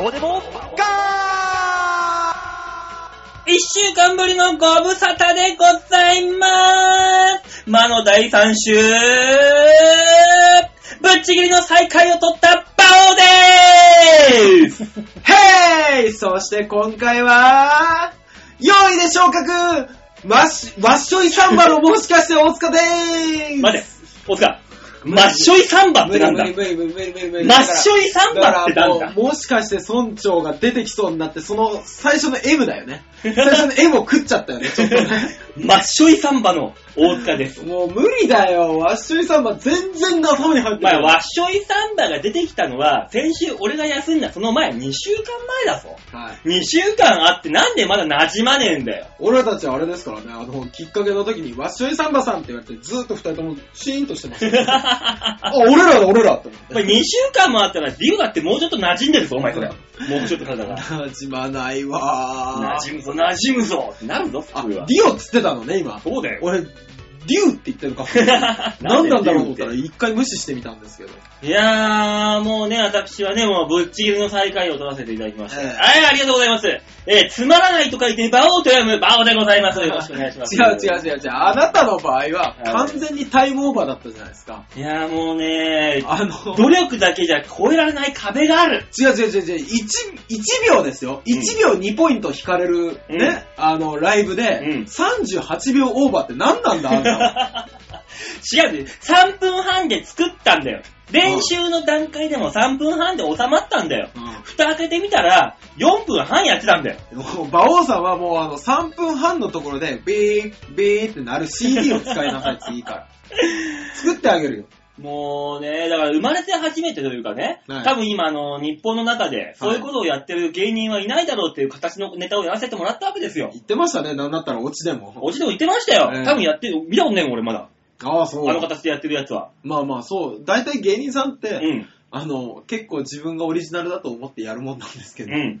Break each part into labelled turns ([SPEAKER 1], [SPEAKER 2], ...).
[SPEAKER 1] オデモ
[SPEAKER 2] 一週間ぶりのご無沙汰でございまーす魔の第三週ぶっちぎりの再会を取ったバオでーす
[SPEAKER 3] ヘイそして今回は、4位で昇格わっし、わっしょいサンバのもしかして大塚でーす
[SPEAKER 2] 待て、大塚、マッショイサンバってなんだ
[SPEAKER 3] 無理無理無理無理無理無理。
[SPEAKER 2] マッショイサンバってなんだ
[SPEAKER 3] だからもう、もしかして村長が出てきそうになって、その最初の M だよね。最初の M を食っちゃったよね、ちょっとね。
[SPEAKER 2] マッショイサンバの大塚です。
[SPEAKER 3] もう無理だよ、わっしょいサンバ全然頭に入って
[SPEAKER 2] ま
[SPEAKER 3] な
[SPEAKER 2] あ、
[SPEAKER 3] い。
[SPEAKER 2] ワッショイサンバが出てきたのは、先週俺が休んだその前、2週間前だぞ。
[SPEAKER 3] はい
[SPEAKER 2] 2週間あってなんでまだ馴染まねえんだよ。
[SPEAKER 3] 俺たちはあれですからね、あの、きっかけの時に、わっしょいサンバさんって言われて、ずーっと二人ともシーンとして ます。あ、俺らだ、俺らって思って
[SPEAKER 2] お前2週間もあったら、ディオだってもうちょっと馴染んでるぞ、お前それ。もうちょっと体が。
[SPEAKER 3] 馴染まないわー。
[SPEAKER 2] 馴染むぞ、馴染むぞってなるぞ、
[SPEAKER 3] あ、
[SPEAKER 2] 普通
[SPEAKER 3] デ
[SPEAKER 2] は。
[SPEAKER 3] ィオっつってたのね、今。
[SPEAKER 2] そうだよ。
[SPEAKER 3] 俺、デューって言ってるか 何 なんだろうと思ったら、一回無視してみたんですけど。
[SPEAKER 2] いやー、もうね、私はね、もうぶっちぎりの再会を取らせていただきました。
[SPEAKER 3] ええ
[SPEAKER 2] はい、ありがとうございます。えーつまらないと書いて、バオと読むバオでございます。よろしくお願いします。
[SPEAKER 3] 違う違う違う違う。あなたの場合は、完全にタイムオーバーだったじゃないですか。
[SPEAKER 2] いやー、もうね、
[SPEAKER 3] あの、
[SPEAKER 2] 努力だけじゃ超えられない壁がある。
[SPEAKER 3] 違う違う違う違う、1, 1秒ですよ。1秒2ポイント引かれるね、
[SPEAKER 2] うん
[SPEAKER 3] あの、ライブで、
[SPEAKER 2] うん
[SPEAKER 3] 38秒オーバーって何なんだ、あんた。
[SPEAKER 2] 違う、3分半で作ったんだよ。練習の段階でも3分半で収まったんだよ。蓋開けてみたら、4分半やってたんだよ。
[SPEAKER 3] もう馬王さんはもうあの3分半のところでビービーってなる CD を使いなさいっていい から。作ってあげるよ。
[SPEAKER 2] もうね、だから生まれて初めてというかね、
[SPEAKER 3] はい
[SPEAKER 2] 多分今あの、日本の中で、そういうことをやってる芸人はいないだろうっていう形のネタをやらせてもらったわけですよ。
[SPEAKER 3] 言ってましたね、なんだったらオチでも。
[SPEAKER 2] 落ちでも言ってましたよ。
[SPEAKER 3] ええ
[SPEAKER 2] 多分やってる、見たことないもん俺まだ。
[SPEAKER 3] ああ、そ
[SPEAKER 2] あの
[SPEAKER 3] う。
[SPEAKER 2] 形でやってるやつは。
[SPEAKER 3] まあまあそう。大体芸人さんって、
[SPEAKER 2] うん。
[SPEAKER 3] あの、結構自分がオリジナルだと思ってやるもんなんですけど、
[SPEAKER 2] うん。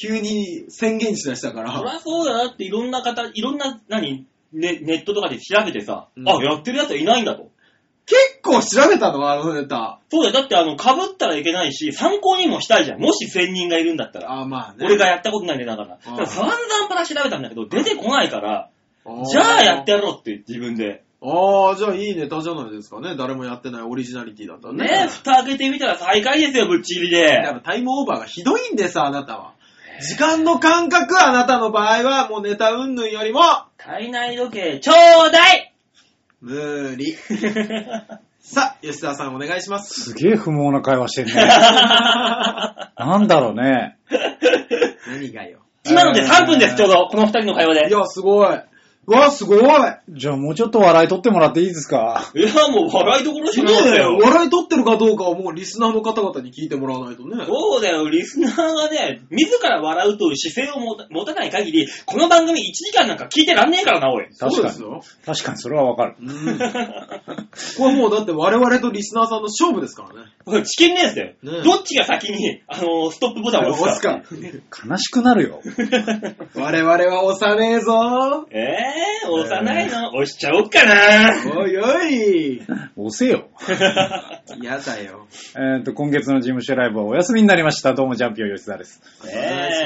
[SPEAKER 3] 急に宣言しだしたか
[SPEAKER 2] そり
[SPEAKER 3] ら、
[SPEAKER 2] ゃそうだなっていろんな方、いろんな、何、ね、ネットとかで調べてさ、
[SPEAKER 3] うん
[SPEAKER 2] あ、やってるやつはいないんだと。
[SPEAKER 3] 結構調べたの、あのネタ。
[SPEAKER 2] そうだよ、だってあの、被ったらいけないし、参考にもしたいじゃん。もし1000人がいるんだったら。
[SPEAKER 3] ああ、まあね。
[SPEAKER 2] 俺がやったことないネタだから。だ
[SPEAKER 3] あ
[SPEAKER 2] から散々から調べたんだけど、出てこないから、
[SPEAKER 3] ああ
[SPEAKER 2] じゃあやってやろうって自分で。
[SPEAKER 3] ああ、じゃあいいネタじゃないですかね。誰もやってないオリジナリティだったね。
[SPEAKER 2] ねえ、蓋開けてみたら最下位ですよ、ぶっちぎり
[SPEAKER 3] やっ
[SPEAKER 2] で。
[SPEAKER 3] ぱタイムオーバーがひどいんです、あなたは。時間の感覚、あなたの場合は、もうネタ云々よりも、
[SPEAKER 2] 体内時計、ちょうだ い
[SPEAKER 3] 無理。さあ、吉田さんお願いします。
[SPEAKER 4] すげえ不毛な会話してるね。なんだろうね。
[SPEAKER 3] 何がよ。
[SPEAKER 2] 今ので3分です、ちょうど。この2人の会話で
[SPEAKER 3] い。や、すごい。うわ、すごい。
[SPEAKER 4] じゃあもうちょっと笑い取ってもらっていいですか
[SPEAKER 2] いや、もう笑いどころしかなかった
[SPEAKER 3] ねえ、
[SPEAKER 2] よ。
[SPEAKER 3] 笑い取ってるかどうかはもうリスナーの方々に聞いてもらわないとね。
[SPEAKER 2] そうだよ、リスナーがね、自ら笑うという姿勢を持た持たない限り、この番組1時間なんか聞いてらんねえからな、おい。
[SPEAKER 3] そう
[SPEAKER 4] 確
[SPEAKER 3] で
[SPEAKER 4] か
[SPEAKER 3] す
[SPEAKER 4] に。
[SPEAKER 3] よ。
[SPEAKER 4] 確かにそれはわかる。
[SPEAKER 3] うん。ここはもうだって我々とリスナーさんの勝負ですからね。
[SPEAKER 2] これチキンレースだよ。
[SPEAKER 3] ねえ
[SPEAKER 2] どっちが先に、あのーストップボタンを押すか。
[SPEAKER 3] か。
[SPEAKER 4] 悲しくなるよ。
[SPEAKER 3] 我々は押さねえぞ。
[SPEAKER 2] えー、押さないの、押しちゃおっかな。
[SPEAKER 3] おいおい。
[SPEAKER 4] 押せよ。
[SPEAKER 3] やだよ。
[SPEAKER 4] えっと、今月の事務所ライブはお休みになりました。どうもジャンピオン吉田です。
[SPEAKER 3] お
[SPEAKER 2] えー、吉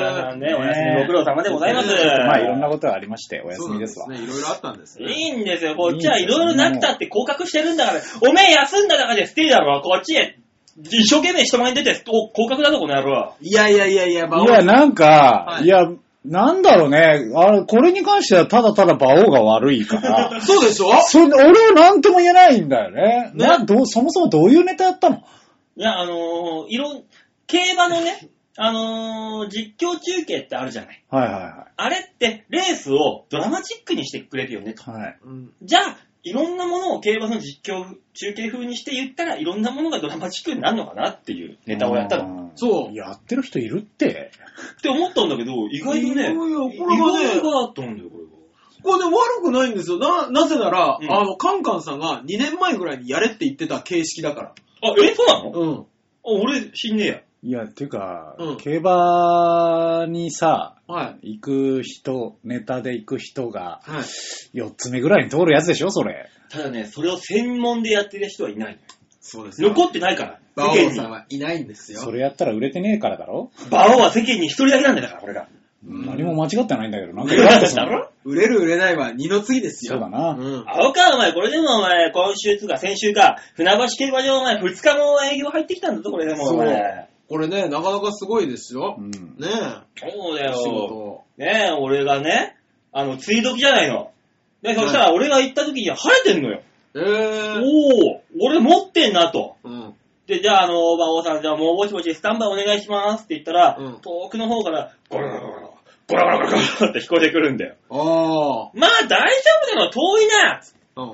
[SPEAKER 2] 田さんね、お休
[SPEAKER 4] ね
[SPEAKER 2] み
[SPEAKER 4] え
[SPEAKER 2] ご苦労様でございます。
[SPEAKER 4] まあいろんなことがありまして、お休みですわ
[SPEAKER 3] そう。なんね。いろいろあったんですね。
[SPEAKER 2] いいんですよ、こっちはいい
[SPEAKER 4] いんです
[SPEAKER 2] ろ
[SPEAKER 4] よ
[SPEAKER 2] いろなくたって降格してるんだから、おめえ休んだ中でステイだろ、こっちへ。一生懸命人前に出て、お降格だぞ、この野郎。
[SPEAKER 3] いやいやいやいや、馬
[SPEAKER 4] い
[SPEAKER 3] 王さ
[SPEAKER 4] や、
[SPEAKER 3] ん
[SPEAKER 4] なんか
[SPEAKER 3] は、い
[SPEAKER 4] いや、なんだろうね。あれ、これに関してはただただ馬王が悪 いから。
[SPEAKER 3] そうでしょ
[SPEAKER 4] それで俺は何とも言えないんだよね。
[SPEAKER 3] ね
[SPEAKER 4] な、どう、そもそもどういうネタやったの
[SPEAKER 2] いや、あのー、いろん、競馬の ね、あのー、実況中継ってあるじゃない。
[SPEAKER 4] はいは
[SPEAKER 2] あれって、レースをドラマチックにしてくれるよねと。
[SPEAKER 4] いはい。はい。
[SPEAKER 3] うん
[SPEAKER 2] じゃあ、いろんなものを競馬の実況中継風にして言ったらいろんなものがドラマチックになるのかなっていうネタをやったの。
[SPEAKER 4] の
[SPEAKER 3] そう
[SPEAKER 4] やってる人いるって。
[SPEAKER 2] って思ったんだけど、意外とね、
[SPEAKER 3] いやいやこ
[SPEAKER 2] 意
[SPEAKER 3] れがね
[SPEAKER 2] 外とだったんだよ、これが。
[SPEAKER 3] これね、悪くないんですよ。な、なぜなら、
[SPEAKER 2] うん
[SPEAKER 3] あの、カンカンさんが2年前ぐらいにやれって言ってた形式だから。
[SPEAKER 2] あ、え、そうなのあ
[SPEAKER 3] うん。
[SPEAKER 2] 俺、死んねえや。
[SPEAKER 4] いや、っていうか、
[SPEAKER 3] うん
[SPEAKER 4] 競馬にさ、
[SPEAKER 3] はい。
[SPEAKER 4] 行く人、ネタで行く人が、
[SPEAKER 3] はい。
[SPEAKER 4] 4つ目ぐらいに通るやつでしょ、それ。
[SPEAKER 2] ただね、それを専門でやってる人はいない。
[SPEAKER 3] そうですよ。
[SPEAKER 2] 残ってないから。
[SPEAKER 3] 馬王さんはいないんですよ。
[SPEAKER 4] それやったら売れてねえからだろ、
[SPEAKER 2] 馬王は世間に一人だけなんだよだから、これが。
[SPEAKER 3] うん
[SPEAKER 4] 何も間違ってないんだけど、 なんか イラッとする
[SPEAKER 2] だろ
[SPEAKER 3] 売れる売れないは二の次ですよ。
[SPEAKER 4] そうだな
[SPEAKER 3] うん。
[SPEAKER 2] 青川お前、これでもお前、今週とか先週か、船橋競馬場お前、2日も営業入ってきたんだぞ、これでもお前。
[SPEAKER 3] これね、なかなかすごいですよ。
[SPEAKER 4] うん
[SPEAKER 3] ね
[SPEAKER 2] そう
[SPEAKER 3] え
[SPEAKER 2] だ、
[SPEAKER 3] 仕
[SPEAKER 2] よ。
[SPEAKER 3] 事。
[SPEAKER 2] ねえ、俺がね、あの、追時じゃないの。で、そしたら俺が行った時には晴れてんのよ。
[SPEAKER 3] えー。
[SPEAKER 2] おお俺持ってんなと。
[SPEAKER 3] うん。
[SPEAKER 2] で、じゃあ、あの、馬王さん、じゃあもうぼちぼちスタンバイお願いしますって言ったら、
[SPEAKER 3] うん
[SPEAKER 2] 遠くの方から、ゴロゴロゴロ、ゴロゴロゴロゴロって聞こえてくるんだよ。
[SPEAKER 3] あ
[SPEAKER 2] まあ大丈夫だろ、遠いな
[SPEAKER 3] あ。うん。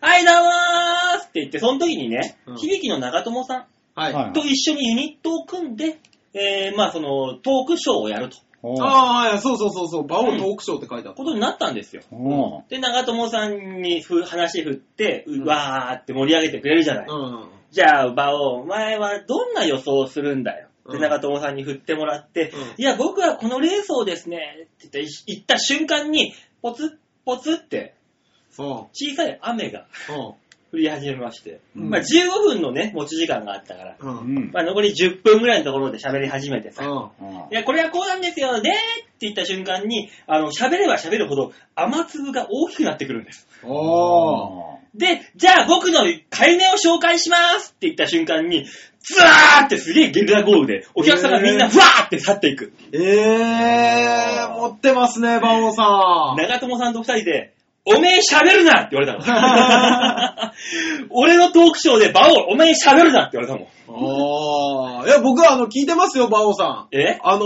[SPEAKER 2] はい、どうもーって言って、その時にね、
[SPEAKER 3] うん
[SPEAKER 2] 響きの長友さ
[SPEAKER 3] はい。
[SPEAKER 4] は
[SPEAKER 2] ん
[SPEAKER 4] い
[SPEAKER 2] と一緒にユニットを組んで、えー、まあその、トークショーをやると、
[SPEAKER 4] おう
[SPEAKER 3] ああ、はいそうそうそうそう、馬王トークショーって書いてあった。
[SPEAKER 2] ことになったんですよ。
[SPEAKER 4] おう
[SPEAKER 2] で、長友さんにふ話振って、
[SPEAKER 3] うん
[SPEAKER 2] うわーって盛り上げてくれるじゃない。
[SPEAKER 3] うん。
[SPEAKER 2] じゃあ、馬王、お前はどんな予想をするんだよ。
[SPEAKER 3] う
[SPEAKER 2] で、
[SPEAKER 3] ん
[SPEAKER 2] 長友さんに振ってもらって、
[SPEAKER 3] うん
[SPEAKER 2] いや、僕はこのレースをですね、って言って言った瞬間に、ポツッ、ポツって、
[SPEAKER 3] うん。
[SPEAKER 2] 小さい雨が降り始めまして、
[SPEAKER 4] うん
[SPEAKER 2] まあ15分のね、持ち時間があったから、
[SPEAKER 3] うん。う。
[SPEAKER 4] うんん
[SPEAKER 2] まあ残り10分ぐらいのところで喋り始めてさ、い
[SPEAKER 4] あ
[SPEAKER 2] や、これはこうなんですよねって言った瞬間に、あの、喋れば喋るほど雨粒が大きくなってくるんです。
[SPEAKER 3] おー。
[SPEAKER 2] で、じゃあ僕の買い値を紹介しますって言った瞬間に、ズワーってすげえゲリラ豪雨で、お客さんがみんなふわーって去っていく。
[SPEAKER 3] えー、持ってますね、馬王さ ん。
[SPEAKER 2] 長友さんと二人で、おめえ喋るなって言われた の。俺のトークショーで、バオ、おめえ喋るなって言われたもん。
[SPEAKER 3] ああ。いや、僕はあの、聞いてますよ、馬王さん。
[SPEAKER 2] え
[SPEAKER 3] あの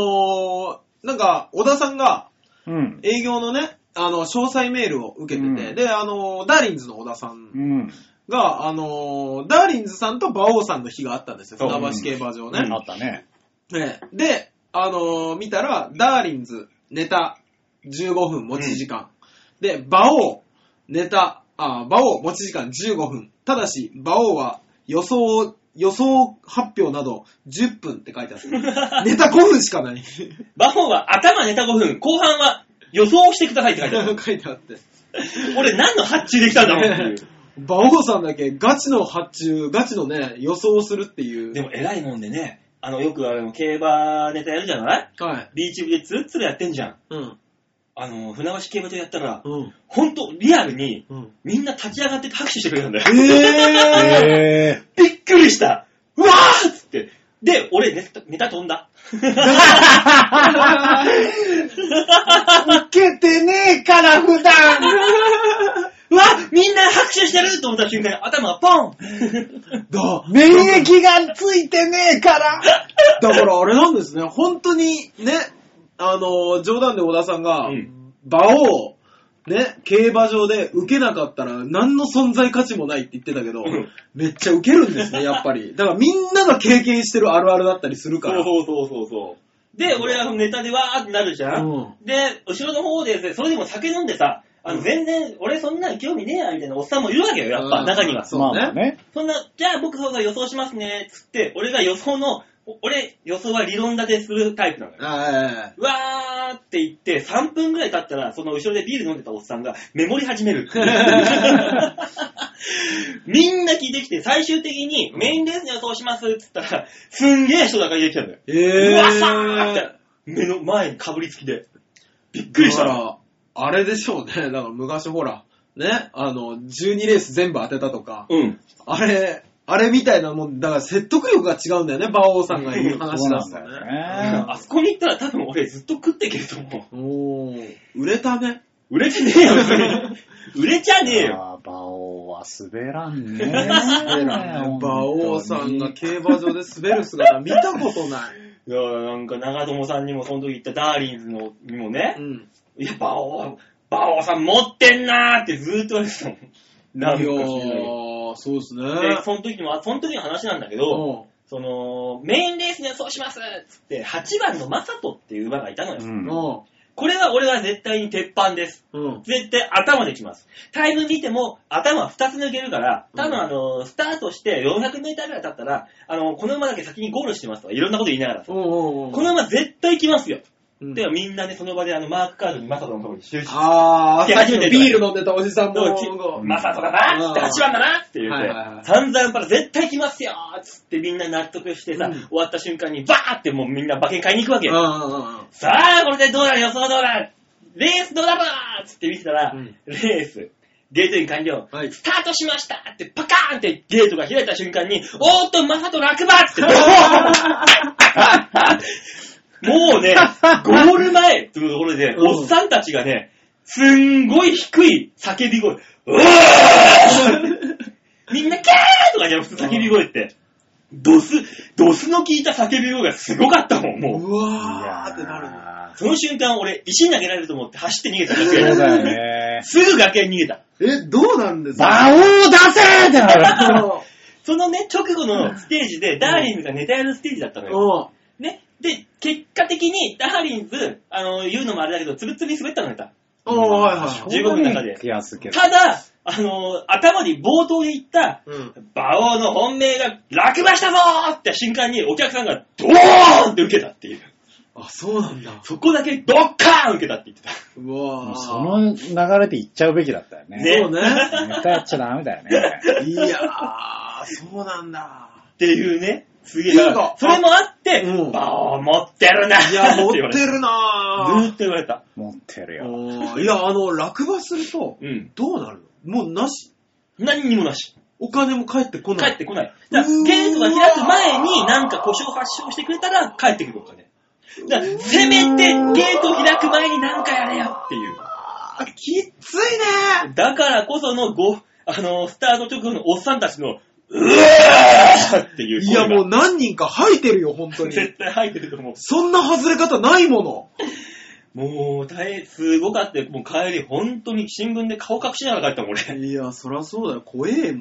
[SPEAKER 3] ー、なんか、小田さんが、
[SPEAKER 4] うん。
[SPEAKER 3] 営業のね、あの、詳細メールを受けてて、
[SPEAKER 4] うん
[SPEAKER 3] で、あの、ダーリンズの小田さ
[SPEAKER 4] うんん。
[SPEAKER 3] が、あの、ダーリンズさんと馬王さんの日があったんですよ、
[SPEAKER 2] そう
[SPEAKER 3] 船橋競馬場
[SPEAKER 2] う
[SPEAKER 4] あ
[SPEAKER 3] ね。
[SPEAKER 4] った ね。
[SPEAKER 3] ねで、あの、見たら、ダーリンズ、ネタ、15分持ち時間。で、馬王、ネタ、あ、馬王持ち時間15分。ただし、馬王は予想、予想発表など10分って書いてあ る。ネタ5分しかない。
[SPEAKER 2] バオは頭ネタ5分、後半は予想をしてくださいって書いてあ る。
[SPEAKER 3] 書いてあって。
[SPEAKER 2] 俺何の発注できたんだろうってい。
[SPEAKER 3] 馬王さんだけガチの発注、ガチのね、予想をするっていうう。
[SPEAKER 2] でも偉いもんでね、あの、よくあの、競馬ネタやるじゃない
[SPEAKER 3] はい。
[SPEAKER 2] ビーチ部でツルツルやってんじゃん。
[SPEAKER 3] うん。
[SPEAKER 2] あの、船橋競馬場やったら、
[SPEAKER 3] うん。
[SPEAKER 2] ほんと、リアルに、
[SPEAKER 3] うん。
[SPEAKER 2] みんな立ち上がって拍手してくれたんだよ。
[SPEAKER 3] えー、
[SPEAKER 4] え
[SPEAKER 2] びっくりしたうわーっつって。で、俺ネタ、ネタ飛ん だ。
[SPEAKER 4] ー。受けてねえから、普段
[SPEAKER 2] うわみんな拍手してると思った瞬間に頭がポン
[SPEAKER 3] だ、
[SPEAKER 4] 免疫がついてねえか ら
[SPEAKER 3] だからあれなんですね、本当にね、あの冗談で小田さんが、
[SPEAKER 2] うん
[SPEAKER 3] 馬王、ね、競馬場で受けなかったら何の存在価値もないって言ってたけど、
[SPEAKER 2] うん
[SPEAKER 3] めっちゃ受けるんですね、やっぱ り。だからみんなが経験してるあるあるだったりするから。
[SPEAKER 2] そうそうそうそう。で、俺はネタでわーってなるじゃん。
[SPEAKER 3] うん
[SPEAKER 2] で、後ろの方でですね、それでも酒飲んでさ、あの
[SPEAKER 3] うん
[SPEAKER 2] 全然、俺そんなに興味ねえや、みたいなおっさんもいるわけよ、やっぱ、
[SPEAKER 3] うん
[SPEAKER 2] 中には。
[SPEAKER 3] そう
[SPEAKER 4] ま
[SPEAKER 3] ね
[SPEAKER 4] あまあね。
[SPEAKER 2] そんな、じゃあ僕そうだ予想しますね、つって、俺が予想の、お俺予想は理論立てするタイプなのよ。
[SPEAKER 3] ああ
[SPEAKER 2] うわーって言って、3分ぐらい経ったら、その後ろでビール飲んでたおっさんがメモり始める。 みんな聞いてきて、最終的にメインレースに予想しますって言ったら、すんげえ人が借りてきたんだよ。
[SPEAKER 3] ええ
[SPEAKER 2] うわさーって、目の前にかぶりつきで。びっくりした
[SPEAKER 3] だか
[SPEAKER 2] な。
[SPEAKER 3] ら、あれでしょうね。だから昔ほら、ね、あの、12レース全部当てたとか、
[SPEAKER 2] うん。
[SPEAKER 3] あれ、あれみたいなもん、だから説得力が違うんだよね、馬王さんが言う話だった
[SPEAKER 4] そうなんだよね
[SPEAKER 3] ね。
[SPEAKER 2] あそこに行ったら多分俺ずっと食っていけると思
[SPEAKER 3] うんおー、売れたね。
[SPEAKER 2] う。売れてねえよ、別に 売れちゃねえよ。
[SPEAKER 4] あー馬王は滑らんね。
[SPEAKER 3] 滑らんね馬王さんが競馬場で滑る姿見たこと ない。
[SPEAKER 2] いやなんか長友さんにもその時言ったダーリンズのにもね
[SPEAKER 3] う、ん。
[SPEAKER 2] いや、バオ、バオさん持ってんなーってずーっと言われてたもん。なんか
[SPEAKER 3] い
[SPEAKER 2] 知
[SPEAKER 3] や
[SPEAKER 2] らないけど
[SPEAKER 3] ー、そうですね。
[SPEAKER 2] で、その時も、あその時の話なんだけど、その、メインレースにはそうしますっつって、8番のマサトっていう馬がいたのよ。
[SPEAKER 4] うん。
[SPEAKER 2] これは俺は絶対に鉄板です。
[SPEAKER 3] うん。うん。
[SPEAKER 2] 絶対頭できます。タイム見ても頭2つ抜けるから、多分あの、スタートして400メーターぐらい経ったら、あの、この馬だけ先にゴールしてますとか、いろんなこと言いながらさ、
[SPEAKER 3] うんうんうん。
[SPEAKER 2] この馬絶対来ますよ。
[SPEAKER 3] うん
[SPEAKER 2] で、みんなね、その場であの、マークカードにマサトのところに集中して、
[SPEAKER 3] あー、
[SPEAKER 2] いや
[SPEAKER 3] さっきの
[SPEAKER 2] 初めて
[SPEAKER 3] ビール飲んでたおじさんも、
[SPEAKER 2] どうき
[SPEAKER 3] もう
[SPEAKER 2] マサトだなっつって、
[SPEAKER 3] うん
[SPEAKER 2] 8番だなって言っ
[SPEAKER 3] はい
[SPEAKER 2] て
[SPEAKER 3] はいは、い
[SPEAKER 2] 散々から絶対来ますよっつってみんな納得してさ、
[SPEAKER 3] うん
[SPEAKER 2] 終わった瞬間にバーってもうみんな馬券買いに行くわけ
[SPEAKER 3] うん
[SPEAKER 2] よ。
[SPEAKER 3] うんうんうん。
[SPEAKER 2] さあ、これでどうだ、予想どうだ、レースどうだばーっつって見てたら、
[SPEAKER 3] うん
[SPEAKER 2] レース、ゲートイン完了、
[SPEAKER 3] はい
[SPEAKER 2] スタートしましたってパカーンってゲートが開いた瞬間に、おーっと、マサト落馬 って、もうね、ゴール前っていうところで、
[SPEAKER 3] うん
[SPEAKER 2] おっさんたちがね、すんごい低い叫び声、うおーみんなキャーとかじゃなくて叫び声って。ドス、ドスの効いた叫び声がすごかったもん、もう。
[SPEAKER 3] うわーってなるね。
[SPEAKER 2] その瞬間、俺、石投げられると思って走って逃げた。
[SPEAKER 4] そうだよね。
[SPEAKER 2] すぐ崖に逃げた。
[SPEAKER 3] え、どうなんですか
[SPEAKER 4] 馬王出せってなる。
[SPEAKER 3] そ
[SPEAKER 2] そのね、直後のステージで、ダーリンズがネタやるステージだったの
[SPEAKER 3] う
[SPEAKER 2] よ。
[SPEAKER 3] うん。
[SPEAKER 2] ね。で、結果的に、ダーリンズ、あの、言うのもあれだけど、つぶつぶに滑ったのネタ。
[SPEAKER 3] おー、はいは
[SPEAKER 2] 15分の中で
[SPEAKER 4] 悔すけど。
[SPEAKER 2] ただ、あの、頭に冒頭で言った、
[SPEAKER 3] い。うん。
[SPEAKER 2] 馬王の本命が落馬したぞーって瞬間に、お客さんがドーンって受けたっていう。
[SPEAKER 3] あ、そうなんだ。
[SPEAKER 2] そこだけドッカーン受けたって言ってた。
[SPEAKER 3] うわ
[SPEAKER 4] も
[SPEAKER 3] ー。
[SPEAKER 4] うその流れで行っちゃうべきだったよね。
[SPEAKER 2] ね
[SPEAKER 3] そうね。
[SPEAKER 4] ネタやっちゃダメだ よね。
[SPEAKER 3] いやー、そうなんだ。
[SPEAKER 2] っていうね。すげえ。
[SPEAKER 3] っていうか
[SPEAKER 2] それもあって、
[SPEAKER 3] うん
[SPEAKER 2] 馬王持 ってるなー
[SPEAKER 3] いや、持
[SPEAKER 2] 言わ
[SPEAKER 3] っ
[SPEAKER 2] れた
[SPEAKER 3] てる
[SPEAKER 2] ずーっ
[SPEAKER 3] な
[SPEAKER 2] と言われた。
[SPEAKER 4] 持ってるよ。
[SPEAKER 3] ー。いや、あの、落馬すると
[SPEAKER 2] う、ん。
[SPEAKER 3] どうなるのもうなし。
[SPEAKER 2] 何にもなし。
[SPEAKER 3] お金も返ってこな
[SPEAKER 2] 帰
[SPEAKER 3] い。
[SPEAKER 2] ってこない。だから
[SPEAKER 3] うーわー
[SPEAKER 2] ゲートが開く前になんか故障発症してくれたら帰ってくるお金。だからせめてゲート開く前になんかやれよっていう。
[SPEAKER 3] あー、きっついね
[SPEAKER 2] だからこそのご、あの、スタート直後のおっさんたちの、うわーっていう
[SPEAKER 3] い
[SPEAKER 2] 声が。
[SPEAKER 3] や、もう何人か吐いてるよ、本 当に。
[SPEAKER 2] 絶対入ってると思う。
[SPEAKER 3] そんな外れ方ないもの。
[SPEAKER 2] もう、大変、すごかったよ。もう帰り、本当に新聞で顔隠しながら帰ったもん、俺。
[SPEAKER 3] いや、そらそうだよ、怖えもん。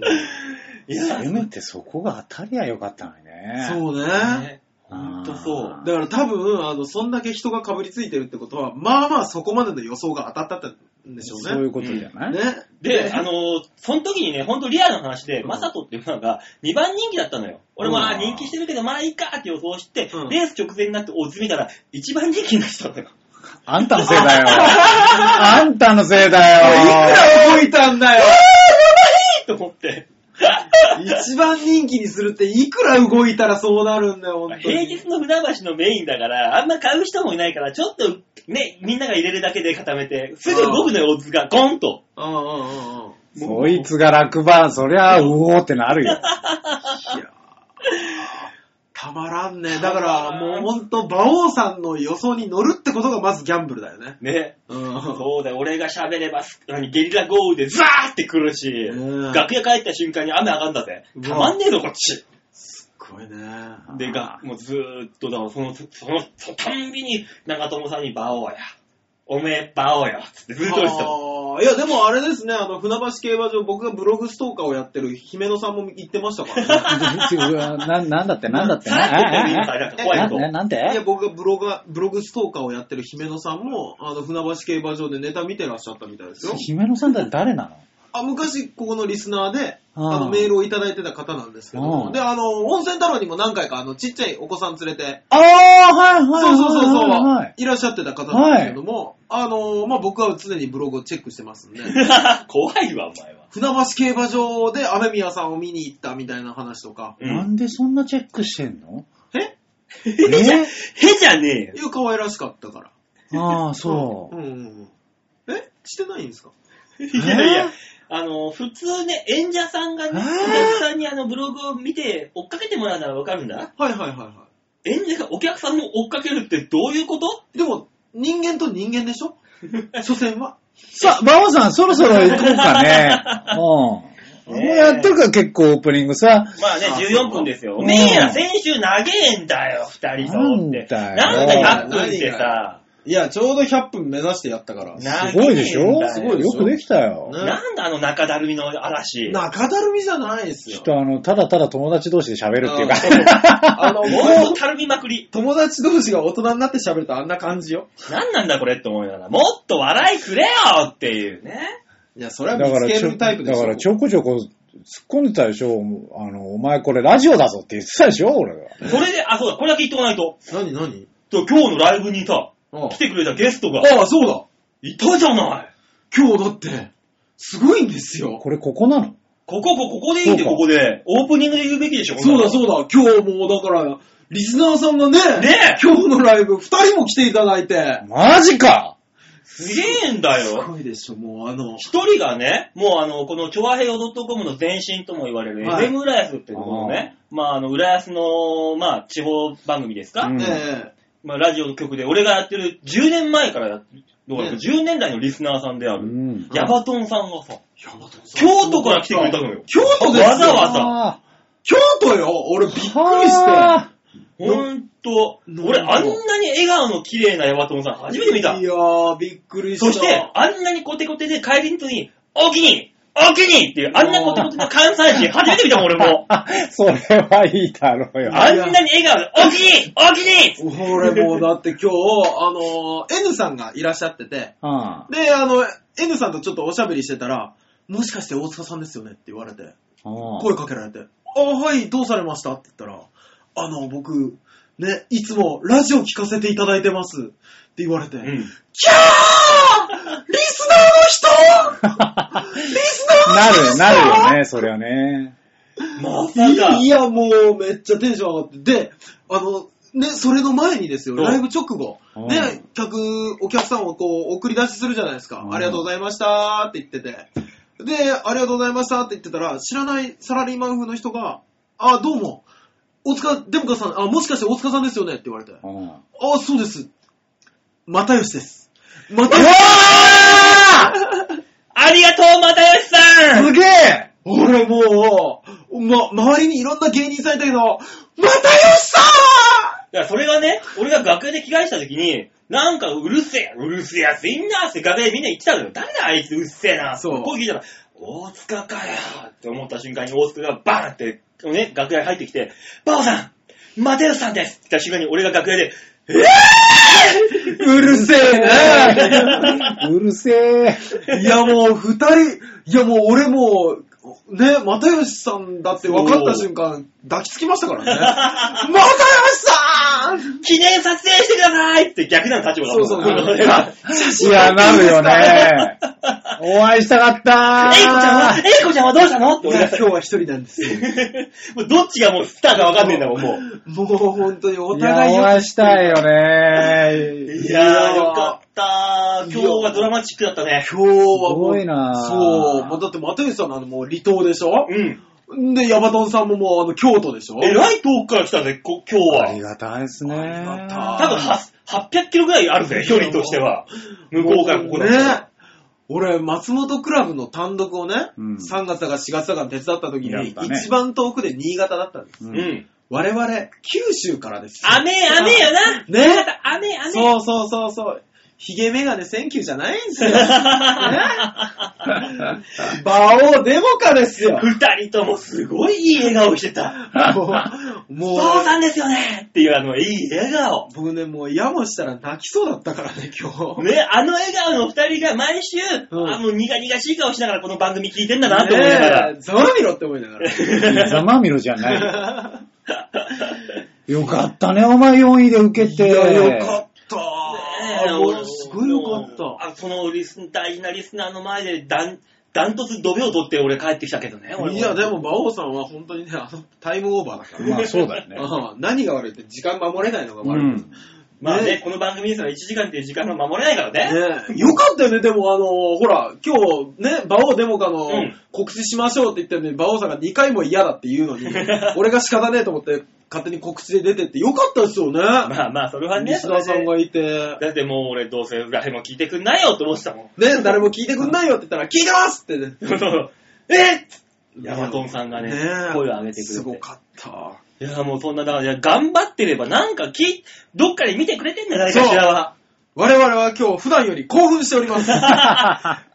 [SPEAKER 2] いや、
[SPEAKER 4] せめてそこが当たりゃよかったのにね。
[SPEAKER 3] そうね。
[SPEAKER 2] ねほんとそう。
[SPEAKER 3] だから多分、あの、そんだけ人が被りついてるってことは、まあまあそこまでの予想が当たったってんでしょ
[SPEAKER 4] そう
[SPEAKER 3] う
[SPEAKER 4] い
[SPEAKER 3] ね。
[SPEAKER 4] うことじゃない、
[SPEAKER 3] ね。
[SPEAKER 2] で、
[SPEAKER 3] ね
[SPEAKER 2] あのーその時にね、ほんとリアルな話で、
[SPEAKER 3] うん
[SPEAKER 2] マサトっていうのが2番人気だったのよ。俺も、
[SPEAKER 3] うん
[SPEAKER 2] あー人気してるけど、まあいいかって予想して、
[SPEAKER 3] うん
[SPEAKER 2] レース直前になってオズ見たら、1番人気になってたのよ。
[SPEAKER 4] あんたのせいだよ。あんたのせいだよ。
[SPEAKER 3] いくら動いたんだよ
[SPEAKER 2] と思って。
[SPEAKER 3] 一番人気にするって、いくら動いたらそうなるんだよ、本当
[SPEAKER 2] 平
[SPEAKER 3] に。
[SPEAKER 2] 日の船橋のメインだから、あんま買う人もいないから、ちょっとね、みんなが入れるだけで固めて、すぐ動くのよ、オズが、ゴンと。
[SPEAKER 3] うんうんうんうん。
[SPEAKER 2] もう
[SPEAKER 4] こいつが落馬、そりゃ、うおーってな るよ。
[SPEAKER 3] いやーたまらんね。だから、もうほんと、馬王さんの予想に乗るってことがまずギャンブルだよね。
[SPEAKER 2] ね。
[SPEAKER 3] うん。
[SPEAKER 2] そうだよ、俺が喋れば、何ゲリラ豪雨でザーって来るし、
[SPEAKER 3] うん
[SPEAKER 2] 楽屋帰った瞬間に雨上がんだぜ。
[SPEAKER 3] うわ
[SPEAKER 2] たまんねえぞ、こっち。
[SPEAKER 3] すっごいね。
[SPEAKER 2] で、が、もうずーっと、だからその、その、そのたんびに、長友さんに、バオや。おめえ、バオや。つってずっと言ってたもん。
[SPEAKER 3] あーいや、でもあれですね、あの、船橋競馬場、僕がブログストーカーをやってる姫野さんも言ってました から
[SPEAKER 4] うわななんだって、なんだって。
[SPEAKER 2] さらって言ってみるから、なんか怖いこと。
[SPEAKER 4] なななんで
[SPEAKER 3] ね。いや、僕がブロガブログストーカーをやってる姫野さんも、あの、船橋競馬場でネタ見てらっしゃったみたいですよ。
[SPEAKER 4] 姫野さんって誰なの
[SPEAKER 3] あ、昔、ここのリスナーで、
[SPEAKER 4] うん
[SPEAKER 3] あの、メールをいただいてた方なんですけ
[SPEAKER 4] う
[SPEAKER 3] ど、
[SPEAKER 4] ん
[SPEAKER 3] で、あの、温泉太郎にも何回か、あの、ちっちゃいお子さん連れて、
[SPEAKER 4] ああ、はいはい。
[SPEAKER 3] そうそうそうそう、
[SPEAKER 4] はいいはい
[SPEAKER 3] らっしゃってた方なんですけども、あの、まあ、僕は常にブログをチェックしてますんで、
[SPEAKER 2] 怖いわ、お前は。
[SPEAKER 3] 船橋競馬場で雨宮さんを見に行ったみたいな話とか、
[SPEAKER 2] う。
[SPEAKER 4] なん んでそんなチェックしてんの
[SPEAKER 3] え
[SPEAKER 2] へじゃ、へじゃねえよ。
[SPEAKER 3] いう可愛らしかったから。
[SPEAKER 4] ああ、そう。
[SPEAKER 3] んんうん。えしてないんですか
[SPEAKER 2] いやいや、あの、普通ね、演者さんがね、
[SPEAKER 4] えー
[SPEAKER 2] お客さんにあの、ブログを見て、追っかけてもらうならわかるんだ。
[SPEAKER 3] はいはいはいは
[SPEAKER 2] 演者がお客さんを追っかけるってどういうこと
[SPEAKER 3] い。でも、人間と人間で しょ所詮は。
[SPEAKER 4] さあ、馬王さん、そろそろ行こうかね。うん。も うやっとくから結構オープニングさ。
[SPEAKER 2] まあね、
[SPEAKER 3] あ
[SPEAKER 2] 14分ですよ。
[SPEAKER 4] う
[SPEAKER 2] おめえら、先週長えんだよ、二人ともって。
[SPEAKER 4] な
[SPEAKER 2] なんん
[SPEAKER 4] だよ
[SPEAKER 2] だ、100分ってさ。
[SPEAKER 3] いや、ちょうど100分目指してやったから
[SPEAKER 4] すごいでしょ
[SPEAKER 2] す
[SPEAKER 4] す
[SPEAKER 2] ご
[SPEAKER 4] ご
[SPEAKER 2] い
[SPEAKER 4] い。
[SPEAKER 2] で
[SPEAKER 4] よ
[SPEAKER 2] し
[SPEAKER 4] くできたよ。
[SPEAKER 3] ね
[SPEAKER 2] ょなんだあの中だるみの嵐。
[SPEAKER 3] 中だるみじゃないです
[SPEAKER 4] ちょ
[SPEAKER 3] よ
[SPEAKER 4] っ。とあの、ただただ友達同士で喋るっていうか。
[SPEAKER 3] あの、
[SPEAKER 2] も
[SPEAKER 3] も
[SPEAKER 2] っと
[SPEAKER 3] う、
[SPEAKER 2] たるみまくり。
[SPEAKER 3] 友達同士が大人になって喋るとあんな感じよ。
[SPEAKER 2] なんなんだこれって思いながら、もっと笑いくれよっていうね。
[SPEAKER 3] いや、それ
[SPEAKER 4] だ
[SPEAKER 3] は
[SPEAKER 4] か
[SPEAKER 3] 見つけ
[SPEAKER 4] らちょ、
[SPEAKER 3] るタイプで
[SPEAKER 4] だ
[SPEAKER 3] しょ。
[SPEAKER 4] からちょこちょこ突っ込んでたでしょあの、お前これラジオだぞって言ってたでしょ俺が。
[SPEAKER 2] それで、あ、そうだ、これだけ言っとかないと。
[SPEAKER 3] 何何
[SPEAKER 2] と今日のライブにさ、
[SPEAKER 3] あ
[SPEAKER 2] 来てくれたゲストが。
[SPEAKER 3] ああ、そうだ。
[SPEAKER 2] いたじゃない。
[SPEAKER 3] 今日だって、すごいんですよ。
[SPEAKER 4] これここなの
[SPEAKER 2] ここ、ここここでいいんで、
[SPEAKER 4] そう
[SPEAKER 2] ここ
[SPEAKER 4] か
[SPEAKER 2] で。オープニングで言うべきでしょ、
[SPEAKER 3] そうだ
[SPEAKER 2] う。
[SPEAKER 3] そうだ。今日もだから、リスナーさんがね、
[SPEAKER 2] ねえ
[SPEAKER 3] 今日のライブ、二人も来ていただいて。
[SPEAKER 4] マジか
[SPEAKER 2] すげえんだ
[SPEAKER 3] す
[SPEAKER 2] よ。
[SPEAKER 3] ごいでしょ、もうあの、
[SPEAKER 2] 一人がね、もうあの、この、チョアヘヨ .com の前身とも言われる、
[SPEAKER 3] はい
[SPEAKER 2] FM 浦安っていうところのね、まあ、あの、浦安の、まあ、地方番組ですか、
[SPEAKER 4] うん
[SPEAKER 3] ええ
[SPEAKER 2] まあ、ラジオの局で、俺がやってる10年前からやってる、どうだろう
[SPEAKER 3] ね
[SPEAKER 2] 10年来のリスナーさんであ
[SPEAKER 4] う
[SPEAKER 2] る、
[SPEAKER 4] ん。
[SPEAKER 2] ヤバトンさんがさ、
[SPEAKER 3] ヤバトンさん
[SPEAKER 2] 京都から来てくれたのよ。
[SPEAKER 3] 京都ですよ
[SPEAKER 2] わざわざ。
[SPEAKER 4] あ
[SPEAKER 3] 京都よ俺びっくり
[SPEAKER 4] ー
[SPEAKER 3] して。
[SPEAKER 4] は
[SPEAKER 2] ほんと、
[SPEAKER 3] の
[SPEAKER 2] 俺あんなに笑顔の綺麗なヤバトンさん初めて見た
[SPEAKER 3] い。やー、びっくりした。
[SPEAKER 2] そして、あんなにコテコテで帰りの時に、おきにおきにっていう、あんなコテコテの関西人初めて見たもん、俺も。
[SPEAKER 4] ー それはいいだろうよ。
[SPEAKER 2] あんなに笑顔で、おきにおきに
[SPEAKER 3] 俺もうだって今日、あの、N さんがいらっしゃってて、
[SPEAKER 4] あ
[SPEAKER 3] で、あの、N さんとちょっとおしゃべりしてたら、もしかして大塚さんですよねって言われて、声かけられて、あ、はい、どうされましたって言ったら、あの、僕、ね、いつもラジオ聞かせていただいてますって言われて、
[SPEAKER 2] うん
[SPEAKER 3] キャーリスナーの 人リスナーの
[SPEAKER 4] な
[SPEAKER 3] 人
[SPEAKER 4] る、なるよね、そりゃね。
[SPEAKER 2] まさか
[SPEAKER 3] い、や、もうめっちゃテンション上がって。で、あの、ね、それの前にですよ、
[SPEAKER 2] うん
[SPEAKER 3] ライブ直後。
[SPEAKER 4] うん
[SPEAKER 3] ね、客、お客さんをこう、送り出しするじゃないですか
[SPEAKER 4] う。ん
[SPEAKER 3] ありがとうございましたって言ってて。で、ありがとうございましたって言ってたら、知らないサラリーマン風の人が、あ、どうも。大塚、デブカさん、あ、もしかして大塚さんですよねって言われて。
[SPEAKER 4] うんう
[SPEAKER 3] あ、そうです。又吉です。又吉
[SPEAKER 4] わ
[SPEAKER 2] ありがとう、又吉さん
[SPEAKER 4] すげえ
[SPEAKER 3] 俺もう、ま、周りにいろんな芸人さんいたけど、又吉さん
[SPEAKER 2] だからそれがね、俺が楽屋で着替えした時に、なんかうるせえ、うるせえやついんなって楽屋でみんな言ってたのよ。誰だあいつうっせえな。
[SPEAKER 3] そう
[SPEAKER 2] 声聞いたら、大塚かよって思った瞬間に大塚がバーンって、ね、楽屋に入ってきて、バオさんマテウスさんですって言った瞬間に俺が楽屋で、
[SPEAKER 3] うるせえな。
[SPEAKER 4] うるせえ。
[SPEAKER 3] いやもう二人、いやもう俺もう、ね、又吉さんだって分かった瞬間、抱きつきましたから ね。又吉さん
[SPEAKER 2] 記念撮影してくださいって逆なの立場だ
[SPEAKER 3] そうそう。
[SPEAKER 2] 俺が
[SPEAKER 4] いや、なるよね。お会いしたかっ
[SPEAKER 2] え
[SPEAKER 4] た
[SPEAKER 2] いこちゃんは、えいこちゃんはどうしたのって
[SPEAKER 3] い
[SPEAKER 2] 俺
[SPEAKER 3] や
[SPEAKER 2] が
[SPEAKER 3] 今日は一人なんですよ。
[SPEAKER 2] もうどっちがもうスターかわかんねえんだもん、もう。
[SPEAKER 3] もう本当にお
[SPEAKER 4] いや、
[SPEAKER 3] 互い
[SPEAKER 4] お
[SPEAKER 3] よ
[SPEAKER 4] 会いしたいよね。
[SPEAKER 2] いやー、よかった今日はドラマチックだったね。
[SPEAKER 3] 今日はも
[SPEAKER 4] す
[SPEAKER 3] う
[SPEAKER 4] ごいなぁ
[SPEAKER 3] そう。もうだって又吉さんのあのもう離島でしょ
[SPEAKER 2] うん。
[SPEAKER 3] で、ヤバトンさんももうあの京都でしょ
[SPEAKER 2] えらい遠くから来たぜ、こ今日
[SPEAKER 4] あり
[SPEAKER 2] は。
[SPEAKER 4] がたいですね。
[SPEAKER 3] ありがたい
[SPEAKER 2] 多分は800キロぐらいあるぜ、距離としては。向こうからここだったら
[SPEAKER 3] ね。俺、松本クラブの単独をね、
[SPEAKER 4] うん
[SPEAKER 3] 3月だか4月だか手伝った時
[SPEAKER 4] やっ
[SPEAKER 3] に、
[SPEAKER 4] たね
[SPEAKER 3] 一番遠くで新潟だったんです。
[SPEAKER 4] う
[SPEAKER 2] うんん。
[SPEAKER 3] 我々、九州からです。
[SPEAKER 2] 雨、雨やな。
[SPEAKER 3] ね
[SPEAKER 2] よかった雨、雨。
[SPEAKER 3] そうそうそうそう。ヒゲメガネセンキューじゃないんですよ。ねバオデモカですよ。
[SPEAKER 2] 二人ともすごいいい笑顔してた。
[SPEAKER 3] もう、もう
[SPEAKER 2] そうさんですよねっていうあの、いい笑顔。
[SPEAKER 3] 僕ね、もう、やもしたら泣きそうだったからね、今日。
[SPEAKER 2] ね、あの笑顔の二人が毎週、
[SPEAKER 3] うん
[SPEAKER 2] あの、苦々しい顔しながらこの番組聞いてんだなと思いながら。
[SPEAKER 3] ねえざまみろって思いながら。
[SPEAKER 4] ざまみろじ ゃない。 よかったね、お前4位で受け
[SPEAKER 3] い
[SPEAKER 4] て。
[SPEAKER 3] や、よかった。
[SPEAKER 2] ねえ
[SPEAKER 3] あもうすごいよかった。
[SPEAKER 2] あそのリス大事なリスナーの前でダン、ダントツ度秒取って俺帰ってきたけどね、俺
[SPEAKER 3] いや、でも、馬王さんは本当にね、あの、タイムオーバーだから。
[SPEAKER 4] まあそうだよね。
[SPEAKER 3] うん何が悪いって、時間守れないのが
[SPEAKER 4] う
[SPEAKER 3] 悪い。ね
[SPEAKER 4] ん。
[SPEAKER 2] まあね、
[SPEAKER 3] ね
[SPEAKER 2] この番組ですから1時間っていう時間が守れないからね。
[SPEAKER 3] えよかったよね、でも、あのほら、今日、ね、馬王デモカの
[SPEAKER 2] うん
[SPEAKER 3] 告知しましょうって言ったのに、馬王さんが2回も嫌だって言うの に、俺が仕方ねえと思って、勝手に告知で出てって、よかったですよね。
[SPEAKER 2] まあまあ、それはね、
[SPEAKER 3] 西田さんがいて、
[SPEAKER 2] だってもう俺どうせ裏へも聞いてくんないよって思ってたもん。
[SPEAKER 3] ね、誰も聞いてくんないよって言ったら、聞いてますってね。
[SPEAKER 2] そうそうえヤマトンさんがね
[SPEAKER 3] ねえ
[SPEAKER 2] 声を上げてくれて
[SPEAKER 3] すごかった。
[SPEAKER 2] いや、もうそんな、だから、頑張ってればなんかき、どっかで見てくれてんじゃないかしらは。
[SPEAKER 3] 我々は今日普段より興奮しております。
[SPEAKER 2] いや、もうあ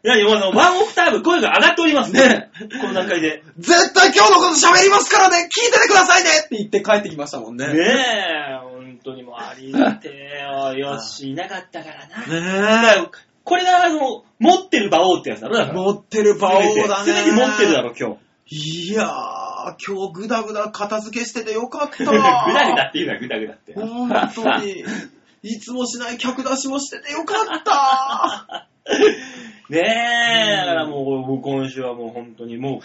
[SPEAKER 2] のワンオクターブ声が上がっておりますね。この段階で。
[SPEAKER 3] 絶対今日のこと喋りますからね聞いててくださいねって言って帰ってきましたもんね。
[SPEAKER 2] ねえ、本当にもうありがてえよ。よし、いなかったからな。だからこれが、あの、持ってる馬王ってやつだろ、だから。
[SPEAKER 3] 持ってる馬王だね。
[SPEAKER 2] 全て持ってるだろ、今日。
[SPEAKER 3] いやー、今日グ ダグダ片付けしててよかった。
[SPEAKER 2] ぐだぐだって言うな、ぐだぐだって。
[SPEAKER 3] 本当に。いつもしない客出しもしててよかった
[SPEAKER 2] ねえ、だからもう、もう今週はもう本当にもう、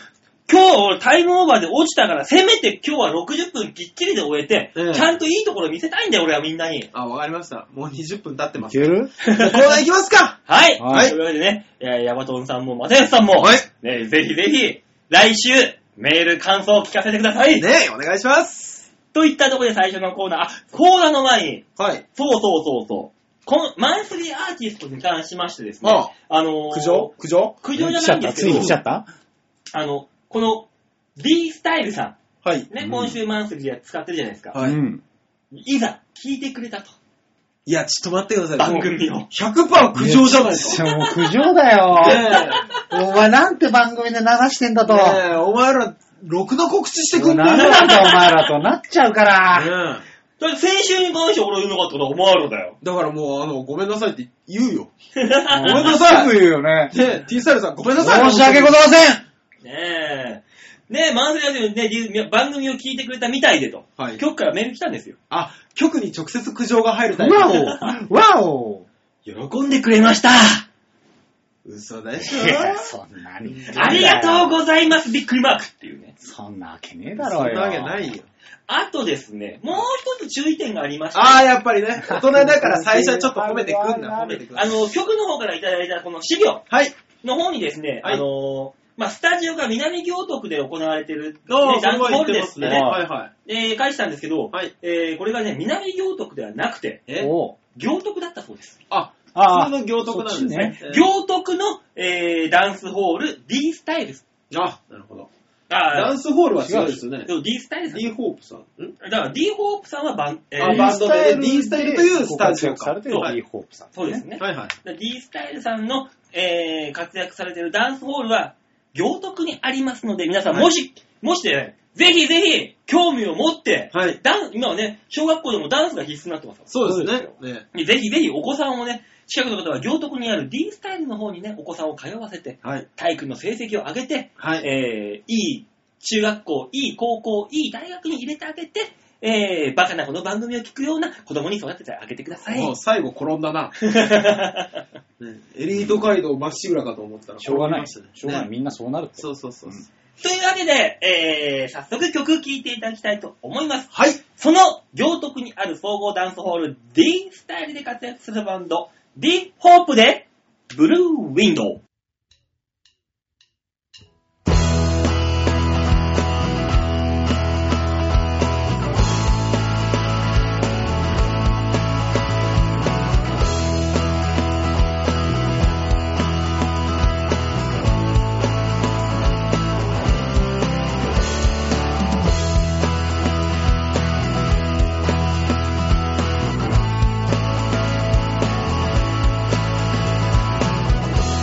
[SPEAKER 2] 今日俺タイムオーバーで落ちたから、せめて今日は60分きっちりで終えて、
[SPEAKER 3] ええ
[SPEAKER 2] ちゃんといいところ見せたいんだよ、俺はみんなに。
[SPEAKER 3] あ、わかりました。もう20分経ってま
[SPEAKER 4] い
[SPEAKER 3] す。
[SPEAKER 4] け
[SPEAKER 3] じ
[SPEAKER 4] る
[SPEAKER 3] ゃあコーナー行きますか
[SPEAKER 2] はい。
[SPEAKER 4] はい
[SPEAKER 2] というわけでね、えーヤバトンさんも、マテヤスさんも、
[SPEAKER 3] はい
[SPEAKER 2] ね、ぜひぜひ、来週、メール感想を聞かせてください。
[SPEAKER 3] ねえ、お願いします。
[SPEAKER 2] といったところで最初のコーナー、あ、コーナーの前に、
[SPEAKER 3] はい。
[SPEAKER 2] そうそうそうそう、このマンスリーアーティストに関しましてですね、
[SPEAKER 3] あ
[SPEAKER 2] のー
[SPEAKER 3] 苦情苦情
[SPEAKER 2] 苦情じゃ
[SPEAKER 4] 来ち
[SPEAKER 2] ない
[SPEAKER 4] ゃっ
[SPEAKER 2] んで
[SPEAKER 4] た
[SPEAKER 2] す
[SPEAKER 4] つ
[SPEAKER 2] け
[SPEAKER 4] い
[SPEAKER 2] ど
[SPEAKER 4] に来、ちゃった
[SPEAKER 2] あの、この B スタイルさ
[SPEAKER 3] はい。
[SPEAKER 2] ん、ね、
[SPEAKER 4] うん。
[SPEAKER 2] 今週マンスリーで使ってるじゃないですか。
[SPEAKER 3] はいう
[SPEAKER 4] ん。
[SPEAKER 2] いざ、聞いてくれたと。
[SPEAKER 3] いや、ちょっと待ってください。
[SPEAKER 2] 番組を
[SPEAKER 3] もう100%苦情じゃないですか。
[SPEAKER 4] めっちゃもう苦情だよ。
[SPEAKER 3] ね
[SPEAKER 4] お前なんて番組で流してんだと。
[SPEAKER 3] え、ねえお前ら、ろくな告知してく
[SPEAKER 4] 何
[SPEAKER 3] んない
[SPEAKER 4] なんだお前らとなっちゃうから。
[SPEAKER 3] ねえ
[SPEAKER 2] だって先週に関して俺言うのかってことは思われるだよ。
[SPEAKER 3] だからもう、あの、ごめんなさいって言うよ。
[SPEAKER 4] ご
[SPEAKER 3] めんなさい
[SPEAKER 4] 言うよね。
[SPEAKER 3] ねえ、T サイルさん、ごめんなさい。
[SPEAKER 4] 申し訳ございません。
[SPEAKER 2] ねえ。ねえ、マンスリーアーティストでね、番組を聞いてくれたみたいでと。
[SPEAKER 3] はい
[SPEAKER 2] 今日からメール来たんですよ。
[SPEAKER 3] あ、局に直接苦情が入るタイプ。
[SPEAKER 4] わおわお
[SPEAKER 2] 喜んでくれました
[SPEAKER 3] 嘘でしょ
[SPEAKER 4] いやそんなに。
[SPEAKER 2] ありがとうございますびっくりマークっていうね。
[SPEAKER 4] そんなわけねえだ
[SPEAKER 3] そ
[SPEAKER 4] ろ
[SPEAKER 3] ん
[SPEAKER 4] うよ。
[SPEAKER 3] なわけないよ。
[SPEAKER 2] あとですね、もう一つ注意点がありまして、
[SPEAKER 3] ああ、やっぱりね、大人だから最初はちょっと褒めてくんな、褒めてくんな
[SPEAKER 2] あ。の、局の方からいただいたこの資料
[SPEAKER 3] はい。
[SPEAKER 2] の方にですね、
[SPEAKER 3] はい
[SPEAKER 2] あの、まあ、スタジオが南行徳で行われてる、ね、
[SPEAKER 3] どう
[SPEAKER 2] ダンスホールですって
[SPEAKER 4] す
[SPEAKER 2] ね
[SPEAKER 4] ご、
[SPEAKER 3] はいはい。
[SPEAKER 2] えー、返したんですけど、
[SPEAKER 3] はい
[SPEAKER 2] えー、これがね、南行徳ではなくて、
[SPEAKER 3] え
[SPEAKER 4] おう
[SPEAKER 2] 行徳だったそうです。
[SPEAKER 3] あ、
[SPEAKER 4] あ
[SPEAKER 3] 普
[SPEAKER 4] あ
[SPEAKER 3] 通の行徳なんですね。えー
[SPEAKER 2] 行徳の、えー、ダンスホール D スタイルズ。
[SPEAKER 3] あ、なるほど。ダ
[SPEAKER 2] あ
[SPEAKER 3] ンスホールは違うですよね
[SPEAKER 2] ー、。でも D スタイルズ。
[SPEAKER 3] D ホープさん。ん
[SPEAKER 2] だから D ホープさんはバン、えー
[SPEAKER 3] あバンドでね D スタイルというスタジオ
[SPEAKER 4] ご活躍されて
[SPEAKER 2] は
[SPEAKER 4] る
[SPEAKER 2] い
[SPEAKER 4] D ホープさん。
[SPEAKER 2] そうですね。
[SPEAKER 3] はいはい。
[SPEAKER 2] だから D スタイルさんの、えー、活躍されてるダンスホールは、行徳にありますので、皆さん、
[SPEAKER 3] はい
[SPEAKER 2] もし、もしでね、ぜひぜひ、興味を持って、
[SPEAKER 3] はい
[SPEAKER 2] ダン今はね、小学校でもダンスが必須になってますか
[SPEAKER 3] そうです
[SPEAKER 4] そう
[SPEAKER 3] ね。ね
[SPEAKER 2] ら。ぜひぜひ、お子さんをね、近くの方は行徳にある D スタイルの方にね、お子さんを通わせて、
[SPEAKER 3] はい。
[SPEAKER 2] 体育の成績を上げて、
[SPEAKER 3] はい。
[SPEAKER 2] えー、いい中学校、いい高校、いい大学に入れてあげて、えー、バカなこの番組を聞くような子供に育ててあげてください。
[SPEAKER 3] もう最後転んだな。ねエリート街道まっしぐらかと思ったら
[SPEAKER 4] しょうがない。し
[SPEAKER 3] 転びま
[SPEAKER 4] ょう
[SPEAKER 3] た
[SPEAKER 4] がない。
[SPEAKER 3] ね
[SPEAKER 4] みんなそうなるって。
[SPEAKER 3] そうそうそうそう。
[SPEAKER 2] というわけで、えー、早速曲聴いていただきたいと思います。
[SPEAKER 3] はい。
[SPEAKER 2] その行徳にある総合ダンスホール D スタイルで活躍するバンド D ホープでブルーウィンドウ。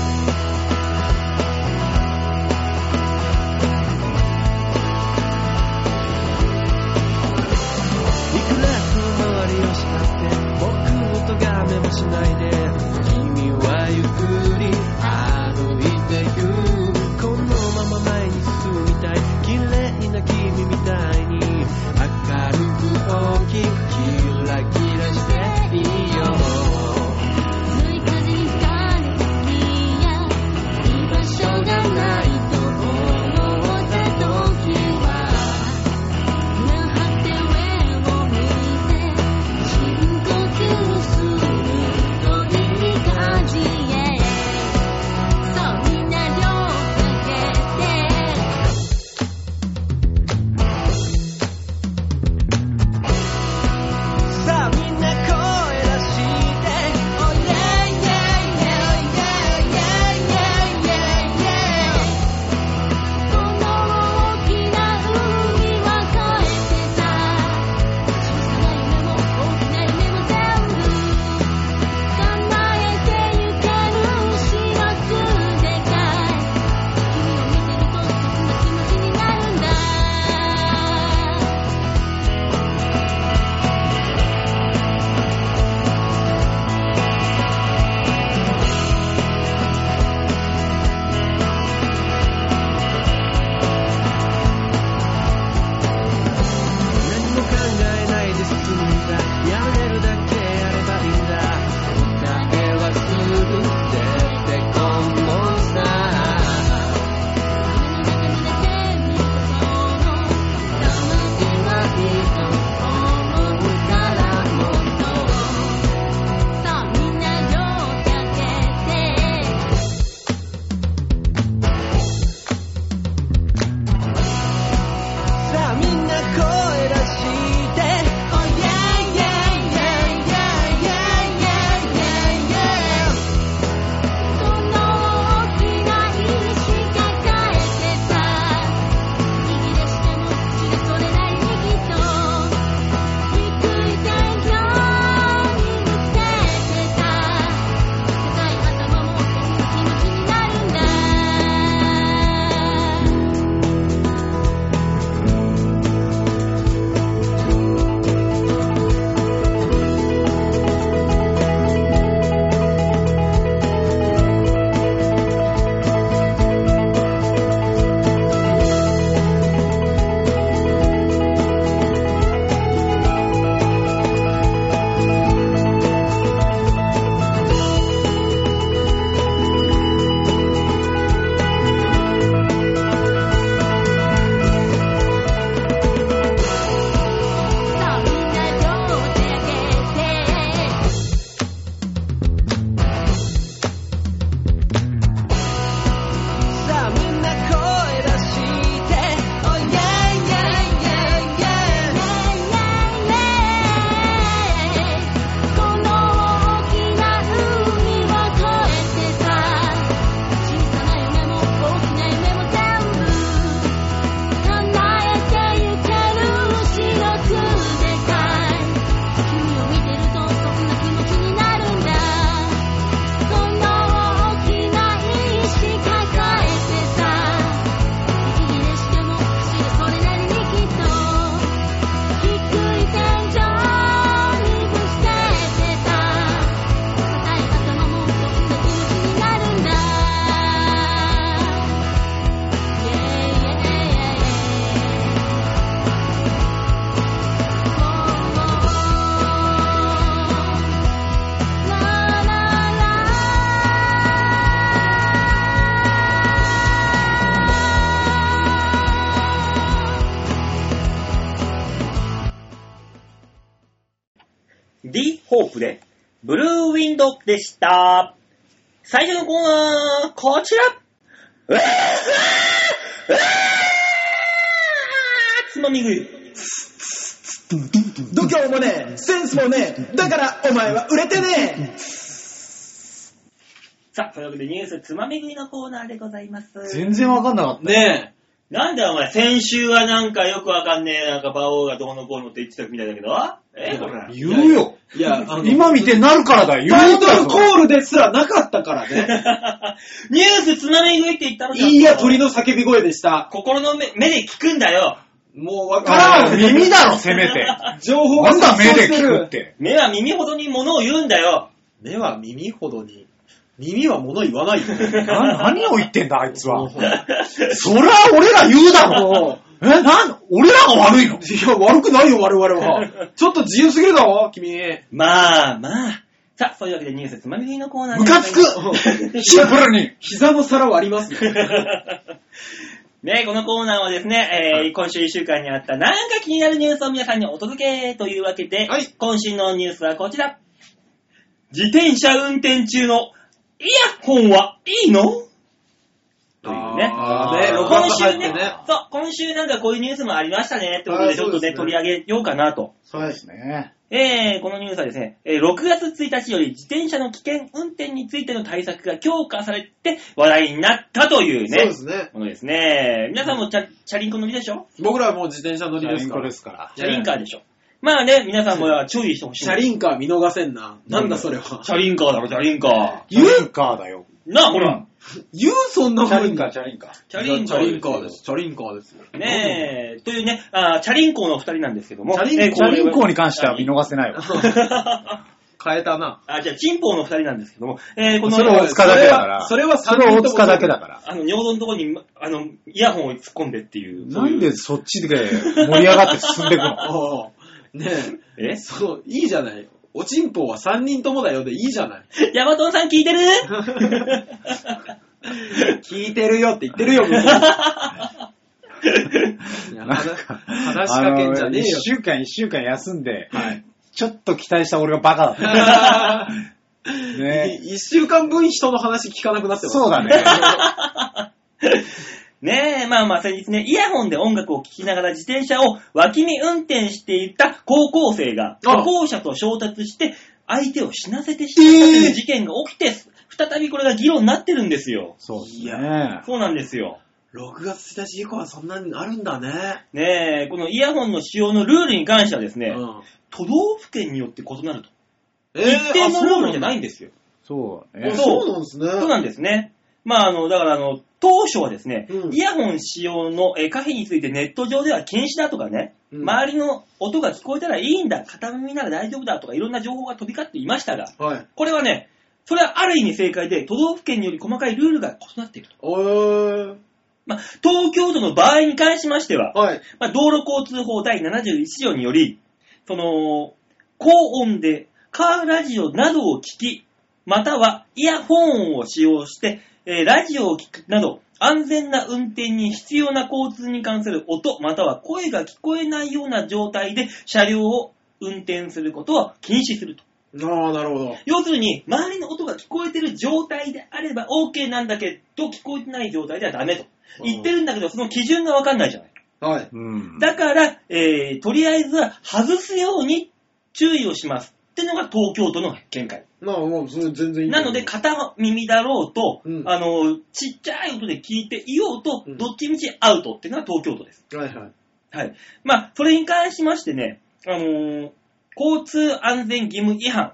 [SPEAKER 1] 「
[SPEAKER 2] ホープで、ブルーウィンドでした。最初のコーナー、こちらうわーうわーうわーつまみ食い。
[SPEAKER 3] 度胸もねえ、センスもねえ、だからお前は売れてね
[SPEAKER 2] さあ、というわけでニュースつまみ食いのコーナーでございます。
[SPEAKER 4] 全然わかんなかっ
[SPEAKER 3] え。ね
[SPEAKER 2] なんだよお前、先週はなんかよくわかんねえ、なんか馬王がどうのこうのって言ってたみたいだけどえこ
[SPEAKER 4] た。
[SPEAKER 2] れ。
[SPEAKER 4] 言うよ。
[SPEAKER 3] え。いや、あの、
[SPEAKER 4] 今見てなるからだよ。
[SPEAKER 3] タ
[SPEAKER 4] 言
[SPEAKER 3] イ
[SPEAKER 4] う
[SPEAKER 3] ト
[SPEAKER 4] た
[SPEAKER 3] ルコールですらなかったからね。
[SPEAKER 2] ニュースつまみ食いって言ったの
[SPEAKER 3] い
[SPEAKER 2] ちゃんと
[SPEAKER 3] いや、鳥の叫び声でした。
[SPEAKER 2] 心の目目で聞くんだよ。
[SPEAKER 3] もうわから
[SPEAKER 4] から
[SPEAKER 3] ん。
[SPEAKER 4] 耳だろ、せめて。
[SPEAKER 3] 情報
[SPEAKER 4] な
[SPEAKER 3] が
[SPEAKER 4] んだ、目で聞くっ。て。
[SPEAKER 2] 目は耳ほどに物を言うんだよ。
[SPEAKER 3] 目は耳ほどに。耳は物言わないよ。
[SPEAKER 4] な何を言ってんだ、あいつは。
[SPEAKER 3] いや、
[SPEAKER 4] そりゃ俺ら言うだろ。え、なん、俺らが悪いの
[SPEAKER 3] 悪くないよ、我々は。ちょっと自由すぎるだろ、君。
[SPEAKER 2] まあまあ。さあ、そういうわけでニュースつまみ食いのコーナー
[SPEAKER 4] ムカつく シンプルに。
[SPEAKER 3] 膝の皿割りますね。
[SPEAKER 2] ね、このコーナーはですね、えー今週1週間にあったなんか気になるニュースを皆さんにお届けというわけで、
[SPEAKER 3] はい
[SPEAKER 2] 今週のニュースはこちら。自転車運転中のイヤホンはいいのというね。
[SPEAKER 3] あ
[SPEAKER 4] ーね
[SPEAKER 3] 録
[SPEAKER 2] 今
[SPEAKER 3] 音入って
[SPEAKER 2] 週ね
[SPEAKER 3] ね。
[SPEAKER 2] そう、今週なんかこういうニュースもありましたねってこと
[SPEAKER 3] は
[SPEAKER 2] で
[SPEAKER 3] い
[SPEAKER 2] ちょっとね、
[SPEAKER 3] そう
[SPEAKER 2] 取
[SPEAKER 3] ですね
[SPEAKER 2] り上げようかなと。
[SPEAKER 4] そうですね。
[SPEAKER 2] えー、このニュースはですね、えー6月1日より自転車の危険運転についての対策が強化されて話題になったというね、
[SPEAKER 3] すね。
[SPEAKER 2] ものですね。皆さんもチャチャリンコ乗りでしょ
[SPEAKER 3] 僕らはもう自転車乗り
[SPEAKER 4] チャ
[SPEAKER 3] で
[SPEAKER 4] リ
[SPEAKER 3] す
[SPEAKER 4] ン
[SPEAKER 3] か
[SPEAKER 4] コで
[SPEAKER 3] ら。
[SPEAKER 4] すから。
[SPEAKER 2] チャリンカーでしょ。まあね、皆さんも注意してほしい。
[SPEAKER 3] 車輪カー見逃せんな。なんだそれは。
[SPEAKER 2] チャリンカーだろ、チャリンカ
[SPEAKER 4] チャリンカーだよ。
[SPEAKER 2] ー。なあ、ほ
[SPEAKER 4] う
[SPEAKER 2] ら
[SPEAKER 4] ん。
[SPEAKER 3] 言うそん
[SPEAKER 4] チ
[SPEAKER 3] な
[SPEAKER 4] ャ
[SPEAKER 3] 風
[SPEAKER 4] リン
[SPEAKER 3] に
[SPEAKER 4] カー、チャリンカー。
[SPEAKER 2] チャリンカ
[SPEAKER 3] チャ
[SPEAKER 2] ー
[SPEAKER 3] リンカーです。チャリンカーです。
[SPEAKER 2] ねえ、というね、あーチャリンコーのお二人なんですけども。
[SPEAKER 3] チャリン
[SPEAKER 2] えー
[SPEAKER 4] チャリンコに関しては見
[SPEAKER 2] こ
[SPEAKER 4] 逃せないわ。
[SPEAKER 3] 変えたな。
[SPEAKER 2] あ、じゃあ、チンポーのお二人なんですけども。えーこの、
[SPEAKER 4] それは大塚だけだから。
[SPEAKER 3] それは
[SPEAKER 4] それは大塚だけだから。
[SPEAKER 2] あの、尿道のところに、あの、イヤホンを突っ込んでっていう。
[SPEAKER 4] なんでそっちで盛り上がって進んでいくの
[SPEAKER 3] おうね
[SPEAKER 2] え
[SPEAKER 3] え。そう、いいじゃない。おちんぽは3人ともだよでいいじゃ ない。
[SPEAKER 2] ヤマトンさん聞いてる
[SPEAKER 3] 聞いてるよって言ってるよ、向 こういや
[SPEAKER 4] なん
[SPEAKER 3] 話
[SPEAKER 4] か
[SPEAKER 3] 話しかけんじゃねえ
[SPEAKER 4] あの
[SPEAKER 3] よ
[SPEAKER 4] 一。週間一週間休んで、ちょっと期待した俺がバカだった。ね
[SPEAKER 3] い一週間分人の話聞かなくなってます。
[SPEAKER 4] そうだね。
[SPEAKER 2] ねえ、まあまあ先日ね、イヤホンで音楽を聴きながら自転車を脇見運転していた高校生が
[SPEAKER 3] あ
[SPEAKER 2] 歩行者と衝突して相手を死なせてしまったという事件が起きて、再びこれが議論になってるんですよ。
[SPEAKER 4] そうです
[SPEAKER 3] い
[SPEAKER 4] ね。
[SPEAKER 2] そうなんですよ。
[SPEAKER 3] 6月1日以降はそんなにあるんだね。
[SPEAKER 2] ねえ、このイヤホンの使用のルールに関してはですね、
[SPEAKER 3] うん
[SPEAKER 2] 都道府県によって異なると。
[SPEAKER 3] え
[SPEAKER 2] 一定のルールじゃないん
[SPEAKER 3] で
[SPEAKER 2] ですよ。
[SPEAKER 4] そう
[SPEAKER 2] え
[SPEAKER 4] ね。
[SPEAKER 2] そう
[SPEAKER 3] なんですね。
[SPEAKER 2] そうなんですね。まあ、あの、だから、あの、当初はですね、
[SPEAKER 3] うん
[SPEAKER 2] イヤホン使用のえー可否についてネット上では禁止だとかね、
[SPEAKER 3] うん
[SPEAKER 2] 周りの音が聞こえたらいいんだ、片耳なら大丈夫だとか、いろんな情報が飛び交っていましたが、
[SPEAKER 3] はい。
[SPEAKER 2] これはね、それはある意味正解で、都道府県により細かいルールが異なっていると。
[SPEAKER 3] おー。
[SPEAKER 2] まあ、東京都の場合に関しましては、
[SPEAKER 3] はい。
[SPEAKER 2] まあ、道路交通法第71条により、その、高音でカーラジオなどを聞き、またはイヤホンを使用して、えーラジオを聞くなど、安全な運転に必要な交通に関する音、または声が聞こえないような状態で車両を運転することは禁止すると。
[SPEAKER 3] ああ、なるほど。
[SPEAKER 2] 要するに、周りの音が聞こえてる状態であれば OK なんだけど、聞こえてない状態ではダメと。言ってるんだけど、その基準がわかんないじゃない。
[SPEAKER 3] はい。
[SPEAKER 4] うん。
[SPEAKER 2] だから、えーとりあえずは外すように注意をしますってのが東京都の見解。
[SPEAKER 3] まあ、もう、それ全然いい。
[SPEAKER 2] なので、、片耳だろうと、
[SPEAKER 3] うん
[SPEAKER 2] あの、ちっちゃい音で聞いていようと、
[SPEAKER 3] うん
[SPEAKER 2] どっちみちアウトっていうのが東京都です。
[SPEAKER 3] はいはい。
[SPEAKER 2] はい。まあ、それに関しましてね、あのー交通安全義務違反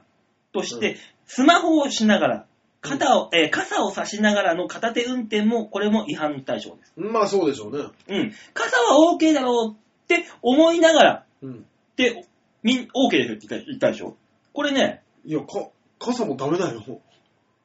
[SPEAKER 2] として、
[SPEAKER 3] う
[SPEAKER 2] スマホをしながら、肩を、えー傘を差しながらの片手運転も、これも違反の対象です。
[SPEAKER 3] まあ、そうでしょうね。
[SPEAKER 2] うん。傘は OK だろうって思いながら、
[SPEAKER 3] うん。
[SPEAKER 2] で、みん、OK ですよって言った言ったでしょこれね、
[SPEAKER 3] いや、か、傘もダメだよ。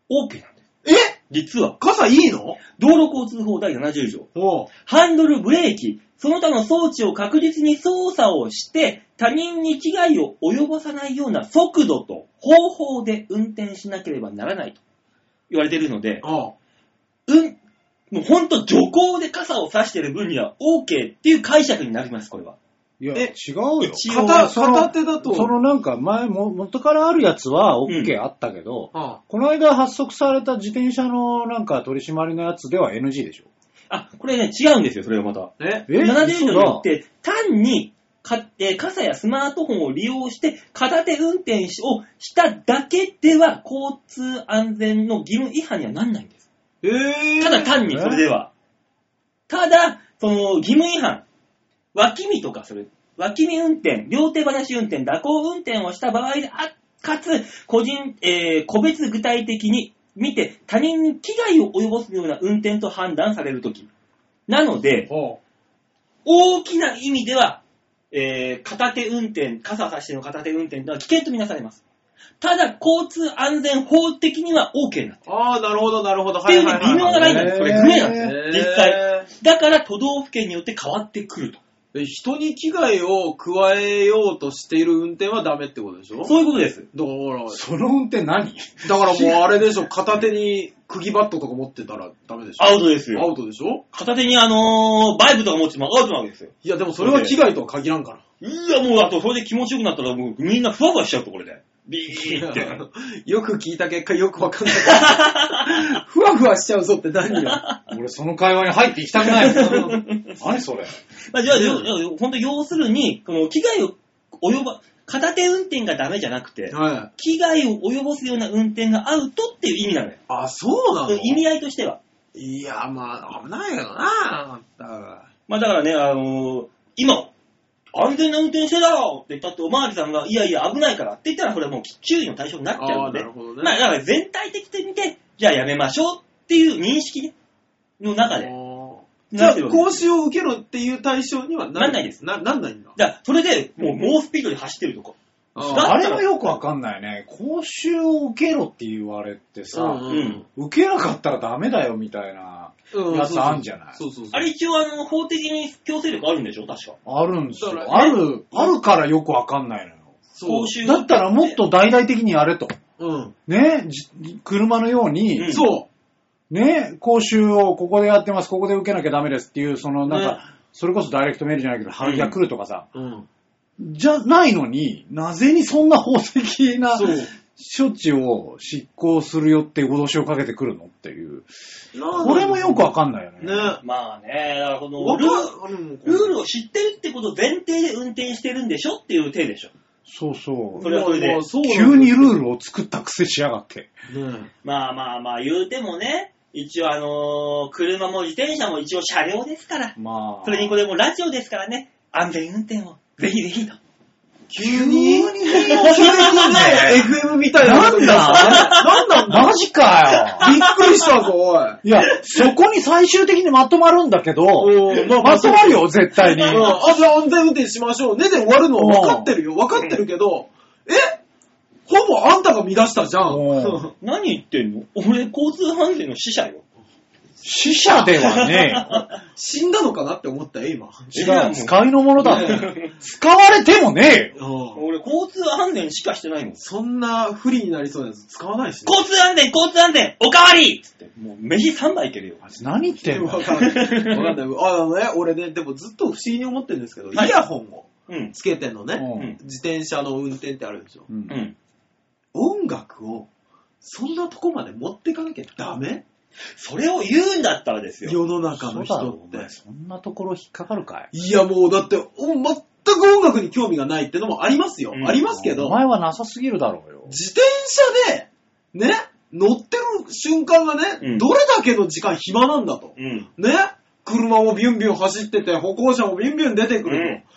[SPEAKER 2] OK なんです。
[SPEAKER 3] え
[SPEAKER 2] 実は、
[SPEAKER 3] 傘いいの
[SPEAKER 2] 道路交通法第70条。
[SPEAKER 3] おう。
[SPEAKER 2] ハンドル、ブレーキ、その他の装置を確実に操作をして、他人に危害を及ぼさないような速度と方法で運転しなければならないと言われているので、
[SPEAKER 3] ああ。
[SPEAKER 2] うん、もうほんと徐行で傘を差してる分には OK っていう解釈になります、これは。
[SPEAKER 4] いや、
[SPEAKER 3] え
[SPEAKER 4] 違うよ。
[SPEAKER 2] 一応
[SPEAKER 3] 片
[SPEAKER 4] その
[SPEAKER 3] 片手だと、
[SPEAKER 4] そのなんか前も、元からあるやつは
[SPEAKER 2] う
[SPEAKER 4] OK
[SPEAKER 2] ん
[SPEAKER 4] あったけど、
[SPEAKER 3] あ
[SPEAKER 4] この間発足された自転車のなんか取り締まりのやつでは NG でしょ。
[SPEAKER 2] あ、これね、違うんですよ、それがまた。
[SPEAKER 3] え
[SPEAKER 2] 70
[SPEAKER 4] え
[SPEAKER 2] 度によっ
[SPEAKER 4] 嘘だ
[SPEAKER 2] て、単にか、えー傘やスマートフォンを利用して、片手運転をしただけでは、交通安全の義務違反にはなんないんです。
[SPEAKER 3] えー、
[SPEAKER 2] ただ単にそれでは。ただ、その、義務違反。脇見とかする。脇見運転、両手話運転、蛇行運転をした場合で、あかつ、個人、えー個別具体的に見て、他人に危害を及ぼすような運転と判断されるとき。なので、
[SPEAKER 3] ほ
[SPEAKER 2] 大きな意味では、えー片手運転、傘差しての片手運転では危険とみなされます。ただ、交通安全法的には OK な。
[SPEAKER 3] うああ、なるほど、なるほど。
[SPEAKER 2] っていうね、微妙なラインなんです。これ、不明なんですよ、
[SPEAKER 3] えー
[SPEAKER 2] 実際。だから、都道府県によって変わってくると。
[SPEAKER 3] え人に危害を加えようとしている運転はダメってことでしょ
[SPEAKER 2] そういうことです。
[SPEAKER 3] だから、
[SPEAKER 4] その運転何
[SPEAKER 3] だからもうあれでしょ、片手に釘バットとか持ってたらダメでしょ
[SPEAKER 2] アウトです
[SPEAKER 3] ア
[SPEAKER 2] よ。
[SPEAKER 3] ウトでしょ
[SPEAKER 2] 片手に、あのーバイブとか持ってもアウトなわけですよ。
[SPEAKER 3] いや、でもそれは危害とは限らんから。
[SPEAKER 2] いや、もう、あと、それで気持ちよくなったら、もう、みんなふわふわしちゃうと、これで。ビーって。
[SPEAKER 3] よく聞いた 結果よくわかんなかった。ふわふわしちゃうぞって何よ。
[SPEAKER 4] 俺その会話に入っていきたくない もん。何それ。
[SPEAKER 2] まあ、じゃあ、よよ本当、要するに、この、危害を及ば、片手運転がダメじゃなくて、
[SPEAKER 3] はい。
[SPEAKER 2] 危害を及ぼすような運転がアウトっていう意味なのよ。
[SPEAKER 3] あ、そうなの
[SPEAKER 2] 意味合いとしては。
[SPEAKER 3] いや、まあ、危ないよな。あんたは
[SPEAKER 2] まあだからね、あのー今、安全な運転してだろって言ったって、おまわりさんが、いやいや、危ないからって言ったら、これはもう注意の対象になっちゃう
[SPEAKER 3] あ
[SPEAKER 2] の
[SPEAKER 3] あ、
[SPEAKER 2] で、
[SPEAKER 3] なるほどね。
[SPEAKER 2] まあだから全体的に見て、じゃあやめましょうっていう認識の中で、
[SPEAKER 3] あーじゃ
[SPEAKER 2] なっ
[SPEAKER 3] あ、
[SPEAKER 2] てるわけ
[SPEAKER 3] 講
[SPEAKER 2] です
[SPEAKER 3] 習を受けろっていう対象には
[SPEAKER 2] なんないです
[SPEAKER 3] な、なんないんだ。
[SPEAKER 2] だからそれでもう猛スピードで走ってるとこ。
[SPEAKER 3] あ
[SPEAKER 2] だ
[SPEAKER 3] ー
[SPEAKER 4] あれはよくわかんないね。講習を受けろって言われてさ、
[SPEAKER 3] うんうん
[SPEAKER 4] 受けなかったらダメだよみたいな、
[SPEAKER 3] う
[SPEAKER 4] やつあんじゃない
[SPEAKER 3] そうそうそう。
[SPEAKER 2] あれ一応あの、法的に強制力あるんでしょ確か。
[SPEAKER 4] あるんですよ。
[SPEAKER 3] だか
[SPEAKER 4] あ
[SPEAKER 3] らね
[SPEAKER 4] る、あるからよくわかんないのよ。
[SPEAKER 3] そう
[SPEAKER 2] 講習
[SPEAKER 4] だったらもっと大々的にやれと。
[SPEAKER 3] うん。
[SPEAKER 4] ね、じ車のように、
[SPEAKER 2] うん
[SPEAKER 3] そ
[SPEAKER 4] ね、講習をここでやってます、ここで受けなきゃダメですっていう、そのなんか、
[SPEAKER 3] ね
[SPEAKER 4] それこそダイレクトメールじゃないけど、ハガキが来るとかさ、
[SPEAKER 3] う。うん。
[SPEAKER 4] じゃないのに、なぜにそんな法的な
[SPEAKER 3] そう。
[SPEAKER 4] 処置を執行するよって脅しをかけてくるのっていう。
[SPEAKER 3] なん
[SPEAKER 4] これもよくわかんないよね。
[SPEAKER 3] ね。わ
[SPEAKER 2] まあね、だからこのルー
[SPEAKER 3] かるもん
[SPEAKER 2] ルールを知ってるってことを前提で運転してるんでしょっていう体でしょ。
[SPEAKER 4] そうそ
[SPEAKER 2] こ
[SPEAKER 4] う。
[SPEAKER 2] れはそれで
[SPEAKER 3] まあまあそうなんだ
[SPEAKER 4] 急にルールを作った癖しやがって。
[SPEAKER 3] ね
[SPEAKER 2] まあまあまあ言うてもね、一応あのー車も自転車も一応車両ですから、
[SPEAKER 4] まあ。
[SPEAKER 2] それにこれもラジオですからね、安全運転をぜひぜひと。
[SPEAKER 3] 急に
[SPEAKER 4] 急に急に押されてくんね
[SPEAKER 3] FM みたいな。
[SPEAKER 4] なんだ
[SPEAKER 3] なんなんだ
[SPEAKER 4] マジか よ。
[SPEAKER 3] びっくりしたぞ、おい。
[SPEAKER 4] いや、そこに最終的にまとまるんだけど、
[SPEAKER 3] おーまあまあ
[SPEAKER 4] まとまるよ、絶対に。
[SPEAKER 3] うんあ、じゃあ安全運転しましょうねで終わるのは分かってるよ。分かってるけど、えほぼあんたが乱したじゃん。
[SPEAKER 4] うん
[SPEAKER 2] 何言ってんの俺交通安全の死者よ。
[SPEAKER 4] 死者で はね
[SPEAKER 3] 死んだのかなって思ったよ、今。
[SPEAKER 2] い
[SPEAKER 4] え
[SPEAKER 2] や
[SPEAKER 4] よ。違
[SPEAKER 2] も
[SPEAKER 4] う、
[SPEAKER 2] う
[SPEAKER 4] 使いのものだって。使われてもねえよ。
[SPEAKER 3] うん
[SPEAKER 2] 俺交通安全しかしてないもん。
[SPEAKER 3] そんな不利になりそうなやつ使わないしね。
[SPEAKER 2] 交通安全、交通安全、おかわりつって、もう飯3杯いけるよ。
[SPEAKER 4] あいつ何言ってん
[SPEAKER 3] わ
[SPEAKER 4] の
[SPEAKER 3] かんない。わかんない。あのね、俺ね、でもずっと不思議に思ってるんですけど、
[SPEAKER 2] はい
[SPEAKER 3] イヤホンを
[SPEAKER 2] うん。
[SPEAKER 3] つけてんのね。
[SPEAKER 4] うん
[SPEAKER 3] 自転車の運転ってあるでしょ。
[SPEAKER 4] う
[SPEAKER 2] うんん。
[SPEAKER 3] 音楽を、そんなとこまで持ってかなきゃダメ
[SPEAKER 2] それを言うんだったらですよ。
[SPEAKER 3] 世の中の人
[SPEAKER 4] お
[SPEAKER 3] って。
[SPEAKER 4] 前そんなところ引っかかるかい
[SPEAKER 3] いやもうだって、お全く音楽に興味がないってのもありますよ。
[SPEAKER 2] うん
[SPEAKER 3] ありますけど
[SPEAKER 4] お、前はなさすぎるだろうよ。
[SPEAKER 3] 自転車で、ね、乗ってる瞬間がね、
[SPEAKER 2] うん
[SPEAKER 3] どれだけの時間暇なんだと。
[SPEAKER 2] うん。
[SPEAKER 3] ね、車もビュンビュン走ってて、歩行者もビュンビュン出てくると。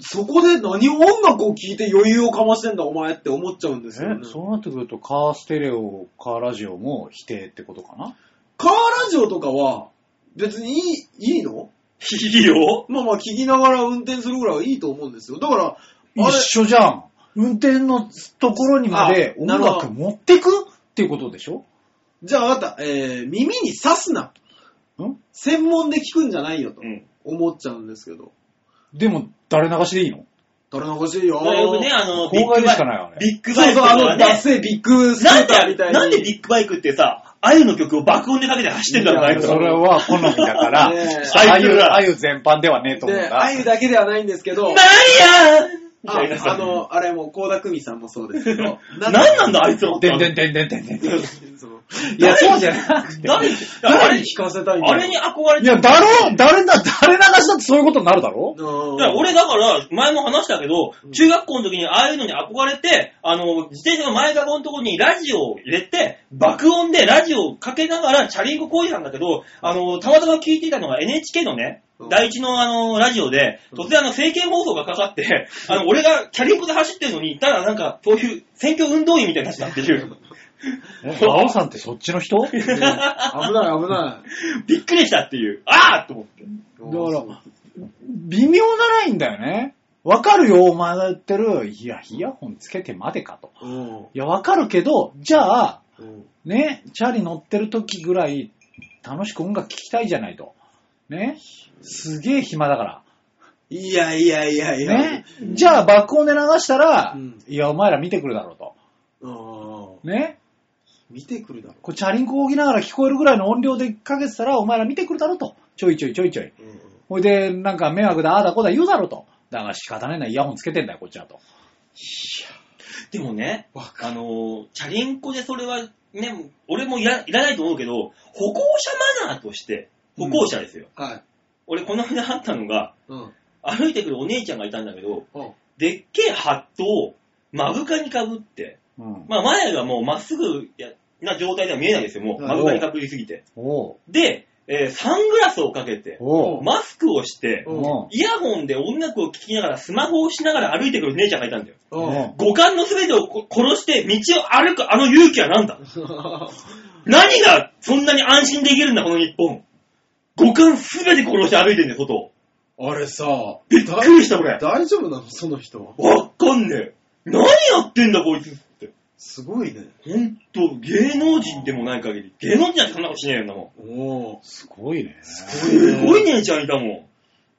[SPEAKER 3] そこで何を音楽を聴いて余裕をかましてんだお前って思っちゃうんですよ
[SPEAKER 4] え
[SPEAKER 3] ね。
[SPEAKER 4] そうなってくると、カーステレオ、カーラジオも否定ってことかな
[SPEAKER 3] カーラジオとかは別にいいいいの
[SPEAKER 2] いいよ。
[SPEAKER 3] まあまあ聞きながら運転するぐらいはいいと思うんですよ。だから、あれ
[SPEAKER 4] 一緒じゃん。運転のところにまで
[SPEAKER 3] あ
[SPEAKER 4] 音
[SPEAKER 3] なるほど
[SPEAKER 4] 楽持ってくっていうことでしょ
[SPEAKER 3] じゃああなた、えー、耳に刺すな。
[SPEAKER 4] ん
[SPEAKER 3] 専門で聞くんじゃないよと
[SPEAKER 2] うん。
[SPEAKER 3] 思っちゃうんですけど。
[SPEAKER 4] でも、誰流しでいいの
[SPEAKER 3] 誰の欲しいよ。
[SPEAKER 2] よくね、あの、ビッグ
[SPEAKER 4] 公害で
[SPEAKER 2] バイ
[SPEAKER 4] しかないよね
[SPEAKER 2] ク、ビッグ
[SPEAKER 3] そ
[SPEAKER 2] バ
[SPEAKER 3] う
[SPEAKER 2] イ
[SPEAKER 3] そ
[SPEAKER 2] クと
[SPEAKER 3] う、あの、
[SPEAKER 2] か
[SPEAKER 3] ダッ
[SPEAKER 2] ね。
[SPEAKER 3] セイビッグスク
[SPEAKER 2] な
[SPEAKER 3] ー
[SPEAKER 2] ん
[SPEAKER 3] ターみ
[SPEAKER 2] で
[SPEAKER 3] たい、に。
[SPEAKER 2] なんでビッグバイクってさ、あゆの曲を爆音でかけて走ってるから
[SPEAKER 3] い
[SPEAKER 2] な
[SPEAKER 3] や
[SPEAKER 2] い
[SPEAKER 4] そ
[SPEAKER 2] と。
[SPEAKER 4] れは好みだか ら、
[SPEAKER 3] ねえ
[SPEAKER 4] あゆ、あゆ全般ではねえと思う
[SPEAKER 3] で、
[SPEAKER 4] な。
[SPEAKER 3] あゆだけではないんですけど、
[SPEAKER 2] なんやーみ
[SPEAKER 3] あ
[SPEAKER 2] たいなさ
[SPEAKER 3] あの、あれも、高田久美さんもそうですけど、
[SPEAKER 2] 何 なんだあいつは
[SPEAKER 4] でんでんでんでんでんでん。
[SPEAKER 3] その
[SPEAKER 4] いや、そうじゃなくて。
[SPEAKER 2] 誰いやあ
[SPEAKER 3] 誰
[SPEAKER 2] れ
[SPEAKER 3] に聞かせたいんだ
[SPEAKER 2] あれに憧れ
[SPEAKER 4] い
[SPEAKER 2] てる
[SPEAKER 4] や、だろ誰だ、誰流しだってそういうことになるだろ
[SPEAKER 3] うん
[SPEAKER 2] いや俺だから、前も話したけど、中学校の時にああいうのに憧れて、あの、自転車の前籠のところにラジオを入れて、爆音でラジオをかけながらチャリンコこいだんだけど、あの、たまたま聞いていたのが NHK のね
[SPEAKER 3] うん、
[SPEAKER 2] 第一のあの、ラジオで、
[SPEAKER 3] うん
[SPEAKER 2] 突然あの、政見放送がかかって、あの、俺がチャリンコで走ってるのに、ただなんか、そういう選挙運動員みたいになっちゃって いう。
[SPEAKER 4] 馬王さんってそっちの人
[SPEAKER 3] ね危ない危ない。
[SPEAKER 2] びっくりしたっていう。ああと思って。
[SPEAKER 4] だから、微妙なラインだよね。わかるよ、お前が言ってる。いや、イヤホンつけてまでかと。
[SPEAKER 3] うん
[SPEAKER 4] いや、わかるけど、じゃあ、
[SPEAKER 3] うん
[SPEAKER 4] ね、チャリ乗ってる時ぐらい楽しく音楽聴きたいじゃないと。ね。すげえ暇だから。
[SPEAKER 3] いやいやいやいや。
[SPEAKER 4] ね。じゃあ、爆音で流したら、
[SPEAKER 3] うん
[SPEAKER 4] いや、お前ら見てくるだろうと。
[SPEAKER 3] うん
[SPEAKER 4] ね。
[SPEAKER 3] 見てくるだろ
[SPEAKER 4] こうチャリンコをぎながら聞こえるぐらいの音量でかけてたら、お前ら見てくるだろうと。ちょいちょいちょいちょい。
[SPEAKER 3] う。うん
[SPEAKER 4] ほいで、なんか迷惑だ、ああだこうだ言うだろうと。だから仕方ないな、イヤホンつけてんだよ、こっちはと。
[SPEAKER 2] でもね、
[SPEAKER 3] わか
[SPEAKER 2] あのーチャリンコでそれは、ね、俺もいらいらないと思うけど、歩行者マナーとして、歩行者ですよ。
[SPEAKER 3] はい。
[SPEAKER 2] 俺、この間あったのが、
[SPEAKER 3] うん。
[SPEAKER 2] 歩いてくるお姉ちゃんがいたんだけど、
[SPEAKER 3] うん
[SPEAKER 2] でっけえハットを目深にかぶって、
[SPEAKER 4] うん。
[SPEAKER 2] まあ前がもうまっすぐやな状態では見えないですよ、もう。
[SPEAKER 3] な
[SPEAKER 2] 目
[SPEAKER 4] るほど
[SPEAKER 2] 深にかぶりすぎて。
[SPEAKER 4] おう
[SPEAKER 2] で、えーサングラスをかけて、
[SPEAKER 4] おう
[SPEAKER 2] マスクをして、
[SPEAKER 3] うん
[SPEAKER 4] おう
[SPEAKER 2] イヤホンで音楽を聴きながらスマホをしながら歩いてくる姉ちゃんがいたんだよ。
[SPEAKER 3] う
[SPEAKER 4] うん
[SPEAKER 3] ん。
[SPEAKER 2] 五感のすべてをこ殺して道を歩くあの勇気は何だ何がそんなに安心できるんだ、この日本。五感すべて殺して歩いてんだよ、外を。
[SPEAKER 3] あれさ、
[SPEAKER 2] びっくりした、こ
[SPEAKER 3] だ
[SPEAKER 2] れ。
[SPEAKER 3] 大丈夫なのその人。
[SPEAKER 2] わっかんねえ。何やってんだ、こいつって。
[SPEAKER 3] すごいね。
[SPEAKER 2] ほんと、芸能人でもない限り。芸能人なんてそんなことしねえよな、も
[SPEAKER 3] おお。
[SPEAKER 4] すごいね。
[SPEAKER 2] ん。すごい姉ちゃんいたもん。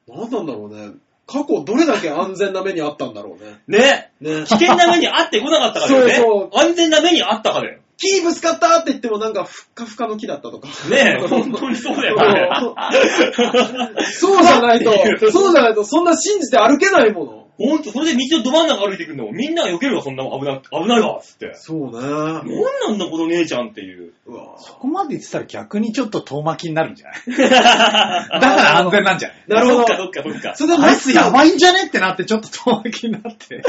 [SPEAKER 3] 何なんだろうね。過去どれだけ安全な目にあったんだろうね。
[SPEAKER 2] ね。
[SPEAKER 3] ね。
[SPEAKER 2] 危険な目に遭ってこなかったからよね。
[SPEAKER 3] そうそう
[SPEAKER 2] 安全な目に遭ったからよ。
[SPEAKER 3] 木ぶつかったって言ってもなんかふっかふかの木だったとか。
[SPEAKER 2] ねえ、本当にそうだよ
[SPEAKER 3] そう
[SPEAKER 2] ね。
[SPEAKER 3] そうじゃない と、そうじゃないと、そんな信じて歩けないもの。
[SPEAKER 2] ほんと、それで道のど真ん中歩いてくんだもん。みんなが避けるわ、そんなもん危な、危ないわ、つって。
[SPEAKER 3] そうね。
[SPEAKER 2] なんなんだ、この姉ちゃんっていう。
[SPEAKER 3] うわ
[SPEAKER 4] そこまで言ってたら逆にちょっと遠巻きになるんじゃない
[SPEAKER 2] だか
[SPEAKER 4] だから安全なんじゃない
[SPEAKER 3] なるほど。
[SPEAKER 2] そっか、そっか、そっか。
[SPEAKER 3] それで
[SPEAKER 4] あ
[SPEAKER 3] マ
[SPEAKER 4] い
[SPEAKER 3] ス
[SPEAKER 4] つ
[SPEAKER 3] ク、
[SPEAKER 4] やばいんじゃねってなってちょっと遠巻きにな って。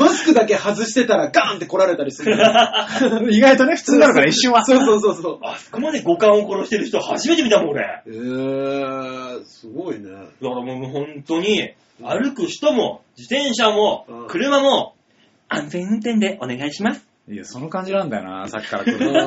[SPEAKER 3] マスクだけ外してたらガーンって来られたりす るんだよ。
[SPEAKER 4] 意外とね、普通になるから一瞬は。
[SPEAKER 3] そうそうそうそう。
[SPEAKER 2] あそこまで五感を殺してる人初めて見たもん、俺。だか
[SPEAKER 3] えー、すごいね。
[SPEAKER 2] らもう本当に、歩く人も、自転車も
[SPEAKER 3] うん、
[SPEAKER 2] 車も、安全運転でお願いします。
[SPEAKER 4] いや、その感じなんだよな、さっきから
[SPEAKER 3] 急
[SPEAKER 4] 来る
[SPEAKER 3] に引っ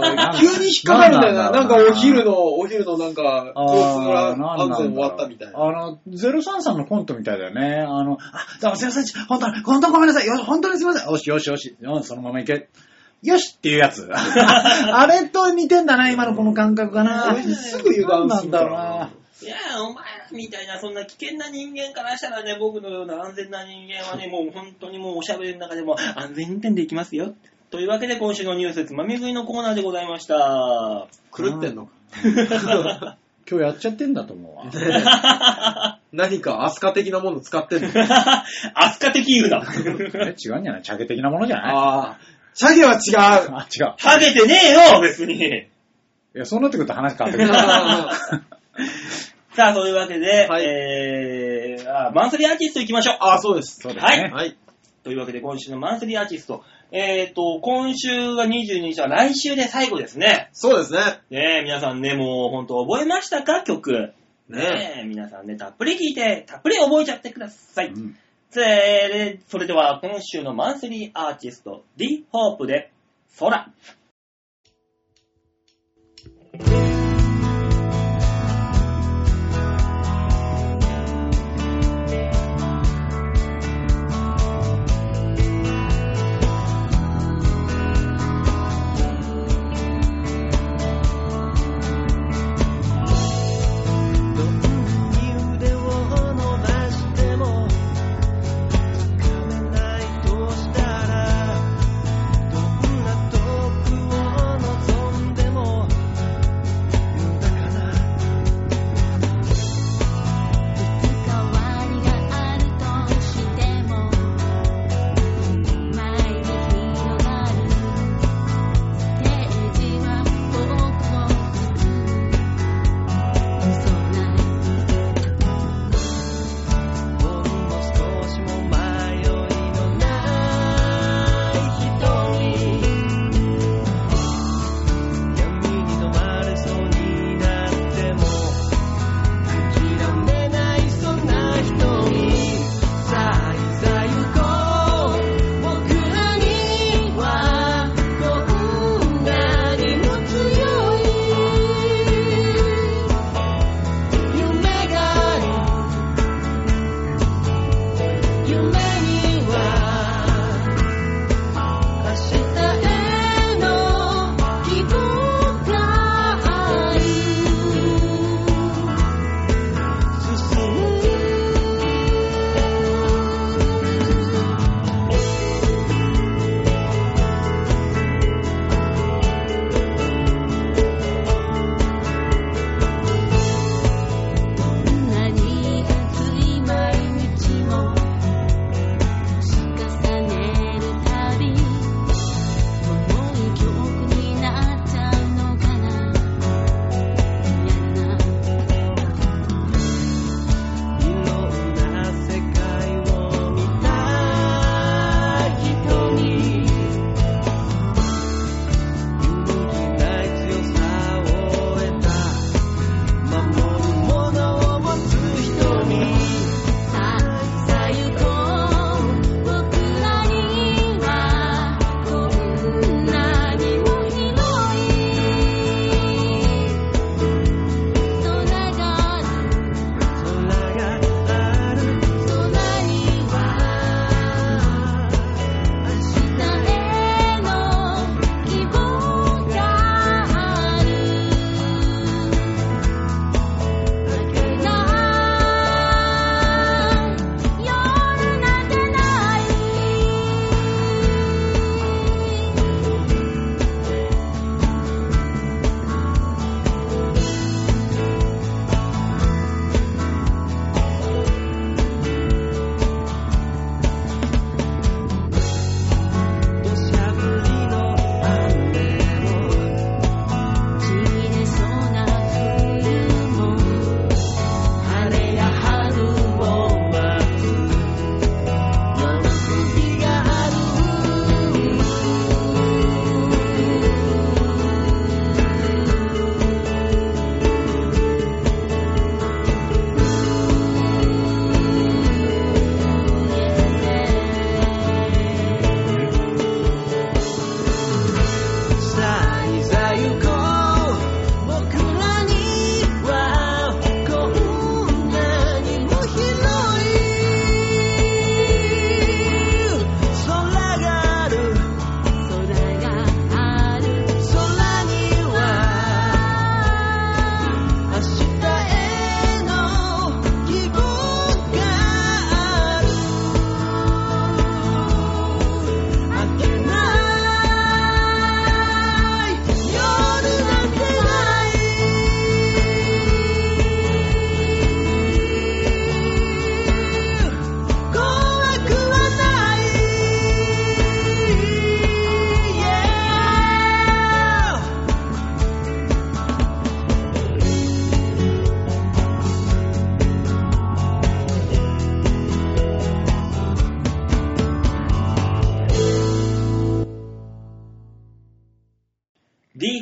[SPEAKER 3] かかるみたいな、なんかお昼。の、お昼のなんか、
[SPEAKER 4] あー
[SPEAKER 3] 交通が
[SPEAKER 4] な
[SPEAKER 3] 安
[SPEAKER 4] んなんだろう
[SPEAKER 3] 全終わったみたいな。
[SPEAKER 4] あの、03さんのコントみたいだよね。あの、あ、どうもすいません、ち本当に、本当にごめんなさい、よ本当にすいません。よし、よし、よし、よしそのまま行け。よしっていうやつ。あれと似てんだな、今のこの感覚がな。
[SPEAKER 3] 俺すぐ油断
[SPEAKER 4] な
[SPEAKER 3] す
[SPEAKER 4] ん
[SPEAKER 3] る
[SPEAKER 4] だ
[SPEAKER 3] か
[SPEAKER 4] ろう
[SPEAKER 3] ら
[SPEAKER 4] な。。
[SPEAKER 2] いやー、お前らみたいな、そんな危険な人間からしたらね、僕のような安全な人間はね、もう本当にもうおしゃべりの中でも安全運転でいきますよ。というわけで、今週のニュースつまみ食いのコーナーでございました。
[SPEAKER 3] 狂ってんのか。
[SPEAKER 4] 今日やっちゃってんだと思うわ。
[SPEAKER 3] 何かアスカ的なもの使ってんの
[SPEAKER 2] アスカ的 言うな。
[SPEAKER 4] え違うんじゃないチャゲ的なものじゃな い
[SPEAKER 3] ああ、チャゲは違 う。
[SPEAKER 4] あ、違う。
[SPEAKER 2] ハゲてねえよ、別に。
[SPEAKER 4] いや、そうなってくると話変わってくる。
[SPEAKER 3] あ
[SPEAKER 2] さあ、というわけで、
[SPEAKER 3] はい
[SPEAKER 2] えー、あマンスリーアーティスト行きましょう。
[SPEAKER 3] あ、そうです。
[SPEAKER 4] そうですね。
[SPEAKER 2] はい
[SPEAKER 3] はい。
[SPEAKER 2] というわけで、今週のマンスリーアーティスト。えーと、今週が22日は来週で最後ですね。
[SPEAKER 3] そうですね。
[SPEAKER 2] ねえ、皆さんね、もう本当覚えましたか曲。
[SPEAKER 3] ね
[SPEAKER 2] ねえ、皆さんね、たっぷり聴いて、たっぷり覚えちゃってください。
[SPEAKER 4] うん
[SPEAKER 2] それそれでは、今週のマンスリーアーティスト、D ホープで、空。
[SPEAKER 1] どんなに腕を伸ばしても掴めないとしたらどんな遠くを望んでも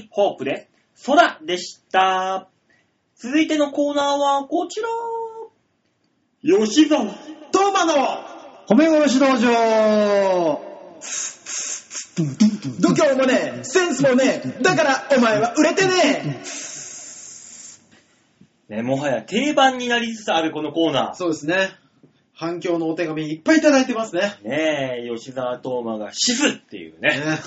[SPEAKER 2] ホープで、空でした。続いてのコーナーはこちら。吉沢。
[SPEAKER 3] トーマの
[SPEAKER 4] 褒め殺し道場
[SPEAKER 3] 度胸もねえ、センスもねえ、だからお前は売れてね
[SPEAKER 2] ね、もはや定番になりつつあるこのコーナ
[SPEAKER 3] えそうですね。反響のお手紙いっぱいいただいてますね。
[SPEAKER 2] ー。ねえ、吉沢東馬が死すっていうね、
[SPEAKER 3] ね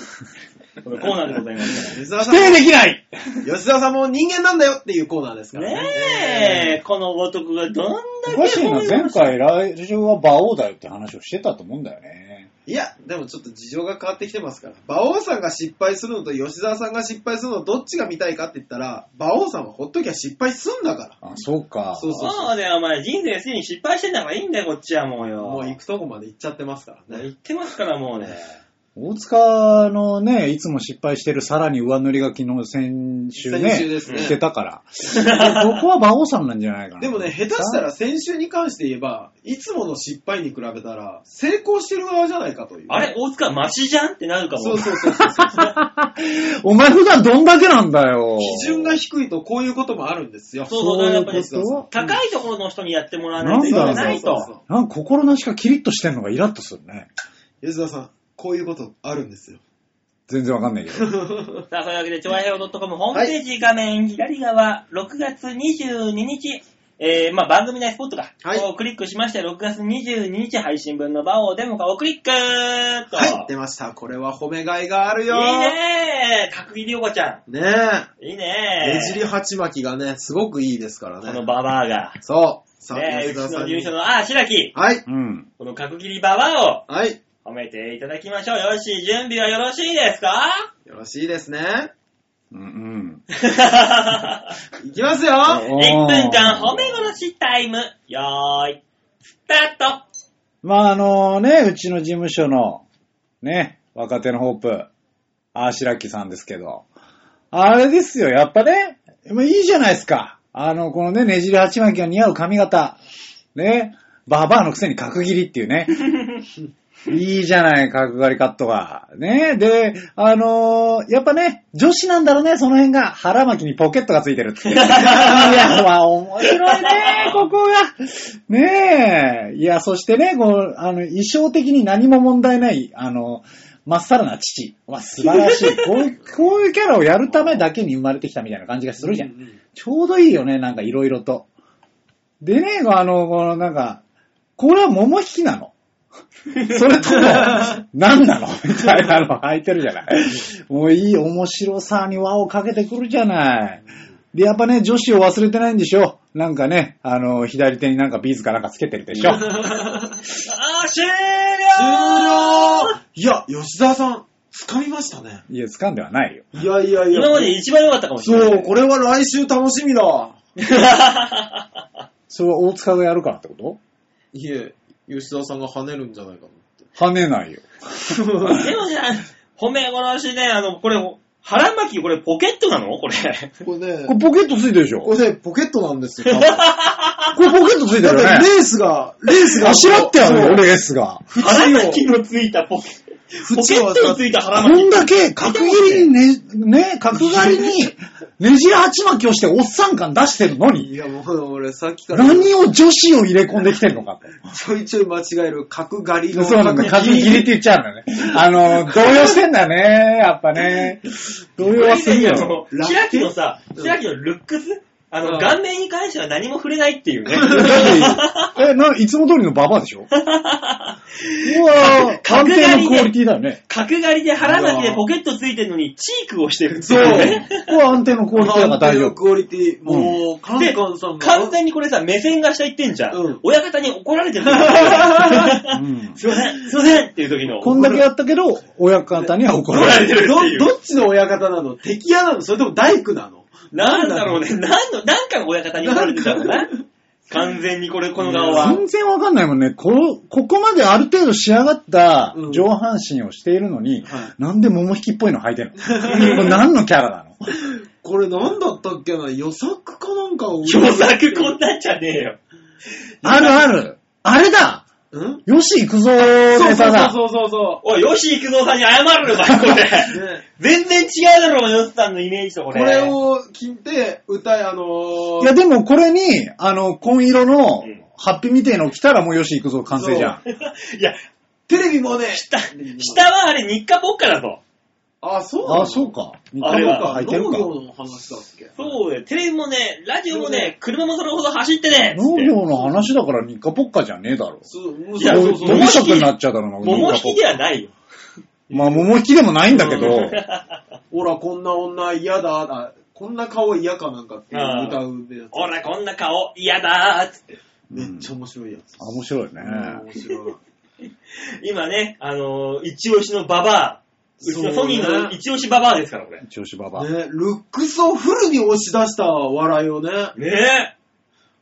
[SPEAKER 2] このコーナーでございますから。
[SPEAKER 3] 吉沢
[SPEAKER 4] 否
[SPEAKER 3] さんも
[SPEAKER 4] 定できない
[SPEAKER 3] 吉沢さんも人間なんだよっていうコーナーですからね。
[SPEAKER 2] ねえ、この男がどんだけ
[SPEAKER 4] おかしいな、前回来週は馬王だよって話をしてたと思うんだよね。
[SPEAKER 3] いや、でもちょっと事情が変わってきてますから。馬王さんが失敗するのと吉沢さんが失敗するのどっちが見たいかって言ったら、馬王さんはほっときゃ失敗すんだから。
[SPEAKER 4] あ、そうか。
[SPEAKER 3] そうそう
[SPEAKER 2] そうだよ、お前。人生すでに失敗してんだからいいんだよ、こっちはもうよ。
[SPEAKER 3] もう行くとこまで行っちゃってますから
[SPEAKER 2] 言
[SPEAKER 3] ね。
[SPEAKER 2] ってますから、もうね。
[SPEAKER 4] 大塚のね、いつも失敗してるさらに上塗りが昨日先週ね、
[SPEAKER 3] 先週ですね
[SPEAKER 4] してた から。そこは馬王さんなんじゃないかな。
[SPEAKER 3] でもね、下手したら先週に関して言えば、いつもの失敗に比べたら、成功してる側じゃないかという。
[SPEAKER 2] あれ、大塚マシじゃんってなるかも。
[SPEAKER 3] そうそうそう そうそう。
[SPEAKER 4] お前普段どんだけなんだよ。
[SPEAKER 3] 基準が低いとこういうこともあるんですよ。
[SPEAKER 2] そうそう、やっぱり
[SPEAKER 4] そういうこと
[SPEAKER 2] 高いところの人にやってもらわないといけ
[SPEAKER 4] なんだろ
[SPEAKER 2] な
[SPEAKER 4] う
[SPEAKER 2] い
[SPEAKER 3] そうそう
[SPEAKER 2] と。
[SPEAKER 3] そう
[SPEAKER 4] なんか心なしかキリッとしてんのがイラッとするね。
[SPEAKER 3] 吉沢さん、こういうことあるんですよ。
[SPEAKER 4] 全然わかんない けど。
[SPEAKER 2] さあ、そういうわけで、超平洋 .com ホームページ画面左側、6月22日、えー、まあ番組内スポットが、
[SPEAKER 3] はい
[SPEAKER 2] をクリックしまして、6月22日配信分の場をデモ化をクリックと。
[SPEAKER 3] はい、出ました。これは褒めがいがある
[SPEAKER 2] い
[SPEAKER 3] よ。
[SPEAKER 2] いねー角切りおばちゃ
[SPEAKER 3] ねえ。
[SPEAKER 2] ん。いい
[SPEAKER 3] ね
[SPEAKER 2] ね
[SPEAKER 3] じり鉢巻きがね、すごくいいですから
[SPEAKER 2] この
[SPEAKER 3] ね。
[SPEAKER 2] ババアが。
[SPEAKER 3] そう。さあ、
[SPEAKER 2] ねえ、う
[SPEAKER 3] 吉田さん
[SPEAKER 2] ちの事務
[SPEAKER 3] に
[SPEAKER 2] 所。の、あ、白木、
[SPEAKER 3] はい。
[SPEAKER 4] うん。
[SPEAKER 2] この角切りババアを
[SPEAKER 3] はい。
[SPEAKER 2] 褒めていただきましょう。よろしい、準備はよろしいで すか
[SPEAKER 3] よろしいですね。
[SPEAKER 4] うん
[SPEAKER 3] いきますよ。
[SPEAKER 4] うん。
[SPEAKER 2] 1分間褒め殺しタイム。よーい、スタート
[SPEAKER 4] まああのね、うちの事務所の、ね、若手のホープ、あーしらきさんですけど、あれですよ、やっぱね、まあいいじゃないですか。あの、このね、ねじり鉢巻きが似合う髪型、ね、ババアのくせに角切りっていうね。いいじゃない、角刈りカットが。ねで、あのーやっぱね、女子なんだろうね、その辺が。腹巻きにポケットがついてるっていう。いや、まあ、面白いね、ここが。ねえ。いや、そしてね、こう、あの、衣装的に何も問題ない、あの、まっさらな父は素晴らしい。こういう、こういうキャラをやるためだけに生まれてきたみたいな感じがするじゃん。ちょうどいいよね、なんかいろいろと。でね、あの、このなんか、これは桃引きなのそれ とも、何なのみたいなの履いてるじゃない。もういい面白さに輪をかけてくるじゃない。で、やっぱね、女子を忘れてないんでしょなんかね、あの、左手になんかビーズかなんかつけてる でしょ
[SPEAKER 2] あー、終了
[SPEAKER 3] 終了いや、吉沢さん、掴みましたね。
[SPEAKER 4] いや、掴んではないよ。
[SPEAKER 3] いやいやいや。
[SPEAKER 2] 今まで一番良かったかもしれない。
[SPEAKER 3] そう、これは来週楽しみだ。
[SPEAKER 4] それは大塚がやるからってこと
[SPEAKER 3] いえ、吉沢さんが跳ねるんじゃ ないかと
[SPEAKER 4] 跳ねないよ。
[SPEAKER 3] 思って。
[SPEAKER 2] でもじゃあ、褒め殺しね、あの、これ、腹巻き、これポケットなのこれ。
[SPEAKER 3] これ
[SPEAKER 4] これ
[SPEAKER 3] ね、
[SPEAKER 4] ポケットついてるでしょ
[SPEAKER 3] こ
[SPEAKER 4] こ
[SPEAKER 3] れね、ポケットなんです よ。多分
[SPEAKER 4] れポケットついて
[SPEAKER 3] だっ
[SPEAKER 4] る
[SPEAKER 3] て
[SPEAKER 4] よね。
[SPEAKER 3] レースが、レースが。
[SPEAKER 4] あしらってあるよ、
[SPEAKER 3] そう
[SPEAKER 4] 俺 S が。
[SPEAKER 2] 腹巻きのついたポケット。ポケットのついた腹
[SPEAKER 4] こ
[SPEAKER 2] 巻き
[SPEAKER 4] ん。だけ角切りに ね、ね、角刈り に、ねじり鉢巻きをしておっさん感出してるのに、
[SPEAKER 3] いや、もう俺さっきから。
[SPEAKER 4] 何を女子を入れ込んできてるのか
[SPEAKER 3] ち
[SPEAKER 4] と。
[SPEAKER 3] ょいちょい間違える角刈りの
[SPEAKER 4] そうなんだ、角切りって言っちゃうんだね。 あの、動揺してんだね、やっぱね。動揺はする
[SPEAKER 2] あ
[SPEAKER 4] よ。
[SPEAKER 2] の白木のさ、白木のルックスあの、顔面に関しては何も触れないっていうね。
[SPEAKER 4] え、な、いつも通りのババア でしょうわぁ、安
[SPEAKER 2] 角刈りで
[SPEAKER 4] 定のクオリティだよね。
[SPEAKER 2] 角刈りで腹巻きでポケットついてるのに、チークをしてるって
[SPEAKER 3] そう
[SPEAKER 2] いうね。
[SPEAKER 4] これは安定のクオリティだから大丈夫。
[SPEAKER 3] クオリティ、もう、カンカンさんが。
[SPEAKER 2] 完全にこれさ、目線が下行ってんじゃん。
[SPEAKER 3] うん
[SPEAKER 2] 親方に怒られて る。す
[SPEAKER 4] うん
[SPEAKER 2] いません、すいませんっていう時の。
[SPEAKER 4] こんだけやったけど、親方には怒られる。
[SPEAKER 3] ど、どっちの親方なの敵屋なのそれとも大工なの
[SPEAKER 2] なんだ ろうね。なんの、なんかの親方に怒られてたんだ
[SPEAKER 3] な
[SPEAKER 2] な。完全にこれ、この顔は。
[SPEAKER 4] 全然わかんないもんね。この、ここまである程度仕上がった
[SPEAKER 3] うん
[SPEAKER 4] 上半身をしているの
[SPEAKER 3] は
[SPEAKER 4] に、
[SPEAKER 3] い
[SPEAKER 4] なんで桃引きっぽいの履いてるのこれ何のキャラなの
[SPEAKER 3] これなんだったっけな予作かなんかを。
[SPEAKER 2] 巨作こんなんじゃねえよ。
[SPEAKER 4] あるある。あれだ
[SPEAKER 3] ん
[SPEAKER 4] よし行くぞー
[SPEAKER 3] そう
[SPEAKER 4] ネタだ。
[SPEAKER 3] そうそうそうそ
[SPEAKER 2] おい、吉幾三さんに謝るのか、こ
[SPEAKER 3] う。
[SPEAKER 2] れ。
[SPEAKER 3] ね
[SPEAKER 2] 全然違うだろう、吉さんのイメージとこ
[SPEAKER 3] こ
[SPEAKER 2] れ。
[SPEAKER 3] れを聞いて、歌い、あのー
[SPEAKER 4] いや、でもこれに、あの、紺色の
[SPEAKER 2] うん、
[SPEAKER 4] ハッピーみたいの着たらもうよし行くぞ完成じゃん。
[SPEAKER 2] いや、
[SPEAKER 3] テレビもね、
[SPEAKER 2] 下、下はあれ、日課ポッカだぞ。
[SPEAKER 3] あ、そうなの
[SPEAKER 4] あ、そうか。日
[SPEAKER 2] あれ
[SPEAKER 4] 本
[SPEAKER 2] は
[SPEAKER 4] か入ってる
[SPEAKER 3] 農
[SPEAKER 4] か。
[SPEAKER 3] 業の話だっけ
[SPEAKER 2] そうだよ。テレビもね、ラジオも
[SPEAKER 3] そうだよ
[SPEAKER 2] ね、車もそれほど走ってね。
[SPEAKER 4] 農業の話だから日課ポッカじゃねえだろ。
[SPEAKER 3] そう
[SPEAKER 2] い
[SPEAKER 3] そ
[SPEAKER 2] や
[SPEAKER 3] うそう
[SPEAKER 2] ど
[SPEAKER 3] そう
[SPEAKER 4] 飲み食になっちゃうだろうな、
[SPEAKER 2] 桃
[SPEAKER 4] 日課ポ
[SPEAKER 2] 引き
[SPEAKER 4] ッカ
[SPEAKER 2] ではないよ。
[SPEAKER 4] まあ、桃引きでもないんだけど、
[SPEAKER 3] ほら、こんな女嫌だ、あこんな顔嫌かなんかっていう歌うやつ。
[SPEAKER 2] ほら、こんな顔、嫌だーっつって。
[SPEAKER 3] めっちゃ面白いやつ。
[SPEAKER 4] あ面白いね。
[SPEAKER 3] うん面白い。
[SPEAKER 2] 今ね、あのー、一押しのババア。うちのソニー
[SPEAKER 3] そう
[SPEAKER 2] の
[SPEAKER 3] ね
[SPEAKER 2] 一押しババアですから、これ。ね
[SPEAKER 4] 調子ばば。
[SPEAKER 3] ね、ルックスをフルに押し出した笑いをね、
[SPEAKER 2] え。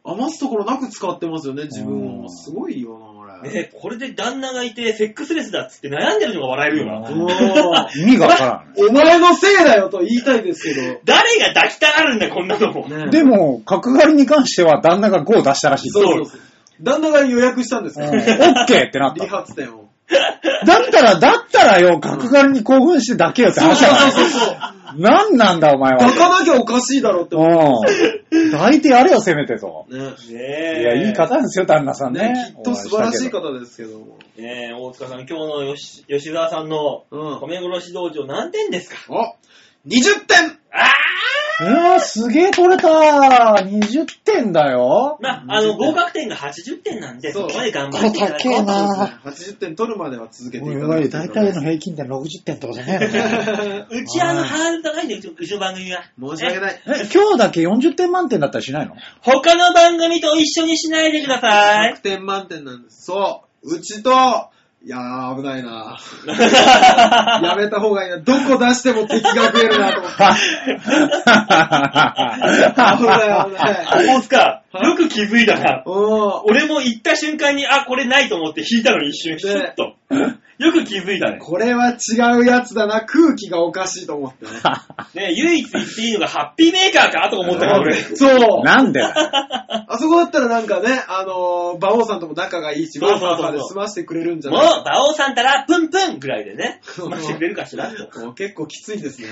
[SPEAKER 3] 余すところなく使ってますよね、自分
[SPEAKER 4] う
[SPEAKER 3] を。
[SPEAKER 4] ん
[SPEAKER 3] すごいよな、あれ。
[SPEAKER 2] ねえ、これで旦那がいて、セックスレスだっつって悩んでるのが笑えるよ
[SPEAKER 4] う
[SPEAKER 2] な。
[SPEAKER 4] ん
[SPEAKER 3] もう
[SPEAKER 4] 意味がわからん。
[SPEAKER 3] お前のせいだよと言いたいですけど。
[SPEAKER 2] 誰が抱きたがるんだよ、こんなのも。
[SPEAKER 3] ね
[SPEAKER 4] でも、角刈りに関しては旦那が5を出したらしい。
[SPEAKER 3] そうそうそう。旦那が予約したんです
[SPEAKER 4] うんオ
[SPEAKER 3] よ。
[SPEAKER 4] ッケーってなっ
[SPEAKER 3] 理
[SPEAKER 4] た。
[SPEAKER 3] 髪店を。
[SPEAKER 4] だったら、だったらよ、角刈りに興奮してだけよって話だ から。なんなんだお前
[SPEAKER 3] 抱
[SPEAKER 4] は。
[SPEAKER 3] かなきゃおかしいだろって思
[SPEAKER 4] うん。抱いてやれよ、せめてと。
[SPEAKER 3] う。ね
[SPEAKER 2] ね
[SPEAKER 4] い
[SPEAKER 2] え。
[SPEAKER 4] や、いい方ですよ、旦那さん
[SPEAKER 3] ね
[SPEAKER 4] ね。
[SPEAKER 3] きっと素晴らしい
[SPEAKER 4] お
[SPEAKER 3] 方ですけども。
[SPEAKER 2] ねえ、大塚さん、今日の吉吉沢さんの
[SPEAKER 3] うん
[SPEAKER 2] 米殺し道場何点ですか、
[SPEAKER 3] あ !20 点
[SPEAKER 2] あ
[SPEAKER 4] 会したけど。うわ、すげえ取れた !20 点だよ
[SPEAKER 2] ー。まあ、あの、合格点が80点なんで、
[SPEAKER 3] そ
[SPEAKER 2] そうこまで頑張っていただこう
[SPEAKER 4] これ高えな
[SPEAKER 3] 80点取るまでは続けてい
[SPEAKER 4] お
[SPEAKER 3] か
[SPEAKER 4] い
[SPEAKER 3] ない
[SPEAKER 4] おい、
[SPEAKER 3] と
[SPEAKER 4] 大体の平均点60点ってことねえのかよ
[SPEAKER 2] うちあの、ハードル高いんで、うちうちの番組は。
[SPEAKER 3] 申し訳
[SPEAKER 2] い。
[SPEAKER 3] ない。
[SPEAKER 4] え、今日だけ40点満点だったりしないの
[SPEAKER 2] 他の番組と一緒にしないでくださ い
[SPEAKER 3] 100。点満点なんです。そう。うちと、いやー、危ない なやめた方がいいな。どこ出しても敵が増える なと思って。危ない危ない。
[SPEAKER 2] 大塚、よく気づいたな。
[SPEAKER 3] お
[SPEAKER 2] 俺も行った瞬間に、あ、これないと思って引いたのに一瞬、
[SPEAKER 3] ね
[SPEAKER 2] ヒュッと。よく気づいたね。
[SPEAKER 3] これは違うやつだな。空気がおかしいと思ってね。
[SPEAKER 2] ね唯一言っていいのがハッピーメーカーかと思ったから、俺。
[SPEAKER 3] そう。
[SPEAKER 4] なんで
[SPEAKER 3] あそこだったらなんかね、あのー、馬王さんとも仲がいいし、
[SPEAKER 2] そうそう
[SPEAKER 3] 馬
[SPEAKER 2] そう
[SPEAKER 3] 王さんで済ませてくれるんじゃ
[SPEAKER 2] もう、
[SPEAKER 3] ないか
[SPEAKER 2] 馬王さんたら、プンプンぐらいでね、
[SPEAKER 3] そう
[SPEAKER 2] 待してくれるかしら。
[SPEAKER 3] もう結構きついですね。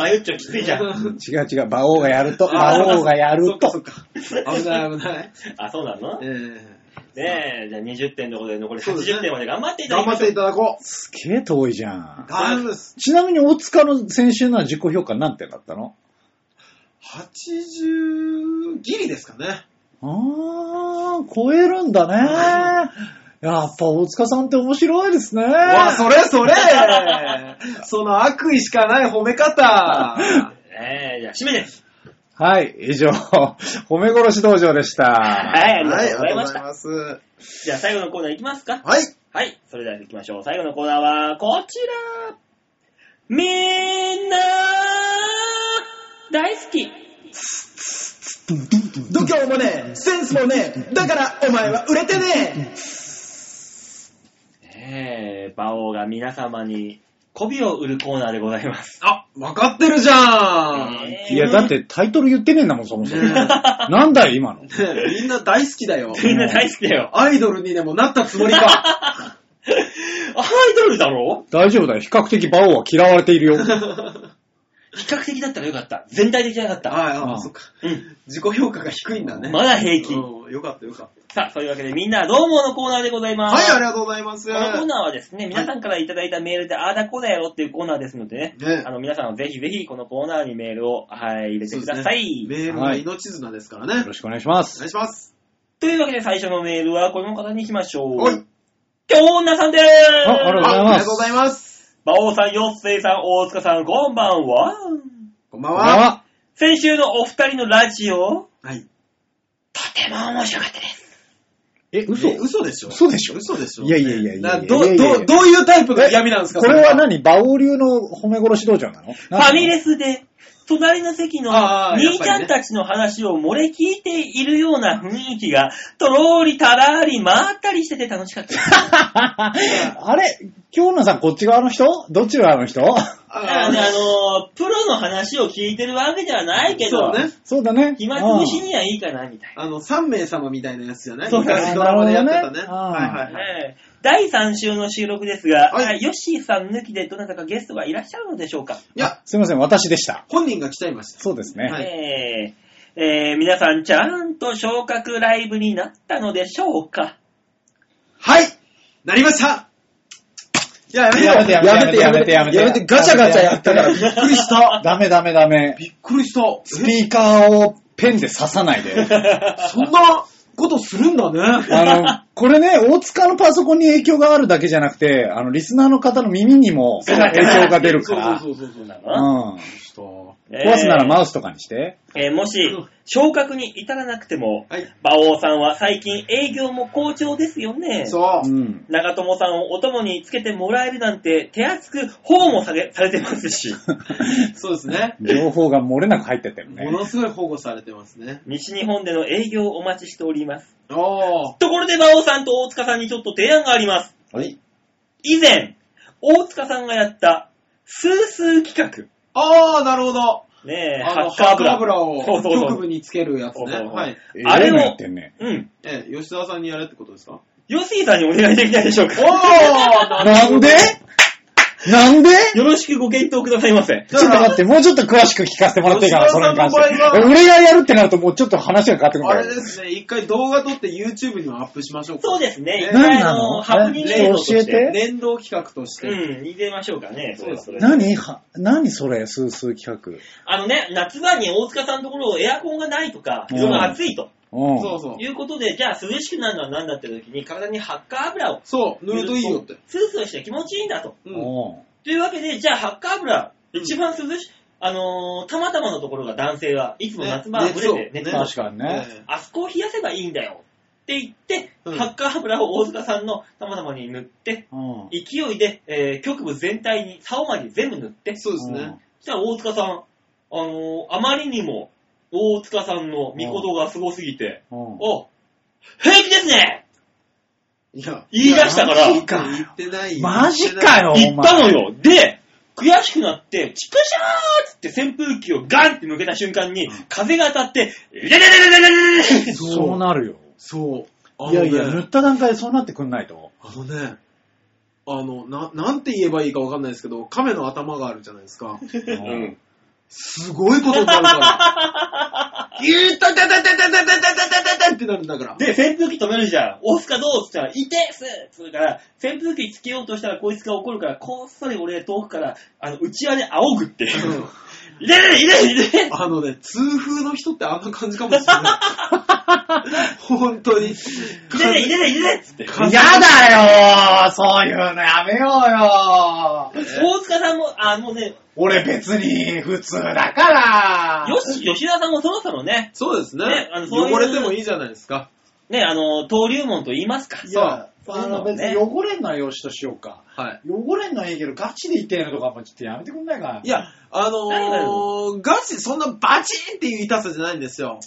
[SPEAKER 2] 迷っちゃうきついじゃん。
[SPEAKER 4] 違う違う、馬王がやると、
[SPEAKER 3] あー
[SPEAKER 4] 馬王がやる
[SPEAKER 3] そっ
[SPEAKER 4] と。
[SPEAKER 3] かそっか。危ない危ない。
[SPEAKER 2] あ、そうなのね
[SPEAKER 3] え
[SPEAKER 2] え、じゃあ20点のことで残り
[SPEAKER 3] そうですね
[SPEAKER 2] 80点まで頑張ってい
[SPEAKER 3] え
[SPEAKER 2] ただ
[SPEAKER 3] 頑
[SPEAKER 2] きま
[SPEAKER 3] 張
[SPEAKER 2] し
[SPEAKER 3] って
[SPEAKER 2] ょう
[SPEAKER 3] い。ただこう。
[SPEAKER 4] すげえ遠いじゃん。
[SPEAKER 3] 大丈夫です。
[SPEAKER 4] ちなみに大塚の先週のは自己評価何点だったの
[SPEAKER 3] 80ギリですかね。
[SPEAKER 4] あー、超える んだね。やっぱ大塚さんって面白いですね。
[SPEAKER 3] うわ、それそれ その悪意しかない褒め 方。
[SPEAKER 2] ええ、じゃあ締めです。
[SPEAKER 4] はい、以上、褒め殺し道場でした。
[SPEAKER 2] はい、あ
[SPEAKER 3] は
[SPEAKER 2] り
[SPEAKER 3] い、あ
[SPEAKER 2] が
[SPEAKER 3] り
[SPEAKER 2] とう
[SPEAKER 3] がと
[SPEAKER 2] ございう
[SPEAKER 3] ご
[SPEAKER 2] まし
[SPEAKER 3] ざい
[SPEAKER 2] た。
[SPEAKER 3] ます。
[SPEAKER 2] じゃあ最後のコーナーいきますか。
[SPEAKER 3] はい。
[SPEAKER 2] はい、それでは行きましょう。最後のコーナーは、こちらみんな大好き
[SPEAKER 3] 度胸もねえ、センスもねえ、だからお前は売れてね
[SPEAKER 2] ええ、馬王が皆様に媚びを売るコーナーでございます。
[SPEAKER 3] あ、わかってるじゃん。
[SPEAKER 2] ええ
[SPEAKER 4] いや、だ っ、てタイトル言ってねえんだもん、そも そも。
[SPEAKER 3] ね
[SPEAKER 4] なんだよ、今の。
[SPEAKER 3] えみんな大好きだよ。
[SPEAKER 2] みんな大好きだよ。
[SPEAKER 3] アイドルにでもなった つもり か。
[SPEAKER 2] アイドルだろ
[SPEAKER 4] 大丈夫だよ、比較的馬王は嫌われているよ。
[SPEAKER 2] 比較的だったらよかった。全体的じゃなかった。
[SPEAKER 3] はい、
[SPEAKER 4] う
[SPEAKER 3] あ、
[SPEAKER 4] ん
[SPEAKER 3] そっか。
[SPEAKER 2] うん。
[SPEAKER 3] 自己評価が低いんだね。
[SPEAKER 2] まだ平均。
[SPEAKER 3] うんよかったよかっ
[SPEAKER 2] さあ、そういうわけでみんなどうものコーナーでござい
[SPEAKER 3] た。
[SPEAKER 2] ます。
[SPEAKER 3] はい、ありがとうございます。
[SPEAKER 2] このコーナーはですね、皆さんからいただいたメールで、ああだこうだやろっていうコーナーですのでね、
[SPEAKER 3] ね
[SPEAKER 2] あの皆さんはぜひぜひこのコーナーにメールを、はい、入れてください。
[SPEAKER 3] メールが命綱ですからね。
[SPEAKER 4] よろしくお願いしま
[SPEAKER 3] お
[SPEAKER 4] す。
[SPEAKER 3] 願いします。
[SPEAKER 2] というわけで最初のメールはこの方にしましょ
[SPEAKER 3] は
[SPEAKER 2] う
[SPEAKER 3] い。。
[SPEAKER 2] 京女さんでーす
[SPEAKER 4] ああら
[SPEAKER 3] あありがとうご
[SPEAKER 4] ご
[SPEAKER 3] ざいます。
[SPEAKER 2] 馬王さん、よっせいさん、大塚さん、こんばんは。
[SPEAKER 3] こんばん
[SPEAKER 4] こんばん
[SPEAKER 3] は。
[SPEAKER 4] は。
[SPEAKER 2] 先週のお二人のラジオ、
[SPEAKER 3] はい。
[SPEAKER 2] とても面白かったです。
[SPEAKER 4] え、嘘
[SPEAKER 3] ね嘘でしょ
[SPEAKER 4] 嘘でしょ
[SPEAKER 3] 嘘でしょ
[SPEAKER 4] いやいやいやいやいや
[SPEAKER 3] など、ど、
[SPEAKER 4] いやいやいや
[SPEAKER 3] どういうタイプの嫌味なんですか
[SPEAKER 4] これは
[SPEAKER 3] そ
[SPEAKER 4] 何馬王流の褒め殺し道場なの
[SPEAKER 2] ファミレスで隣の席の
[SPEAKER 3] ああやっ
[SPEAKER 2] 兄
[SPEAKER 3] ぱ
[SPEAKER 2] ち
[SPEAKER 3] りね
[SPEAKER 2] ゃんたちの話を漏れ聞いているような雰囲気が、とろーりたらーり回ったりしてて楽しかった。
[SPEAKER 4] あれ今日のさんこっち側の人どっち側の人
[SPEAKER 2] あの、あのプロの話を聞いてるわけではないけ
[SPEAKER 3] そ
[SPEAKER 2] ど、
[SPEAKER 3] うね。
[SPEAKER 4] そうだね。
[SPEAKER 2] 暇
[SPEAKER 4] うん
[SPEAKER 2] つぶしにはいいかな、みたい
[SPEAKER 3] あの、3名様みたいなやつじゃない
[SPEAKER 2] そうだね
[SPEAKER 3] 昔ドラマでやってたね。
[SPEAKER 4] なるほどね
[SPEAKER 3] はいは
[SPEAKER 2] な。
[SPEAKER 3] いはい。
[SPEAKER 2] ねえ第3週の収録ですが、
[SPEAKER 3] はい
[SPEAKER 2] あヨッシーさん抜きでどなたかゲストはいらっしゃるのでしょうか、
[SPEAKER 3] いや、
[SPEAKER 4] すいません、私でした。
[SPEAKER 3] 本人が来ちゃいました。
[SPEAKER 4] そうですね。
[SPEAKER 3] はい
[SPEAKER 2] えーえー皆さん、ちゃんと昇格ライブになったのでしょうか
[SPEAKER 3] はいなりましたいや、
[SPEAKER 4] やめてやめてやめてやめて
[SPEAKER 3] やめて、ガチャガチャやったからびっくりした。
[SPEAKER 4] ダメダメダメ。
[SPEAKER 3] びっくりした。
[SPEAKER 4] スピーカーをペンで刺さないで。
[SPEAKER 3] えそんなことするんだね。
[SPEAKER 4] あの、これね、大塚のパソコンに影響があるだけじゃなくて、あの、リスナーの方の耳にも影響が出るから。
[SPEAKER 3] そうそうそうそう。
[SPEAKER 4] うん。
[SPEAKER 2] えー
[SPEAKER 4] 壊すならマウスとかにして。
[SPEAKER 2] えーもし、昇格に至らなくても、
[SPEAKER 3] はい。
[SPEAKER 2] 馬王さんは最近営業も好調ですよね。
[SPEAKER 3] そうう。
[SPEAKER 4] ん。
[SPEAKER 2] 長友さんをお供につけてもらえるなんて手厚く保護もされされてま すし、
[SPEAKER 3] そうですね。
[SPEAKER 4] 情報が漏れなく入ってってるね
[SPEAKER 3] も。のすごい保護されてますね。
[SPEAKER 2] 西日本での営業をお待ちしております。
[SPEAKER 3] おー。
[SPEAKER 2] ところで馬王さんと大塚さんにちょっと提案があります。
[SPEAKER 4] はい。
[SPEAKER 2] 以前、大塚さんがやった、スースー企
[SPEAKER 3] あー、なるほど。
[SPEAKER 2] 画。ねえ、
[SPEAKER 3] あ
[SPEAKER 2] ハ
[SPEAKER 3] の、
[SPEAKER 2] ッカ
[SPEAKER 3] ハ
[SPEAKER 2] ー
[SPEAKER 3] ッカ
[SPEAKER 2] ブラ。
[SPEAKER 3] ーブラ
[SPEAKER 2] そう
[SPEAKER 3] を
[SPEAKER 2] そうそう
[SPEAKER 3] 局部につけるやつ
[SPEAKER 2] そうそう
[SPEAKER 3] ね。
[SPEAKER 2] そう
[SPEAKER 3] はい。
[SPEAKER 2] あれを
[SPEAKER 4] えらいのやってんね。
[SPEAKER 2] うん。
[SPEAKER 3] ええ、吉沢さんにやれってことですか
[SPEAKER 2] ヨッシーさんにお願いできないでしょうか。
[SPEAKER 3] ー
[SPEAKER 4] なんでなんで
[SPEAKER 2] よろしくご検討くださいませ。
[SPEAKER 4] ちょっと待って、もうちょっと詳しく聞かせてもらっていいかな、それに関して
[SPEAKER 3] 吉田さんの場合。は
[SPEAKER 4] 俺がやるってなると、もうちょっと話が変わってくるん
[SPEAKER 3] あ
[SPEAKER 4] だ
[SPEAKER 3] れ
[SPEAKER 4] よ
[SPEAKER 3] ですね、一回動画撮って YouTube にもアップしましょうか。
[SPEAKER 2] そうですね。
[SPEAKER 3] ね
[SPEAKER 2] 一回
[SPEAKER 4] 何
[SPEAKER 2] あ
[SPEAKER 4] な
[SPEAKER 2] の、
[SPEAKER 4] の
[SPEAKER 2] ハプニング映像とし
[SPEAKER 4] え
[SPEAKER 2] て。
[SPEAKER 4] ね
[SPEAKER 3] 連動企画として。
[SPEAKER 2] うん、入れましょうかね。
[SPEAKER 3] そうです
[SPEAKER 2] れはれ
[SPEAKER 4] 何は何それ、スースー企
[SPEAKER 2] あのね、夏場に大塚さんのところエアコンがないとか、
[SPEAKER 4] うん
[SPEAKER 2] 夜が暑いと
[SPEAKER 4] 画。うん。
[SPEAKER 3] そうそう。
[SPEAKER 2] いうことで、じゃあ涼しくなるのは何だって時に、体にハッカー油を
[SPEAKER 3] そう、塗るといいよって。。
[SPEAKER 2] スースーして気持ちいいんだと。
[SPEAKER 3] うん。
[SPEAKER 4] おう
[SPEAKER 2] というわけで、じゃあハッカー油、
[SPEAKER 3] うん
[SPEAKER 2] 一番涼し、あのーたまたまのところが男性はいつも夏場は
[SPEAKER 3] ね
[SPEAKER 2] 蒸れて熱
[SPEAKER 3] 熱
[SPEAKER 2] を
[SPEAKER 3] を
[SPEAKER 4] 確かにね。
[SPEAKER 3] ええ
[SPEAKER 2] あそこを冷やせばいいんだよって言って、
[SPEAKER 3] うん
[SPEAKER 2] ハッカー油を大塚さんのたまたまに塗って、
[SPEAKER 4] うん。
[SPEAKER 2] 勢いで、えー局部全体に、竿まで全部塗って、
[SPEAKER 3] そうですね。
[SPEAKER 2] そしたら大塚さん、あのーあまりにも大塚さんの見事がすごすぎて、
[SPEAKER 4] うん。うん
[SPEAKER 2] お平気ですね
[SPEAKER 3] いや、
[SPEAKER 2] 言い出したから
[SPEAKER 3] マジか言ってないよ。
[SPEAKER 4] マジかよ、
[SPEAKER 2] 言
[SPEAKER 4] お
[SPEAKER 2] ったの
[SPEAKER 4] 前。
[SPEAKER 2] よで、悔しくなって、チクシャーっつって扇風機をガンって抜けた瞬間に、風が当たって、レレレレレレレレレ
[SPEAKER 4] そうなるよ。
[SPEAKER 3] そう。あの
[SPEAKER 4] いやいや、塗
[SPEAKER 3] ね
[SPEAKER 4] った段階でそうなってくんな いと。
[SPEAKER 3] あのね、あの、な、なんて言えばいいかわかんないですけど、亀の頭があるじゃないですか。
[SPEAKER 4] う
[SPEAKER 2] うんん。
[SPEAKER 3] すごいことになる から。ギューッとててててててててててってなるんだから。
[SPEAKER 2] で、扇風機止めるじゃん。押すかどうっつったら、いてっすつうから、扇風機つけようとしたらこいつが怒るから、こっそり俺遠くから、あの、うちわで仰ぐっていうう。
[SPEAKER 3] ん
[SPEAKER 2] 入れれ入れれ入れれ
[SPEAKER 3] あのね、痛風の人ってあんな感じかもしれ ない。本当に。
[SPEAKER 2] 入れれ入れれ入れれっつって。
[SPEAKER 4] やだよーそういうのやめようよー
[SPEAKER 2] 大塚さんも、あ、もうね、
[SPEAKER 4] 俺別に普通だから
[SPEAKER 2] よし、吉田さんもそろそろね、
[SPEAKER 3] そうですね
[SPEAKER 2] ねあのそういう
[SPEAKER 3] 汚れてもいいじゃないですか。
[SPEAKER 2] ね、あの、登竜門と言いますか。
[SPEAKER 4] いや、
[SPEAKER 2] そう
[SPEAKER 4] あの別に汚れんのはよしとしようか。
[SPEAKER 3] はい。
[SPEAKER 4] 汚れんのはいいけど、ガチで言ってるのとかもちょっとやめてくんないかない
[SPEAKER 3] や、あ
[SPEAKER 2] 何だ
[SPEAKER 3] のー、ガチ、そんなバチンっていう痛さじゃないんですよ。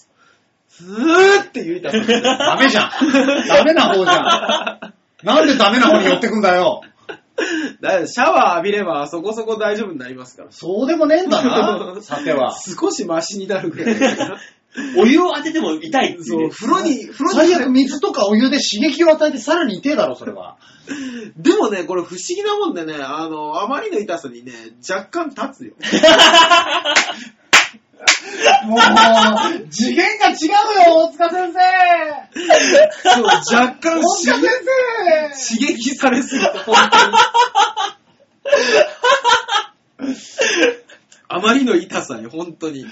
[SPEAKER 3] スーっていう 痛さですよ。
[SPEAKER 4] ダメじゃん。ダメな方じゃん。なんでダメな方に寄ってくんだよ。
[SPEAKER 3] だからシャワー浴びればそこそこ大丈夫になりますから。
[SPEAKER 4] そうでもねえん だな、さては。
[SPEAKER 3] 少しマシになるぐらいだから。
[SPEAKER 2] お湯を当てても痛いってい
[SPEAKER 3] そうう、
[SPEAKER 2] ね。
[SPEAKER 3] 風呂に、風呂に
[SPEAKER 4] 最悪水とかお湯で刺激を与えてさらに痛えだろ、それは。
[SPEAKER 3] でもね、これ不思議なもんでね、あの、あまりの痛さにね、若干立つよ。
[SPEAKER 4] もう、次元が違うよ、大塚先生
[SPEAKER 3] そう、若干刺
[SPEAKER 4] 大 塚
[SPEAKER 3] 激
[SPEAKER 4] 先
[SPEAKER 3] 刺激されすぎて、本当に。あまりの痛さに、本当に。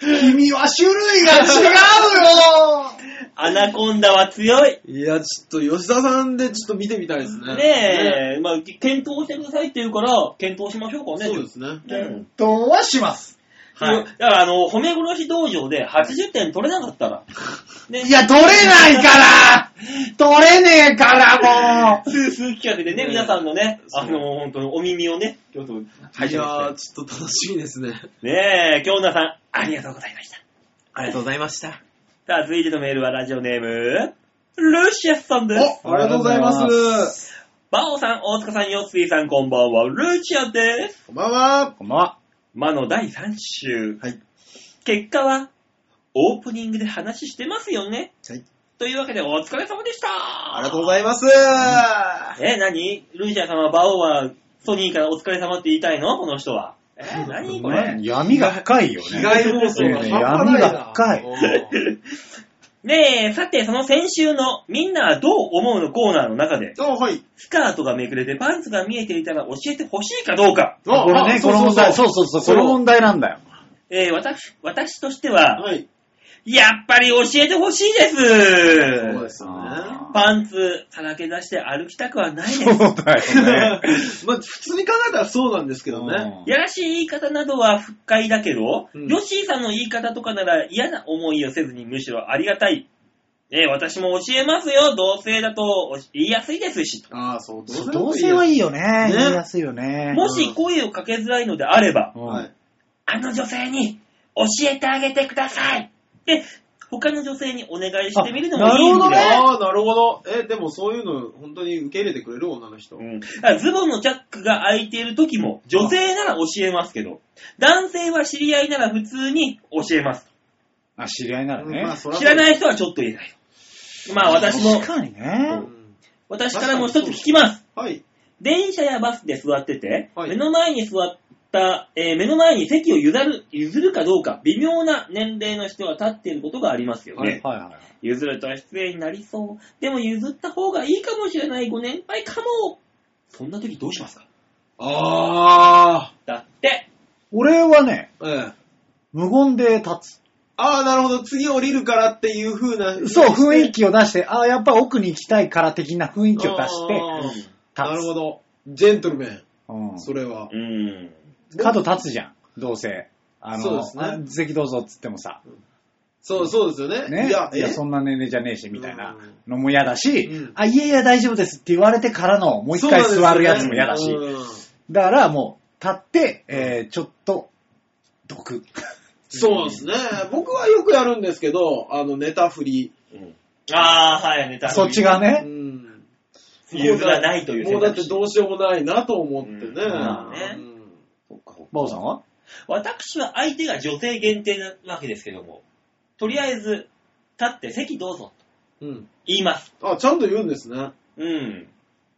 [SPEAKER 4] 生君は種類が違うよ
[SPEAKER 2] アナコンダは強い。
[SPEAKER 3] いや、ちょっと吉田さんでちょっと見てみたいですね。
[SPEAKER 2] ねえ、まあ、検討してくださいって言うから、検討しましょうかね。
[SPEAKER 3] そうですね。
[SPEAKER 2] ね
[SPEAKER 4] どうはします。
[SPEAKER 2] はい。だから、あの、褒め殺し道場で80点取れなかったら。ね
[SPEAKER 4] いや、取れないから取れねえから、もう
[SPEAKER 2] スースー企画でね、
[SPEAKER 3] ね
[SPEAKER 2] 皆さんのね、
[SPEAKER 3] そう
[SPEAKER 2] あのー、本当にお耳をね、ちょっと、
[SPEAKER 3] いやー、ちょっと楽しみですね。
[SPEAKER 2] ねえ、京奈さん、ありがとうございました。
[SPEAKER 3] ありがとうございました。
[SPEAKER 2] さあ、続いてのメールはラジオネーム、ルシエスさんです。
[SPEAKER 3] おありがとうござい
[SPEAKER 4] ありがとう
[SPEAKER 3] ま
[SPEAKER 4] ご
[SPEAKER 3] す。
[SPEAKER 2] バオさん、大塚さん、ヨッスイさん、こんばんは、ルシアです。
[SPEAKER 3] こんばんは。
[SPEAKER 4] こんばんは。
[SPEAKER 2] 魔の第3週。
[SPEAKER 3] はい
[SPEAKER 2] 結果は、オープニングで話してますよね。
[SPEAKER 3] はい
[SPEAKER 2] というわけで、お疲れ様でした。
[SPEAKER 3] ありがとうございます。
[SPEAKER 2] え、何ルシアさんは、バオは、ソニーからお疲れ様って言いたいのこの人は。えー、何これ。
[SPEAKER 4] ね、闇が深いよね。
[SPEAKER 3] 被害妄想が半端ないな。
[SPEAKER 2] ねえ、さて、その先週の、みんなはどう思うのコーナーの中で、
[SPEAKER 3] おーあはい。
[SPEAKER 2] スカートがめくれてパンツが見えていたら教えてほしいかどうか。
[SPEAKER 4] これね、この問題、そううそうそう、
[SPEAKER 3] そ
[SPEAKER 4] こ
[SPEAKER 3] う
[SPEAKER 4] の問題なんだよ。
[SPEAKER 2] えー私、私としては、
[SPEAKER 3] はい。
[SPEAKER 2] やっぱり教えてほしいです
[SPEAKER 3] そうですよね。
[SPEAKER 4] あ
[SPEAKER 2] パンツ、さらけ出して歩きたくはないです
[SPEAKER 4] ー。 そうだ よね。
[SPEAKER 3] まあ、普通に考えたらそうなんですけどね。
[SPEAKER 4] うん
[SPEAKER 2] やらしい言い方などは不快だけど、
[SPEAKER 3] うん
[SPEAKER 2] ヨッシーさんの言い方とかなら嫌な思いをせずにむしろありがたい。ねえ、私も教えますよ。同性だと言いやすいですし。
[SPEAKER 3] ああ、そう、
[SPEAKER 4] そう同性はい
[SPEAKER 3] い。
[SPEAKER 4] いよね
[SPEAKER 3] ね。
[SPEAKER 4] 言いやすいよね。
[SPEAKER 2] もし声をかけづらいのであれば、
[SPEAKER 4] うん
[SPEAKER 3] はい。
[SPEAKER 2] あの女性に教えてあげてください。で、他の女性にお願いしてみるのもいいん
[SPEAKER 4] あなるほど
[SPEAKER 2] だよ。
[SPEAKER 3] ああ、なるほど。え、でもそういうの、本当に受け入れてくれる女の人。
[SPEAKER 2] うん、だからズボンのチャックが開いている時も、女性なら教えますけど、男性は知り合いなら普通に教えます。
[SPEAKER 4] あ、知り合いならね。
[SPEAKER 3] まあそら
[SPEAKER 2] 知ら
[SPEAKER 3] い。
[SPEAKER 2] ない人はちょっと言えない。まあ私も
[SPEAKER 4] 確、かに
[SPEAKER 3] う
[SPEAKER 4] ね。
[SPEAKER 3] ん
[SPEAKER 2] 私からも一つ聞きます。
[SPEAKER 3] はい。
[SPEAKER 2] 電車やバスで座ってて、
[SPEAKER 3] はい
[SPEAKER 2] 目の前に座った、えー目の前に席を譲る、譲るかどうか、微妙な年齢の人が立っていることがありますよね。
[SPEAKER 4] はいは
[SPEAKER 2] 譲ると失礼になりそう。でも譲った方がいいかもしれないご年配かも。そんな時どうしますか
[SPEAKER 3] あ
[SPEAKER 2] だって、
[SPEAKER 4] 俺はね、
[SPEAKER 3] あ、ええ。
[SPEAKER 4] 無言で立
[SPEAKER 3] ああ、なるほど。次降りるからっていう風な。
[SPEAKER 4] つ。そう、雰囲気を出して、ああ、やっぱ奥に行きたいから的な雰囲気を出して、
[SPEAKER 3] あー
[SPEAKER 2] 立
[SPEAKER 3] なるほ
[SPEAKER 4] 立
[SPEAKER 3] ど。ジェントルメン。
[SPEAKER 4] つ。うん
[SPEAKER 3] それは。
[SPEAKER 2] うん。
[SPEAKER 4] 角立つじゃん、どうせ。あ
[SPEAKER 3] そう
[SPEAKER 4] の、
[SPEAKER 3] ですね
[SPEAKER 4] あ席どうぞっつってもさ、
[SPEAKER 3] そう、そうですよね。
[SPEAKER 4] ね。いや、
[SPEAKER 3] え
[SPEAKER 4] そんな年齢じゃねえし、みたいな
[SPEAKER 3] うん
[SPEAKER 4] のも嫌だし、
[SPEAKER 3] うん
[SPEAKER 4] あ、いやいや大丈夫ですって言われてからの、もう一回
[SPEAKER 3] そうな
[SPEAKER 4] 座
[SPEAKER 3] ん
[SPEAKER 4] る
[SPEAKER 3] ですよね
[SPEAKER 4] やつも嫌だし。
[SPEAKER 3] うん
[SPEAKER 4] だからもう、立って、えー、ちょっと、毒。
[SPEAKER 3] そうですね。僕はよくやるんですけど、あの、ネタ振り。
[SPEAKER 2] ああ、はい、ネタ
[SPEAKER 4] そっちが
[SPEAKER 3] う
[SPEAKER 4] ね。
[SPEAKER 3] ん。
[SPEAKER 2] 譲らないという
[SPEAKER 3] も
[SPEAKER 2] 選
[SPEAKER 3] うだっ
[SPEAKER 2] 択
[SPEAKER 3] て
[SPEAKER 2] 肢。
[SPEAKER 3] どうしようもないなと思ってね。
[SPEAKER 2] うん
[SPEAKER 4] まあ
[SPEAKER 2] ね
[SPEAKER 3] うん
[SPEAKER 4] バオさんは
[SPEAKER 2] 私は相手が女性限定なわけですけども、とりあえず、立って席どうぞ
[SPEAKER 3] う
[SPEAKER 2] と
[SPEAKER 3] ん。
[SPEAKER 2] 言います。
[SPEAKER 3] あ、ちゃんと言うんですね。
[SPEAKER 2] うん。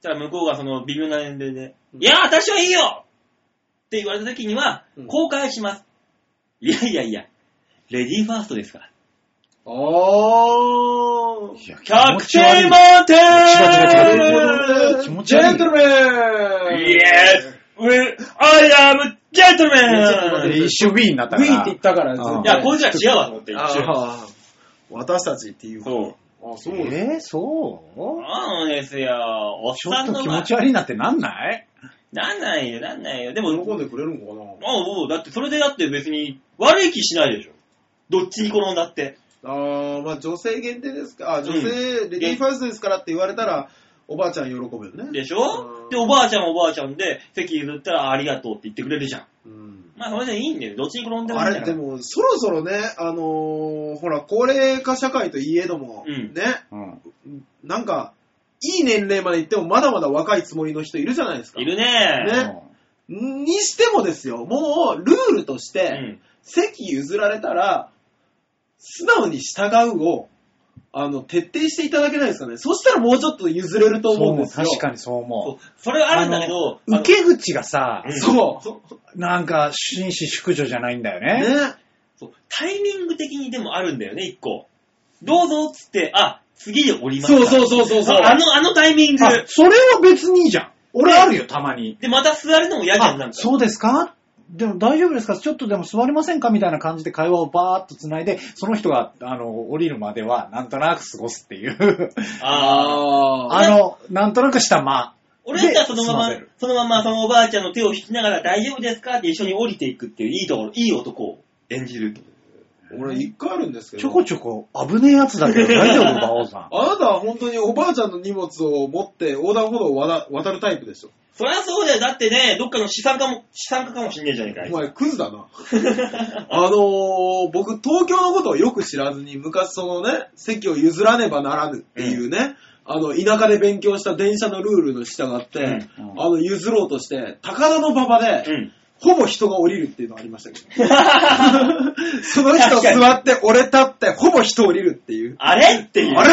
[SPEAKER 2] じゃあ向こうがその微妙な年齢で、
[SPEAKER 3] うん
[SPEAKER 2] いや、私はいいよって言われた時には
[SPEAKER 3] う、ん
[SPEAKER 2] 公開します。いやいやいや、レディーファーストですから。
[SPEAKER 3] あー。
[SPEAKER 2] 100
[SPEAKER 4] いや、気持ち悪
[SPEAKER 2] 点
[SPEAKER 4] い
[SPEAKER 2] 満点
[SPEAKER 4] な
[SPEAKER 3] な
[SPEAKER 4] る
[SPEAKER 3] るほどね
[SPEAKER 4] 気持ち悪
[SPEAKER 3] ジェ
[SPEAKER 4] い
[SPEAKER 3] ントルメン
[SPEAKER 2] イエス Well, I am gentleman!
[SPEAKER 4] 一瞬ウィーンになった
[SPEAKER 3] ウ
[SPEAKER 4] か
[SPEAKER 3] ィーっ
[SPEAKER 4] ら
[SPEAKER 3] て言っ。たからです
[SPEAKER 4] うん
[SPEAKER 2] いや、こいつは違うわと思って、一瞬。
[SPEAKER 3] あー私たちっていうか。
[SPEAKER 2] そう。
[SPEAKER 3] あ、そうですね。
[SPEAKER 4] えー、そう
[SPEAKER 2] そうですよ。おっ
[SPEAKER 4] ちょ
[SPEAKER 2] さ
[SPEAKER 4] っ
[SPEAKER 2] ん
[SPEAKER 4] と
[SPEAKER 2] の
[SPEAKER 4] 気
[SPEAKER 2] 前
[SPEAKER 4] 持ち悪いなってなんない
[SPEAKER 2] なんないよ、なんないよ。でも、
[SPEAKER 3] 喜んでくれるのかな
[SPEAKER 2] ああ、だってそれでだって別に悪い気しないでしょ。どっちに転んだって。
[SPEAKER 3] あー、まあ女性限定ですか。あ、女性、レディーファーストですからって言われたら、おばあちゃん喜ぶよね。
[SPEAKER 2] でし
[SPEAKER 3] う
[SPEAKER 2] ょ
[SPEAKER 3] ん
[SPEAKER 2] で、おばあちゃんはおばあちゃんで、席譲ったらありがとうって言ってくれるじゃん。
[SPEAKER 3] うん
[SPEAKER 2] まあそれでいいんだよ。どっちに転んでもい
[SPEAKER 3] あ
[SPEAKER 2] いんだ
[SPEAKER 3] れ、で
[SPEAKER 2] から。
[SPEAKER 3] も、そろそろね、あのーほら、高齢化社会といえども、
[SPEAKER 2] うん
[SPEAKER 3] ね、
[SPEAKER 4] うん。
[SPEAKER 3] なんか、いい年齢まで行ってもまだまだ若いつもりの人いるじゃないですか。
[SPEAKER 2] いるね。
[SPEAKER 3] ねにしてもですよ、もう、ルールとし
[SPEAKER 2] う
[SPEAKER 3] て、
[SPEAKER 2] ん。
[SPEAKER 3] 席譲られたら、素直に従うを、あの、徹底していただけないですかね。そしたらもうちょっと譲れると
[SPEAKER 4] そう
[SPEAKER 3] 思うん
[SPEAKER 4] 思
[SPEAKER 3] で
[SPEAKER 4] う、
[SPEAKER 3] すよ。
[SPEAKER 4] 確かにそう思
[SPEAKER 2] そうそれはあるんだけど、
[SPEAKER 4] う。受け口がさ
[SPEAKER 2] あ、の
[SPEAKER 3] そう。
[SPEAKER 4] なんか、紳士淑女じゃないんだよね。
[SPEAKER 3] ね。
[SPEAKER 2] そうタイミング的にでもあるんだよね、一個。どうぞっつって、あ、次で降ります
[SPEAKER 3] そうそううそうそうそう。
[SPEAKER 2] あの、あのタイミング。
[SPEAKER 4] あ、それは別にいいじゃん。俺あるよ、たまに。
[SPEAKER 2] で、また座るのも嫌じゃん、なん
[SPEAKER 4] あ、
[SPEAKER 2] か。
[SPEAKER 4] そうですかでも大丈夫ですかちょっとでも座りませんかみたいな感じで会話をバーっと繋いで、その人が、あの、降りるまでは、なんとなく過ごすっていう。
[SPEAKER 2] ああ。
[SPEAKER 3] ああ。
[SPEAKER 4] あの、なんとなくした間。
[SPEAKER 2] 俺だったらそのまま
[SPEAKER 4] で済ませる、
[SPEAKER 2] そのままそのおばあちゃんの手を引きながら大丈夫ですかって一緒に降りていくっていういいところ、いい男を演じる。
[SPEAKER 3] 俺一回あるんですけど。
[SPEAKER 4] ちょこちょこ危ねえやつだけど大丈夫、馬王さん。
[SPEAKER 3] あなたは本当におばあちゃんの荷物を持って横断歩道を渡渡るタイプでしょ。
[SPEAKER 2] そりゃそうだよ。だってね、どっかの資産家も、資産家かもしんねえじゃねえか
[SPEAKER 3] お
[SPEAKER 2] い。
[SPEAKER 3] 前クズだ な。あのー、僕東京のことをよく知らずに昔そのね、席を譲らねばならぬっていうね、あの、田舎で勉強した電車のルールの従って、
[SPEAKER 4] うんうん
[SPEAKER 3] あの、譲ろうとして、高田の馬場で、
[SPEAKER 2] うん。
[SPEAKER 3] ほぼ人が降りるっていうのはありました けど、その人座って、俺立って、ほぼ人降りるっていう。
[SPEAKER 2] あれっていう。
[SPEAKER 3] あれ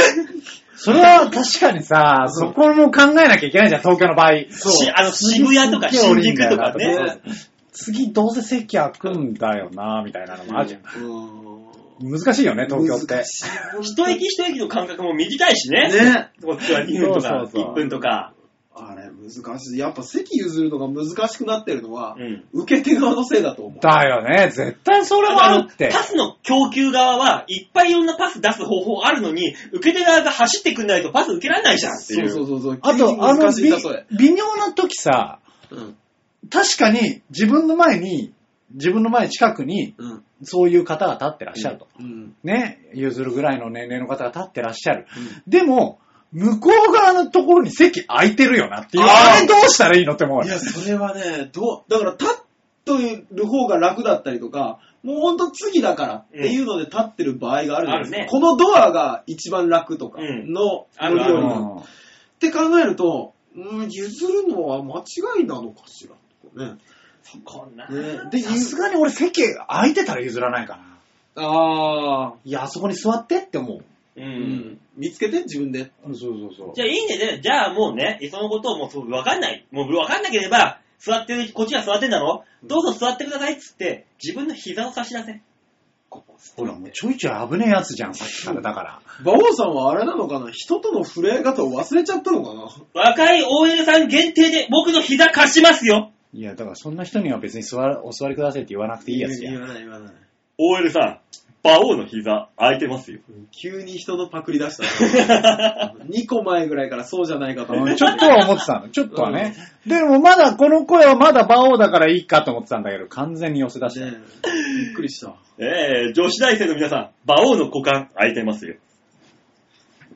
[SPEAKER 4] それは確かにさ、そこも考えなきゃいけないじゃん、東京の場合。
[SPEAKER 2] しあの、渋谷とか
[SPEAKER 4] すっげえ降
[SPEAKER 2] 新
[SPEAKER 4] りんだ
[SPEAKER 2] 宿と
[SPEAKER 4] よな
[SPEAKER 2] かね。
[SPEAKER 4] 次どうせ席開くんだよな、みたいなのもあるじゃん。
[SPEAKER 3] うん
[SPEAKER 4] 難しいよね、東京って
[SPEAKER 3] 難。しい
[SPEAKER 2] 一駅一駅の間隔も短いしね。
[SPEAKER 3] ね。
[SPEAKER 2] こっちは2分と
[SPEAKER 4] そ
[SPEAKER 2] か
[SPEAKER 4] うそうそ
[SPEAKER 2] 1
[SPEAKER 4] う
[SPEAKER 2] 分とか。
[SPEAKER 3] あれ、難しい。やっぱ席譲るのが難しくなってるのは、
[SPEAKER 2] うん
[SPEAKER 3] 受け手側のせいだと思う。
[SPEAKER 4] だよね、絶対それも
[SPEAKER 2] あ
[SPEAKER 4] あ
[SPEAKER 2] の
[SPEAKER 4] るって
[SPEAKER 2] パ。スの供給側はいっぱいいろんなパス出す方法あるのに、受け手側が走ってくんないとパス受けられないじゃんって
[SPEAKER 3] そ
[SPEAKER 2] いうう。
[SPEAKER 3] そうそうそう。
[SPEAKER 4] あ
[SPEAKER 3] 急に
[SPEAKER 4] と、あの、
[SPEAKER 3] 難しい
[SPEAKER 4] び
[SPEAKER 3] なそれ。
[SPEAKER 4] 微妙な時さ、
[SPEAKER 3] うん。
[SPEAKER 4] 確かに自分の前に、自分の前近くに、
[SPEAKER 3] うん。
[SPEAKER 4] そういう方が立ってらっしゃると。
[SPEAKER 3] うん。
[SPEAKER 4] ね、譲るぐらいの年齢の方が立ってらっしゃる。でも、向こう側のところに席空いてるよなっていう。
[SPEAKER 3] あ
[SPEAKER 4] あ
[SPEAKER 3] ー
[SPEAKER 4] れどうしたらいいのって思う
[SPEAKER 3] い
[SPEAKER 4] よ。
[SPEAKER 3] や、それはね、どう、だから立っとる方が楽だったりとか、もうほんと次だからっていうので立ってる場合があるじゃないですか
[SPEAKER 2] あるね
[SPEAKER 3] このドアが一番楽とか
[SPEAKER 2] うん
[SPEAKER 3] の
[SPEAKER 2] あ
[SPEAKER 3] 乗
[SPEAKER 2] る
[SPEAKER 3] り
[SPEAKER 2] あ
[SPEAKER 3] 降
[SPEAKER 2] る
[SPEAKER 3] り
[SPEAKER 2] う
[SPEAKER 3] だって考えると、うん、譲るのは間違いなのかしらとかね。
[SPEAKER 2] そこな。
[SPEAKER 3] ねで、
[SPEAKER 4] で、さすがに俺席空いてたら譲らないかな。
[SPEAKER 3] ああ、
[SPEAKER 4] いや、あそこに座ってって思う。
[SPEAKER 2] う。
[SPEAKER 3] うんん。見つけて、自分で。
[SPEAKER 4] そうそうそう
[SPEAKER 2] じゃあいいんでね、じゃあもうね、いっそのことをもうそう分かんない。もう分かんなければ、座ってる、こっちは座ってんだろどうぞ座ってくださいっつって、自分の膝を差し出せ。
[SPEAKER 4] ほら、もうちょいちょい危ねえやつじゃん、さっきから。だから。
[SPEAKER 3] 馬王さんはあれなのかな人との触れ方を忘れちゃったのかな
[SPEAKER 2] 若い OL さん限定で僕の膝貸しますよ
[SPEAKER 4] いや、だからそんな人には別に座る、お座りくださいって言わなくていいやつじゃん。
[SPEAKER 3] わない言わない。
[SPEAKER 2] !OL さん、馬王の膝空いてますよ。
[SPEAKER 3] 急に人のパクリ出した な。2個前ぐらいからそうじゃないかと思っ
[SPEAKER 4] う
[SPEAKER 3] て
[SPEAKER 4] んちょっとは思ってたの。ちょっとはね。でもまだこの声はまだ馬王だからいいかと思ってたんだけど、完全に寄せ出した。
[SPEAKER 3] ねえびっくりした。
[SPEAKER 2] ええ女子大生の皆さん、馬王の股間空いてますよ。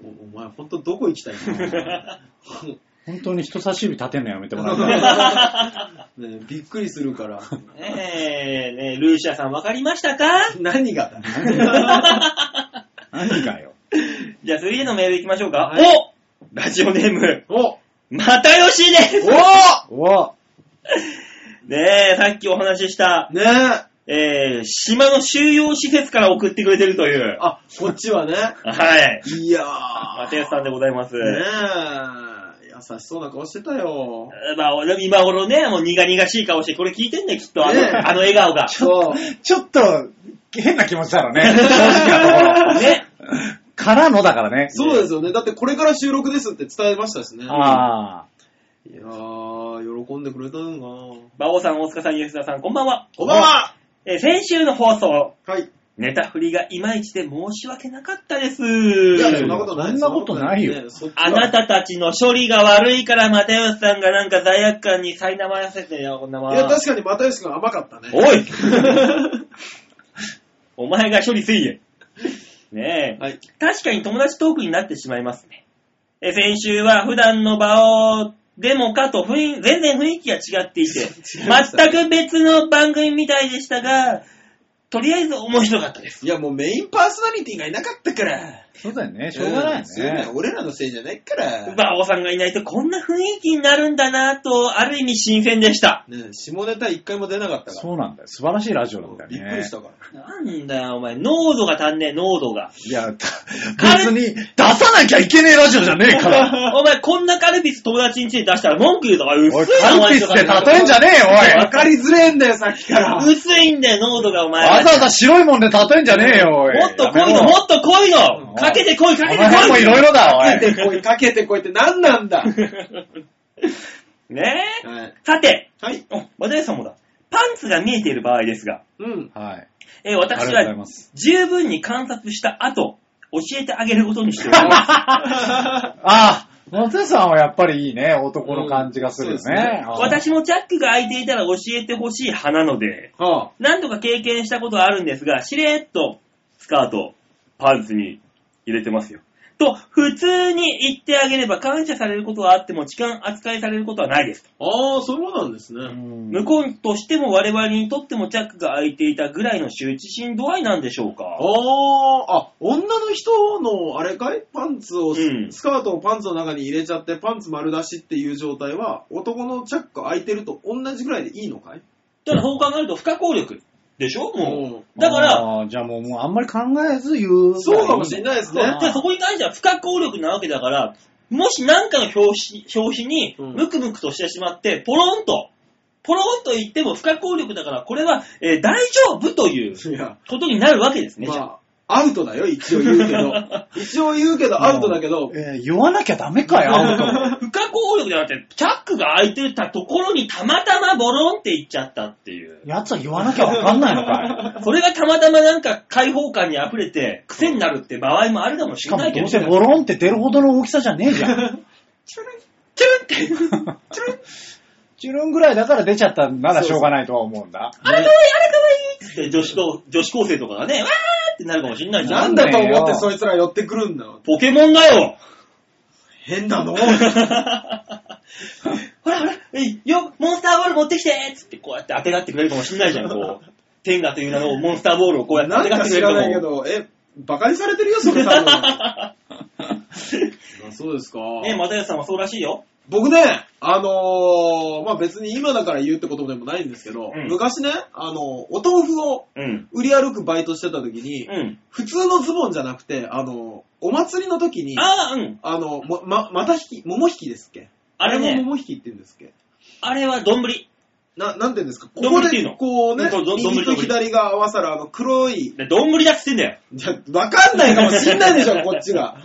[SPEAKER 3] おお前ほんとどこ行きたいの
[SPEAKER 4] 本当に人差し指立てんのやめてもらえない。
[SPEAKER 3] ねえびっくりするから。
[SPEAKER 2] ええねえルーシアさん分かりましたか
[SPEAKER 3] 何がだ
[SPEAKER 4] 何がよ。
[SPEAKER 2] じゃあ次のメール行きましょうか。
[SPEAKER 3] はい
[SPEAKER 2] おラジオネーム、
[SPEAKER 3] おお
[SPEAKER 2] またよしです
[SPEAKER 4] お
[SPEAKER 2] ねえ、さっきお話しした、
[SPEAKER 3] ねえ。
[SPEAKER 2] えー、島の収容施設から送ってくれてるという。
[SPEAKER 3] あ、こっちはね。
[SPEAKER 2] はい。
[SPEAKER 3] いやー。
[SPEAKER 2] 又吉さんでございます。
[SPEAKER 3] ねえ。優しそうな顔してたよ。
[SPEAKER 2] まあ、俺も今頃ね、もう苦々しい顔して、これ聞いてんね、きっと、あの,、
[SPEAKER 3] ねえ
[SPEAKER 2] あの笑 顔が。
[SPEAKER 3] そう。
[SPEAKER 4] ちょっと、変な気持ちだろうね。正直なところ。
[SPEAKER 2] ね。
[SPEAKER 4] からのだからね。
[SPEAKER 3] そうですよね。だってこれから収録ですって伝えましたしね。
[SPEAKER 4] ああ。
[SPEAKER 3] いやー、喜んでくれたのかな
[SPEAKER 2] 馬王さん、大塚さん、吉田さん、こんばんは。
[SPEAKER 3] こんばんは
[SPEAKER 2] えー先週の放送、
[SPEAKER 3] はい。
[SPEAKER 2] ネタ振りがいまいちで申し訳なかったです。
[SPEAKER 3] いや、
[SPEAKER 4] いや
[SPEAKER 3] そんなことない。
[SPEAKER 4] そんなことないよ
[SPEAKER 3] そん
[SPEAKER 2] あ
[SPEAKER 3] こと
[SPEAKER 2] なたたちの処理が悪いから、又吉さんがなんか罪悪感に苛まらせてよ、こんなもん
[SPEAKER 3] いや、確かに又吉君甘かったね。
[SPEAKER 2] おい お前が処理せいえ。ねえ。
[SPEAKER 3] はい。
[SPEAKER 2] 確かに友達トークになってしまいますね。え先週は普段の場をでもかと雰囲全然雰囲気が違っていて、
[SPEAKER 3] 違いましたね
[SPEAKER 2] 全く別の番組みたいでしたが、とりあえず面白かったです。
[SPEAKER 3] いや、もうメインパーソナリティがいなかったから。
[SPEAKER 4] そうだよね。しょうがない
[SPEAKER 3] んそうだ
[SPEAKER 4] ね
[SPEAKER 3] よ。俺らのせいじゃないから。
[SPEAKER 2] 馬王さんがいないとこんな雰囲気になるんだなと、ある意味新鮮でした。
[SPEAKER 3] ねえ下ネタ一回も出なかったから。
[SPEAKER 4] そうなんだよ。素晴らしいラジオなんだよね。
[SPEAKER 3] びっくりしたから。
[SPEAKER 2] なんだよ、お前。濃度が足んねえ、濃度が。
[SPEAKER 4] いや、た別に出さなきゃいけねえラジオじゃね えから。
[SPEAKER 2] お前、こんなカルピス友達について出したら文句言うとか、薄
[SPEAKER 4] おい、
[SPEAKER 2] いな
[SPEAKER 4] カルピスって例えんじゃねえよ、お
[SPEAKER 3] わ
[SPEAKER 4] い。
[SPEAKER 3] かりづれえんだよ、さっきから。
[SPEAKER 2] 薄いんだよ、濃度がお前。
[SPEAKER 4] わざわざ白いもんで例えんじゃねえよ、おい。
[SPEAKER 2] もっと濃い
[SPEAKER 4] や
[SPEAKER 2] の、
[SPEAKER 4] めろ
[SPEAKER 2] もっと濃いの
[SPEAKER 4] うん
[SPEAKER 2] かけてこい、かけ
[SPEAKER 4] お
[SPEAKER 2] て
[SPEAKER 4] 前も
[SPEAKER 2] こ
[SPEAKER 4] い
[SPEAKER 2] い
[SPEAKER 4] ろいろだ、お
[SPEAKER 3] かけ
[SPEAKER 4] い。
[SPEAKER 3] てこい、かけてこいって何なんだはい。
[SPEAKER 2] ねえ。さて、
[SPEAKER 3] はい。
[SPEAKER 2] お、和田屋さんもだ。パンツが見えている場合ですが、
[SPEAKER 3] うん。
[SPEAKER 4] はい。
[SPEAKER 2] えー
[SPEAKER 4] ありがと
[SPEAKER 2] 私
[SPEAKER 4] うござい
[SPEAKER 2] は
[SPEAKER 4] ます。
[SPEAKER 2] 十分に観察した後、教えてあげることにしており ます。
[SPEAKER 4] ああ、松江さんはやっぱりいいね、男の感じがするよ
[SPEAKER 3] うんそうですね
[SPEAKER 4] ね。ああ
[SPEAKER 2] 私もチャックが開いていたら教えてほしい派なので、
[SPEAKER 3] はあ。
[SPEAKER 2] 何度か経験したことはあるんですが、しれーっと、スカート、パンツに入れてますよ。と、普通に言ってあげれば感謝されることはあっても痴漢扱いされることはないです。
[SPEAKER 3] ああ、そういうことなんですね。
[SPEAKER 2] 向こうとしても我々にとってもチャックが開いていたぐらいの羞恥心度合いなんでしょうか。
[SPEAKER 3] ああ、あ、女の人のあれかいパンツを、
[SPEAKER 2] うん
[SPEAKER 3] スカートをパンツの中に入れちゃって、パンツ丸出しっていう状態は、男のチャック開いてると同じぐらいでいいのかい
[SPEAKER 2] ただそう考えると不可抗力でしょも
[SPEAKER 3] おう
[SPEAKER 2] う。だから、
[SPEAKER 4] あー、じゃあもう、もうあんまり考えず言う。
[SPEAKER 3] そうかもしれないですね。
[SPEAKER 4] あー
[SPEAKER 2] じゃあそこに関しては不可抗力なわけだから、もし何かの表紙表紙に
[SPEAKER 3] うん
[SPEAKER 2] ムクムクとしてしまって、ポロンと、ポロンと言っても不可抗力だから、これは、えー大丈夫という
[SPEAKER 3] いや、
[SPEAKER 2] ことになるわけですね。じゃあ
[SPEAKER 3] まあ、アウトだよ、一応言うけど。 一応言うけど、アウトだけど、
[SPEAKER 4] えー言わなきゃダ メかよ、アウト。
[SPEAKER 2] 不可抗力じゃなくて、チャックが開いてたところにたまたまボロンって言っちゃったっていう。
[SPEAKER 4] 奴は言わなきゃわかんないのかい。
[SPEAKER 2] これがたまたまなんか開放感に溢れて癖になるって場合もあるかもし
[SPEAKER 4] し
[SPEAKER 2] れ
[SPEAKER 4] か
[SPEAKER 2] な
[SPEAKER 4] も
[SPEAKER 2] いけ
[SPEAKER 4] ど
[SPEAKER 2] ど、
[SPEAKER 4] うせボロンって出るほどの大きさじゃねえじ ゃん。
[SPEAKER 2] チュルンって、
[SPEAKER 4] チュルンぐらいだから出ちゃったならしょうがないとは思うんだ。
[SPEAKER 2] あれかわいい、あれかわいいっつって女子と女子高生とかがね、わーってなるかもしれないじゃ。
[SPEAKER 3] なんんだと思ってそいつら寄ってくるんだよ。
[SPEAKER 2] ポケモンだよ
[SPEAKER 3] 変なの
[SPEAKER 2] ほらほら、えいよ、モンスターボール持ってきてっつってこうやって当てがってくれるかもしれないじゃん、こう。天下という名のモンスターボールをこうやって当
[SPEAKER 3] な
[SPEAKER 2] て
[SPEAKER 3] ん
[SPEAKER 2] がっ
[SPEAKER 3] か
[SPEAKER 2] てく
[SPEAKER 3] 知
[SPEAKER 2] れるからも。
[SPEAKER 3] ないけど、え、馬鹿にされてるよ、それ 多分。あそうですか。
[SPEAKER 2] ね又吉さんはそうらしいよ。
[SPEAKER 3] 僕ね、あのーまあ、別に今だから言うってことでもないんですけど、
[SPEAKER 2] うん
[SPEAKER 3] 昔ね、あのーお豆腐を
[SPEAKER 2] うん。
[SPEAKER 3] 売り歩くバイトしてた時に、
[SPEAKER 2] うん。
[SPEAKER 3] 普通のズボンじゃなくて、あのーお祭りの時に、あ
[SPEAKER 2] ああ、うん。
[SPEAKER 3] の、もま、また引き、桃引きですっけ
[SPEAKER 2] あれ
[SPEAKER 3] も
[SPEAKER 2] ね、
[SPEAKER 3] 桃引きって言うんですっけ
[SPEAKER 2] あれは丼。
[SPEAKER 3] な、なんて言うんですかこ
[SPEAKER 2] どんぶ
[SPEAKER 3] こ
[SPEAKER 2] りっていう
[SPEAKER 3] で
[SPEAKER 2] の、
[SPEAKER 3] こうね
[SPEAKER 2] うんどん、どんぶ
[SPEAKER 3] 右
[SPEAKER 2] りどん
[SPEAKER 3] と
[SPEAKER 2] ぶり
[SPEAKER 3] 左が合わさるあの黒い、
[SPEAKER 2] で丼だっつってんだよ。
[SPEAKER 3] いや、わかんないかもしんないでしょ、こっち が。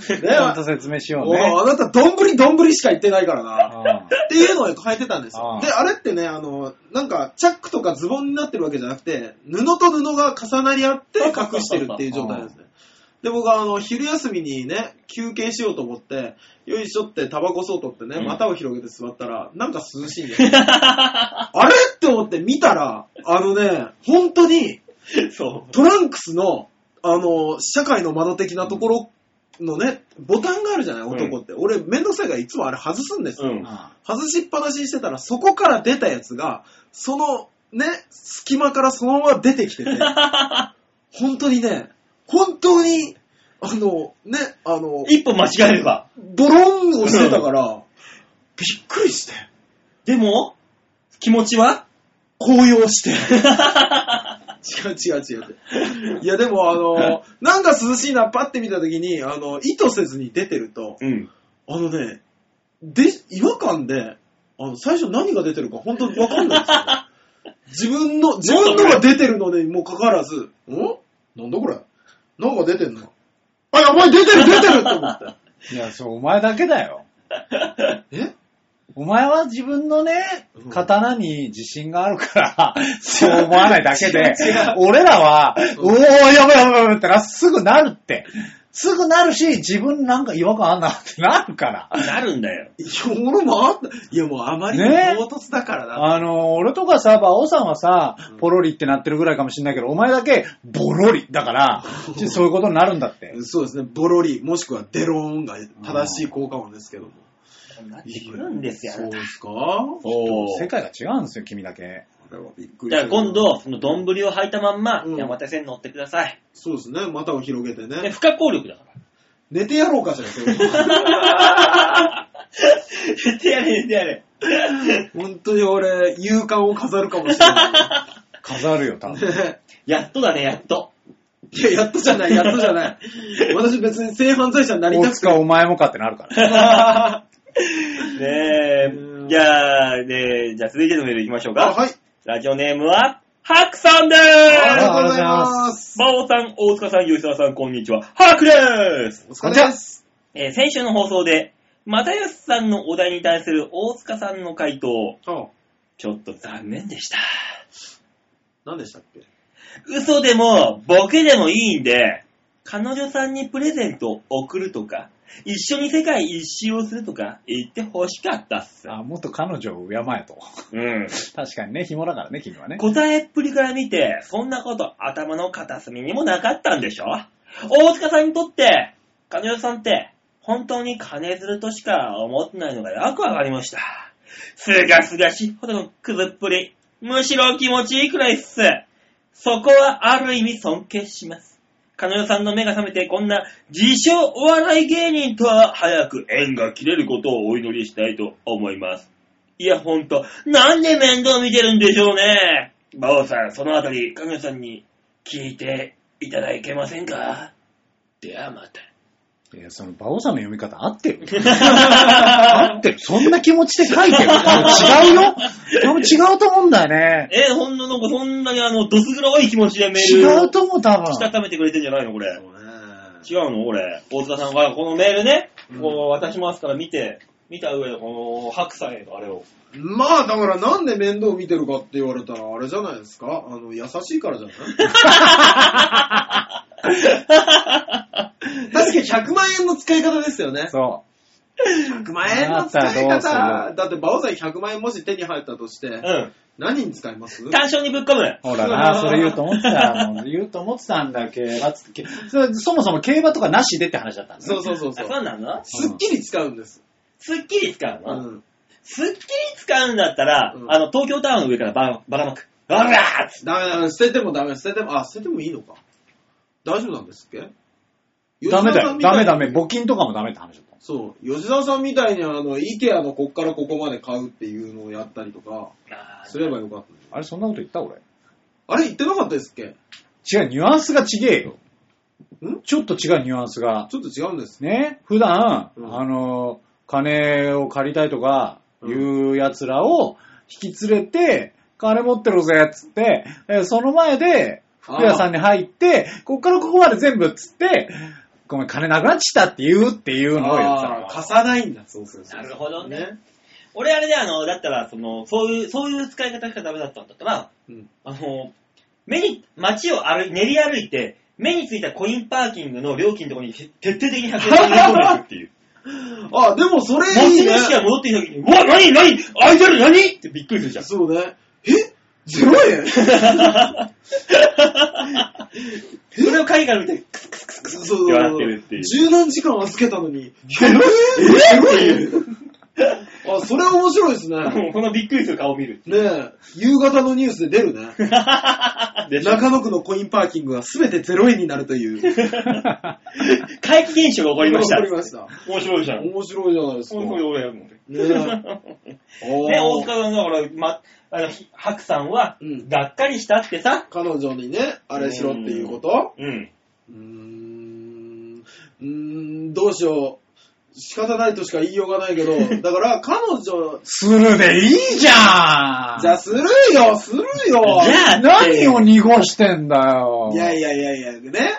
[SPEAKER 4] ちゃんと説明しよう
[SPEAKER 3] お
[SPEAKER 4] ね。
[SPEAKER 3] あなた、どんぶりどんぶりしか言ってないからな。
[SPEAKER 4] あ
[SPEAKER 3] っていうのを変えてたんですよ
[SPEAKER 4] あ。あ
[SPEAKER 3] で、あれってね、あの、なんか、チャックとかズボンになってるわけじゃなくて、布と布が重なり合って隠してるっていう状態なんですね。で、僕はあの、昼休みにね、休憩しようと思って、よいしょってタバコ吸おうとって
[SPEAKER 2] う
[SPEAKER 3] ね、
[SPEAKER 2] ん
[SPEAKER 3] 股を広げて座ったら、なんか涼しいんですよ。あれって思って見たら、あのね、本当に、
[SPEAKER 2] そう。
[SPEAKER 3] トランクスの、あの、社会の窓的なところのね、ボタンがあるじゃない、男って。俺、めんどくさいからいつもあれ外すんですよ。
[SPEAKER 2] うん。
[SPEAKER 4] あ
[SPEAKER 3] 外しっぱなしにしてたら、そこから出たやつが、その、ね、隙間からそのまま出てき てて、本当にね、本当に、あの、ね、あの、
[SPEAKER 2] 一歩間違えれば。
[SPEAKER 3] ドローンをしてたから、びっくりして、
[SPEAKER 2] でも、気持ちは
[SPEAKER 3] 高揚して。違う違う違うって。いや、でもあ の、なんか涼しいな、パって見た時に、あの、意図せずに出てると、
[SPEAKER 2] うん。
[SPEAKER 3] あのね、で、違和感で、あの、最初何が出てるか本当にわかんないん ですよ。自分の、自分のが出てるのにもかかわらず、んなんだこれなんか出てんのあ、やばい、出て る、出てるって思って。
[SPEAKER 4] ーいや、そう、お前だけだよ。
[SPEAKER 3] え
[SPEAKER 4] お前は自分のね
[SPEAKER 3] うん、
[SPEAKER 4] 刀に自信があるから、 そう思わないだけで
[SPEAKER 3] 違う違う、
[SPEAKER 4] 俺らは、
[SPEAKER 3] うん
[SPEAKER 4] おー、やばいやばいやばいってな、すぐなるって。すぐなるし、自分なんか違和感あんなってなるから。
[SPEAKER 2] なるんだよ。
[SPEAKER 3] いや、俺もあった。いや、もうあまりに
[SPEAKER 4] ね
[SPEAKER 3] 唐突だからな。
[SPEAKER 4] あの、俺とかさ、馬王さんはさ
[SPEAKER 3] うん、
[SPEAKER 4] ポロリってなってるぐらいかもしれないけど、お前だけ、ボロリ。だから、ちそういうことになるんだって。
[SPEAKER 3] そうですね、ボロリ、もしくはデローンが正しい効果音ですけども。
[SPEAKER 2] なってくるんですよ、あ
[SPEAKER 3] そう
[SPEAKER 2] な
[SPEAKER 3] で
[SPEAKER 2] た。
[SPEAKER 3] すかこ
[SPEAKER 2] お
[SPEAKER 4] 世界が違うんですよ、君だけ。
[SPEAKER 3] れはびっくり
[SPEAKER 2] じゃあ今。度、その丼を履いたまんま、
[SPEAKER 3] うん
[SPEAKER 2] 山手線乗ってください。
[SPEAKER 3] そうですね、股を広げて
[SPEAKER 2] で、
[SPEAKER 3] ね。
[SPEAKER 2] 不可抗力だから。
[SPEAKER 3] 寝てやろうかしら、それは
[SPEAKER 2] 言ってやれ、言ってやれ。
[SPEAKER 3] 本当に俺、勇敢を飾るかもしれな
[SPEAKER 4] 飾るよ、多
[SPEAKER 3] い。
[SPEAKER 4] 分。
[SPEAKER 3] ね
[SPEAKER 2] やっとだね、やっと。
[SPEAKER 3] いや、やっとじゃない、やっとじゃない。私別に性犯罪者になり
[SPEAKER 4] 大
[SPEAKER 3] たくて。
[SPEAKER 4] 塚お前もかってなるから。
[SPEAKER 2] ねえ
[SPEAKER 3] う。ん
[SPEAKER 2] じゃあ、ねじゃあ続いてのメール行きましょう
[SPEAKER 3] あ
[SPEAKER 2] か。
[SPEAKER 3] はい。
[SPEAKER 2] ラジオネームは、ハクさんで
[SPEAKER 3] あり
[SPEAKER 2] ー
[SPEAKER 3] がとうございます
[SPEAKER 2] す。。馬王さん、大塚さん、吉沢さん、こんにちは。ハクでーす。
[SPEAKER 3] お疲れ様です。
[SPEAKER 2] えー先週の放送で、又吉さんのお題に対する大塚さんの回答、
[SPEAKER 3] あ、
[SPEAKER 2] ちょっと残念でした。
[SPEAKER 3] 何でしたっけ
[SPEAKER 2] 嘘でも、ボケでもいいんで、彼女さんにプレゼントを送るとか、一緒に世界一周をするとか言って欲しかったっす。
[SPEAKER 4] あ、もっと彼女を敬えと。
[SPEAKER 2] うん。
[SPEAKER 4] 確かにね、紐だからね、君はね。
[SPEAKER 2] 答えっぷりから見て、そんなこと頭の片隅にもなかったんでしょ大塚さんにとって、金代さんって、本当に金づるとしか思ってないのがよくわかりました。すがすがしいほどのくずっぷり。むしろ気持ちいいくらいっす。そこはある意味尊敬します。金代さんの目が覚めてこんな自称お笑い芸人とは早く縁が切れることをお祈りしたいと思います。いや、ほんと、なんで面倒見てるんでしょうね。馬王さん、そのあたり、かぐやさんに聞いていただけませんかではまた。
[SPEAKER 4] いや、その、馬王さんの読み方合ってる合ってる。そんな気持ちで書いてる。違うよ。多分違うと思うんだよね。
[SPEAKER 2] え、ほんのなんかそんなにあの、どす黒い気持ちでメール
[SPEAKER 4] 違うと思う、多分。
[SPEAKER 2] したためてくれてんじゃないのこれ。
[SPEAKER 3] ね
[SPEAKER 2] 違うのこれ。大塚さんがこのメールね、こう渡しますから見て、見た上でこの白菜のあれを。
[SPEAKER 3] まあ、だからなんで面倒見てるかって言われたら、あれじゃないですかあの、優しいから じゃない確かに100万円の使い方ですよね。
[SPEAKER 4] そ
[SPEAKER 3] 100万円の使い
[SPEAKER 4] あなたどうす
[SPEAKER 3] 方。
[SPEAKER 4] る
[SPEAKER 3] だって、バオさん100万円もし手に入ったとして、
[SPEAKER 2] う
[SPEAKER 3] 何に使います
[SPEAKER 2] ん。単勝にぶっ込む。
[SPEAKER 4] う。ほらな、それ言うと思ってた。もう言うと思ってたんだ、競馬つって。それそもそも競馬とかなしでって話だったんだね。
[SPEAKER 3] そうそうそう
[SPEAKER 2] あ、
[SPEAKER 3] そう。
[SPEAKER 2] そうなの
[SPEAKER 3] すっきり使うんです。
[SPEAKER 2] すっきり使う
[SPEAKER 3] う
[SPEAKER 2] の、
[SPEAKER 3] ん。
[SPEAKER 2] すっきり使うんだったら、
[SPEAKER 3] うん
[SPEAKER 2] あの、東京タワーの上からババカマック。バラーっつって
[SPEAKER 3] ダメだ、捨ててもダメ、捨てても、あ、捨ててもいいのか。大丈夫なんですっけ
[SPEAKER 4] ダメだよ。ダメダ。
[SPEAKER 3] 吉沢さんみたい
[SPEAKER 4] メ。
[SPEAKER 3] に
[SPEAKER 4] 募金とかもダメって話だった。
[SPEAKER 3] そう。吉沢さんみたいに、あの、IKEA のこっからここまで買うっていうのをやったりとか、
[SPEAKER 2] あ
[SPEAKER 3] すればよかったのに。
[SPEAKER 4] あれ、そんなこと言った俺。
[SPEAKER 3] あれ言ってなかったですっけ
[SPEAKER 4] 違う、ニュアンスがちげえよ。
[SPEAKER 3] ん
[SPEAKER 4] ちょっと違うニュアンスが。
[SPEAKER 3] ちょっと違うんです。
[SPEAKER 4] ね、普段、
[SPEAKER 3] うん
[SPEAKER 4] あの、金を借りたいとか、いう奴らを引き連れて、金持ってるぜ、つって、えーその前で、服屋さんに入って、こっからここまで全部、つって、ごめん、金なくなっちゃったって言うっていうのをやってた
[SPEAKER 3] ああ、
[SPEAKER 4] の
[SPEAKER 3] 貸さないんだ。そうそう
[SPEAKER 2] そうなるほどね。俺あれであの、だったら、その、そういう、そういう使い方しかダメだったんだったら、
[SPEAKER 3] うん
[SPEAKER 2] あの、目に、街を歩い練り歩いて、目についたコインパーキングの料金のところに徹底的に発生して入れ込んでいくっていう。
[SPEAKER 3] あ、でもそれ い
[SPEAKER 2] 持
[SPEAKER 3] い
[SPEAKER 2] ち
[SPEAKER 3] ね。
[SPEAKER 2] 主が戻ってきた時に、うわ、何何アイドル何ってびっくりする じゃん。
[SPEAKER 3] そうね。え ?0 円
[SPEAKER 2] それを海外見て、
[SPEAKER 3] そう
[SPEAKER 2] 笑ってるっていう
[SPEAKER 3] 十何時間預けたのに、100円 ?0 円あ、それは面白いですね。
[SPEAKER 2] もうこのびっくりする顔を見る。
[SPEAKER 3] ねえ、夕方のニュースで出るね。
[SPEAKER 2] でしょ
[SPEAKER 3] 中野区のコインパーキングが全て0円になるという。起
[SPEAKER 2] 怪奇現象が起こりました。
[SPEAKER 3] 起こりました。
[SPEAKER 2] 面白いじゃん。
[SPEAKER 3] 面白いじゃないですか。
[SPEAKER 2] 面白い、俺やるもんね。
[SPEAKER 3] ねおー
[SPEAKER 2] ね、大塚さんだから、ま、あの、ひ白さんは
[SPEAKER 3] う、ん
[SPEAKER 2] がっかりしたってさ、
[SPEAKER 3] 彼女にね、あれしろっていうこと
[SPEAKER 2] うん。
[SPEAKER 3] うーん、うーん、どうしよう。仕方ないとしか言いようがないけど、だから彼女、
[SPEAKER 4] するでいいじゃん
[SPEAKER 3] じゃあするよ、するよ。
[SPEAKER 2] じゃあって
[SPEAKER 4] 何を濁してんだよ
[SPEAKER 3] いやいやいやいや、ね。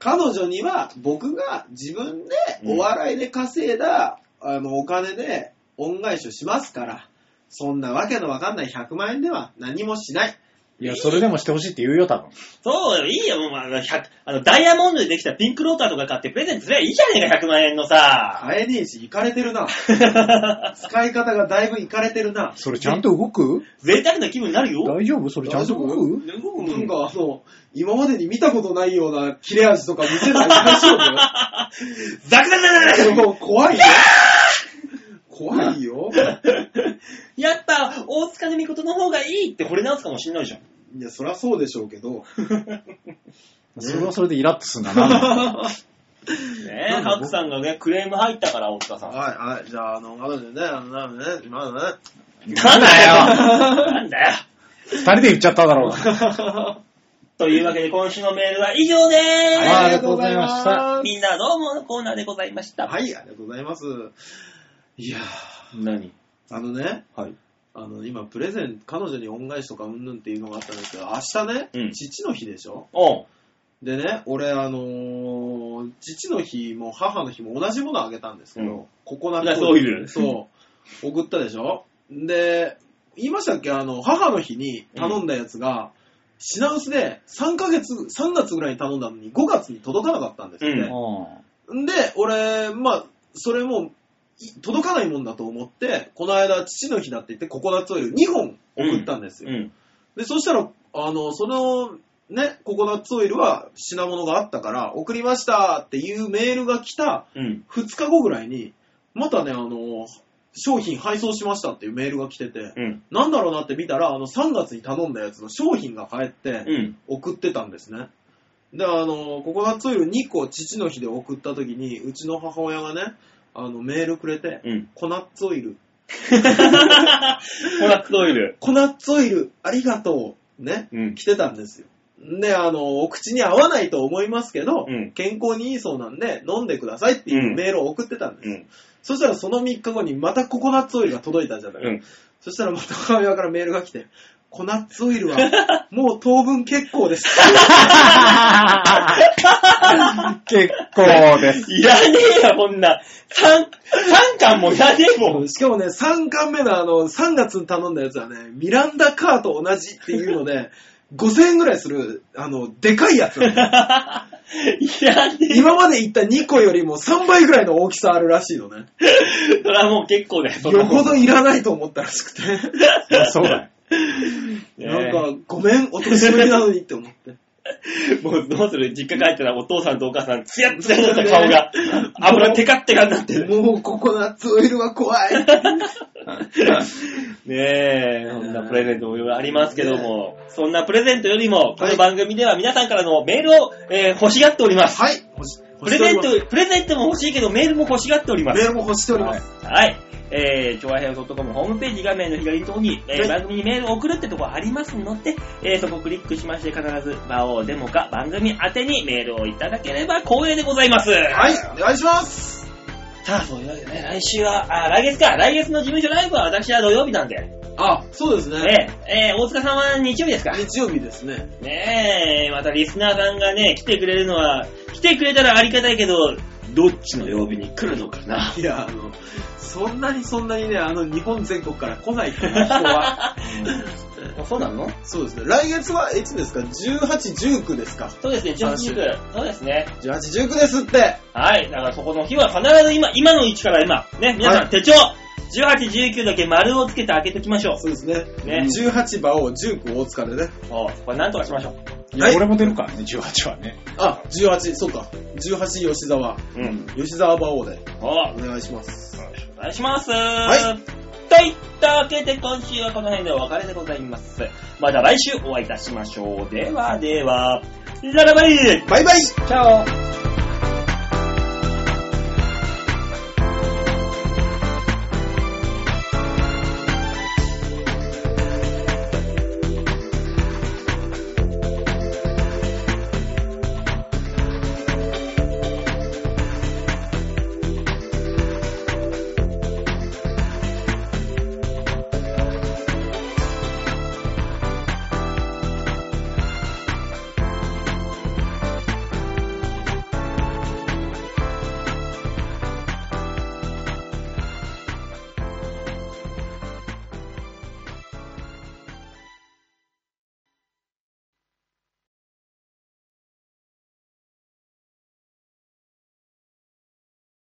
[SPEAKER 3] 彼女には僕が自分でお笑いで稼いだ、あのお金で恩返しをしますから、そんなわけのわかんない100万円では何もしない。
[SPEAKER 4] いやそれでもしてほしいって言うよ、多分。
[SPEAKER 2] そうよ、いいよ、もう、あの、100あの、ダイヤモンドでできたピンクローターとか買ってプレゼントすればいいじゃねえか、100万円のさ。
[SPEAKER 3] 買えねえし、いかれてる な。使い方がだいぶいかれてるな。
[SPEAKER 4] それちゃんと動く
[SPEAKER 2] 贅沢な気分になるよ。
[SPEAKER 4] 大丈夫それちゃんと動
[SPEAKER 3] 大
[SPEAKER 4] く
[SPEAKER 3] なんかあの、今までに見たことないような切れ味とか見せない大丈夫
[SPEAKER 2] ザクザクザクザク
[SPEAKER 3] もう怖いよ。怖いよ。
[SPEAKER 2] やっぱ、大塚のみことの方がいいって惚れ直すかもしんないじ ゃん。
[SPEAKER 3] いや、そりゃそうでしょうけど。
[SPEAKER 4] それはそれでイラッとすんだ な。
[SPEAKER 2] ねえ、白さんがね、クレーム入ったから、大塚さん。
[SPEAKER 3] はいはい。じゃあ、あの、彼女ね、あの、なのね、今のね。
[SPEAKER 2] なんだよなんだよ
[SPEAKER 4] 二人で言っちゃっただろうが。
[SPEAKER 2] というわけで、今週のメールは以上でーす。
[SPEAKER 4] はいありがとうございました
[SPEAKER 2] みんなどうものコーナーでございました。
[SPEAKER 3] はい、ありがとうございます。いやー
[SPEAKER 2] 何
[SPEAKER 3] あのね、
[SPEAKER 2] はい。
[SPEAKER 3] あの、今、プレゼン、彼女に恩返しとかうんぬんっていうのがあったんですけど、明日ね、
[SPEAKER 2] うん
[SPEAKER 3] 父の日でしょ
[SPEAKER 2] おう。
[SPEAKER 3] でね、俺、あのー父の日も母の日も同じものあげたんですけど、
[SPEAKER 2] うん
[SPEAKER 3] ココナ
[SPEAKER 2] いや
[SPEAKER 3] ッツ
[SPEAKER 2] そういう
[SPEAKER 3] そう、送ったでしょで、言いましたっけあの、母の日に頼んだやつが、品薄で3ヶ月、3月ぐらいに頼んだのに5月に届かなかったんですって。
[SPEAKER 2] うん
[SPEAKER 4] う
[SPEAKER 3] で、俺、まあ、それも、い届かないもんだと思って、この間、父の日だって言って、ココナッツオイル2本送ったんですよ。
[SPEAKER 2] うん。
[SPEAKER 3] で、そしたら、あの、その、ね、ココナッツオイルは品物があったから、送りましたっていうメールが来た
[SPEAKER 2] うん。
[SPEAKER 3] 2日後ぐらいに、またね、あの、商品配送しましたっていうメールが来てて、
[SPEAKER 2] うん。
[SPEAKER 3] なんだろうなって見たら、あの、3月に頼んだやつの商品が返って、
[SPEAKER 2] うん。
[SPEAKER 3] 送ってたんですね。で、あの、ココナッツオイル2個父の日で送った時に、うちの母親がね、あの、メールくれて、
[SPEAKER 2] うん。
[SPEAKER 3] コナッツオイル、
[SPEAKER 2] コナッツオイル。
[SPEAKER 3] コナッツオイル、ありがとう、ね、
[SPEAKER 2] うん。
[SPEAKER 3] 来てたんですよ。で、あの、お口に合わないと思いますけど、
[SPEAKER 2] うん
[SPEAKER 3] 健康にいいそうなんで、飲んでくださいっていうメールを送ってたんです。
[SPEAKER 2] うん。
[SPEAKER 3] そしたらその3日後にまたココナッツオイルが届いたじゃない。
[SPEAKER 2] うん。
[SPEAKER 3] そしたらまた母親からメールが来て、コナッツオイルは もう当分結構です。
[SPEAKER 4] 結構です。
[SPEAKER 2] いらねえよ、こんな。三、三巻もいらねえもん。
[SPEAKER 3] しかもね、3巻目のあの、3月に頼んだやつはね、ミランダカーと同じっていうの で、5000円ぐらいする、あの、でかいやつな の。
[SPEAKER 2] いらねえ。
[SPEAKER 3] 今まで言った2個よりも3倍ぐらいの大きさあるらしいのね。
[SPEAKER 2] それはもう結構だよ、そんな
[SPEAKER 3] よ
[SPEAKER 2] もん
[SPEAKER 3] ほどいらないと思ったらしく て。
[SPEAKER 4] そうだよ。
[SPEAKER 2] ねえ
[SPEAKER 3] なんか、ごめん、お年寄りなのにって思 って。
[SPEAKER 2] もうどうする実家帰ったらお父さんとお母さん、ツヤツヤだった顔が、油テカテカになってる。
[SPEAKER 3] もうココナッツオイ ルは怖い。
[SPEAKER 2] ねえ、そんなプレゼントもいろいろありますけども、そんなプレゼントよりも、この番組では皆さんからのメールを、えー欲しがっております。
[SPEAKER 3] はい。
[SPEAKER 2] プレゼン
[SPEAKER 3] 欲して
[SPEAKER 2] ト、プレゼントも欲しいけど、メールも欲しがっており
[SPEAKER 3] おりま
[SPEAKER 2] ます
[SPEAKER 3] メ
[SPEAKER 2] す。
[SPEAKER 3] ールも欲しております。
[SPEAKER 2] はい。えー、調和平和 .com ホームページ画面の左のところに、えー
[SPEAKER 3] はい
[SPEAKER 2] 番組にメールを送るってところありますので、えーそこをクリックしまして必ず、魔王デモか番組宛てにメールをいただければ光栄でございます。
[SPEAKER 3] はい、お願いします。
[SPEAKER 2] さあ、そういうわけでね、来週は、あ、来月か、来月の事務所ライブは私は土曜日なんで、
[SPEAKER 3] あ、そうですね。
[SPEAKER 2] ねえー大塚さんは日曜日ですか。
[SPEAKER 3] 日曜日ですね。
[SPEAKER 2] ねえ、またリスナーさんがね、来てくれるのは、来てくれたらありがたいけど、どっちの曜日に来るのかな。
[SPEAKER 3] いや、あの、そんなにそんなにね、あの、日本全国から来ないっていう人 は。
[SPEAKER 2] そうなの
[SPEAKER 3] そうですね。来月はいつですか ?18、19ですか
[SPEAKER 2] そうですね、18時19。そうですね。
[SPEAKER 3] ?18、19ですって
[SPEAKER 2] はい。だからそこの日は必ず今、今の位置から今、ね、皆さ
[SPEAKER 3] は
[SPEAKER 2] ん
[SPEAKER 3] い
[SPEAKER 2] 手帳、18、19だけ丸をつけて開けておきましょう。
[SPEAKER 3] そうですね。
[SPEAKER 2] ね
[SPEAKER 3] 18馬王、19大塚でね。
[SPEAKER 2] そうこれなんとかしましょう。
[SPEAKER 4] いや俺も出るからね、18はね。
[SPEAKER 3] あ、18、そうか。18吉沢。
[SPEAKER 2] うん。
[SPEAKER 3] 吉沢馬王で
[SPEAKER 2] おお
[SPEAKER 3] お願いします。
[SPEAKER 2] 願いします。。
[SPEAKER 3] はい
[SPEAKER 2] といったわけで今週はこの辺でお別れでございます。また来週お会いいたしましょう。ではでは、ララバイ
[SPEAKER 3] バイバイ
[SPEAKER 2] チャオ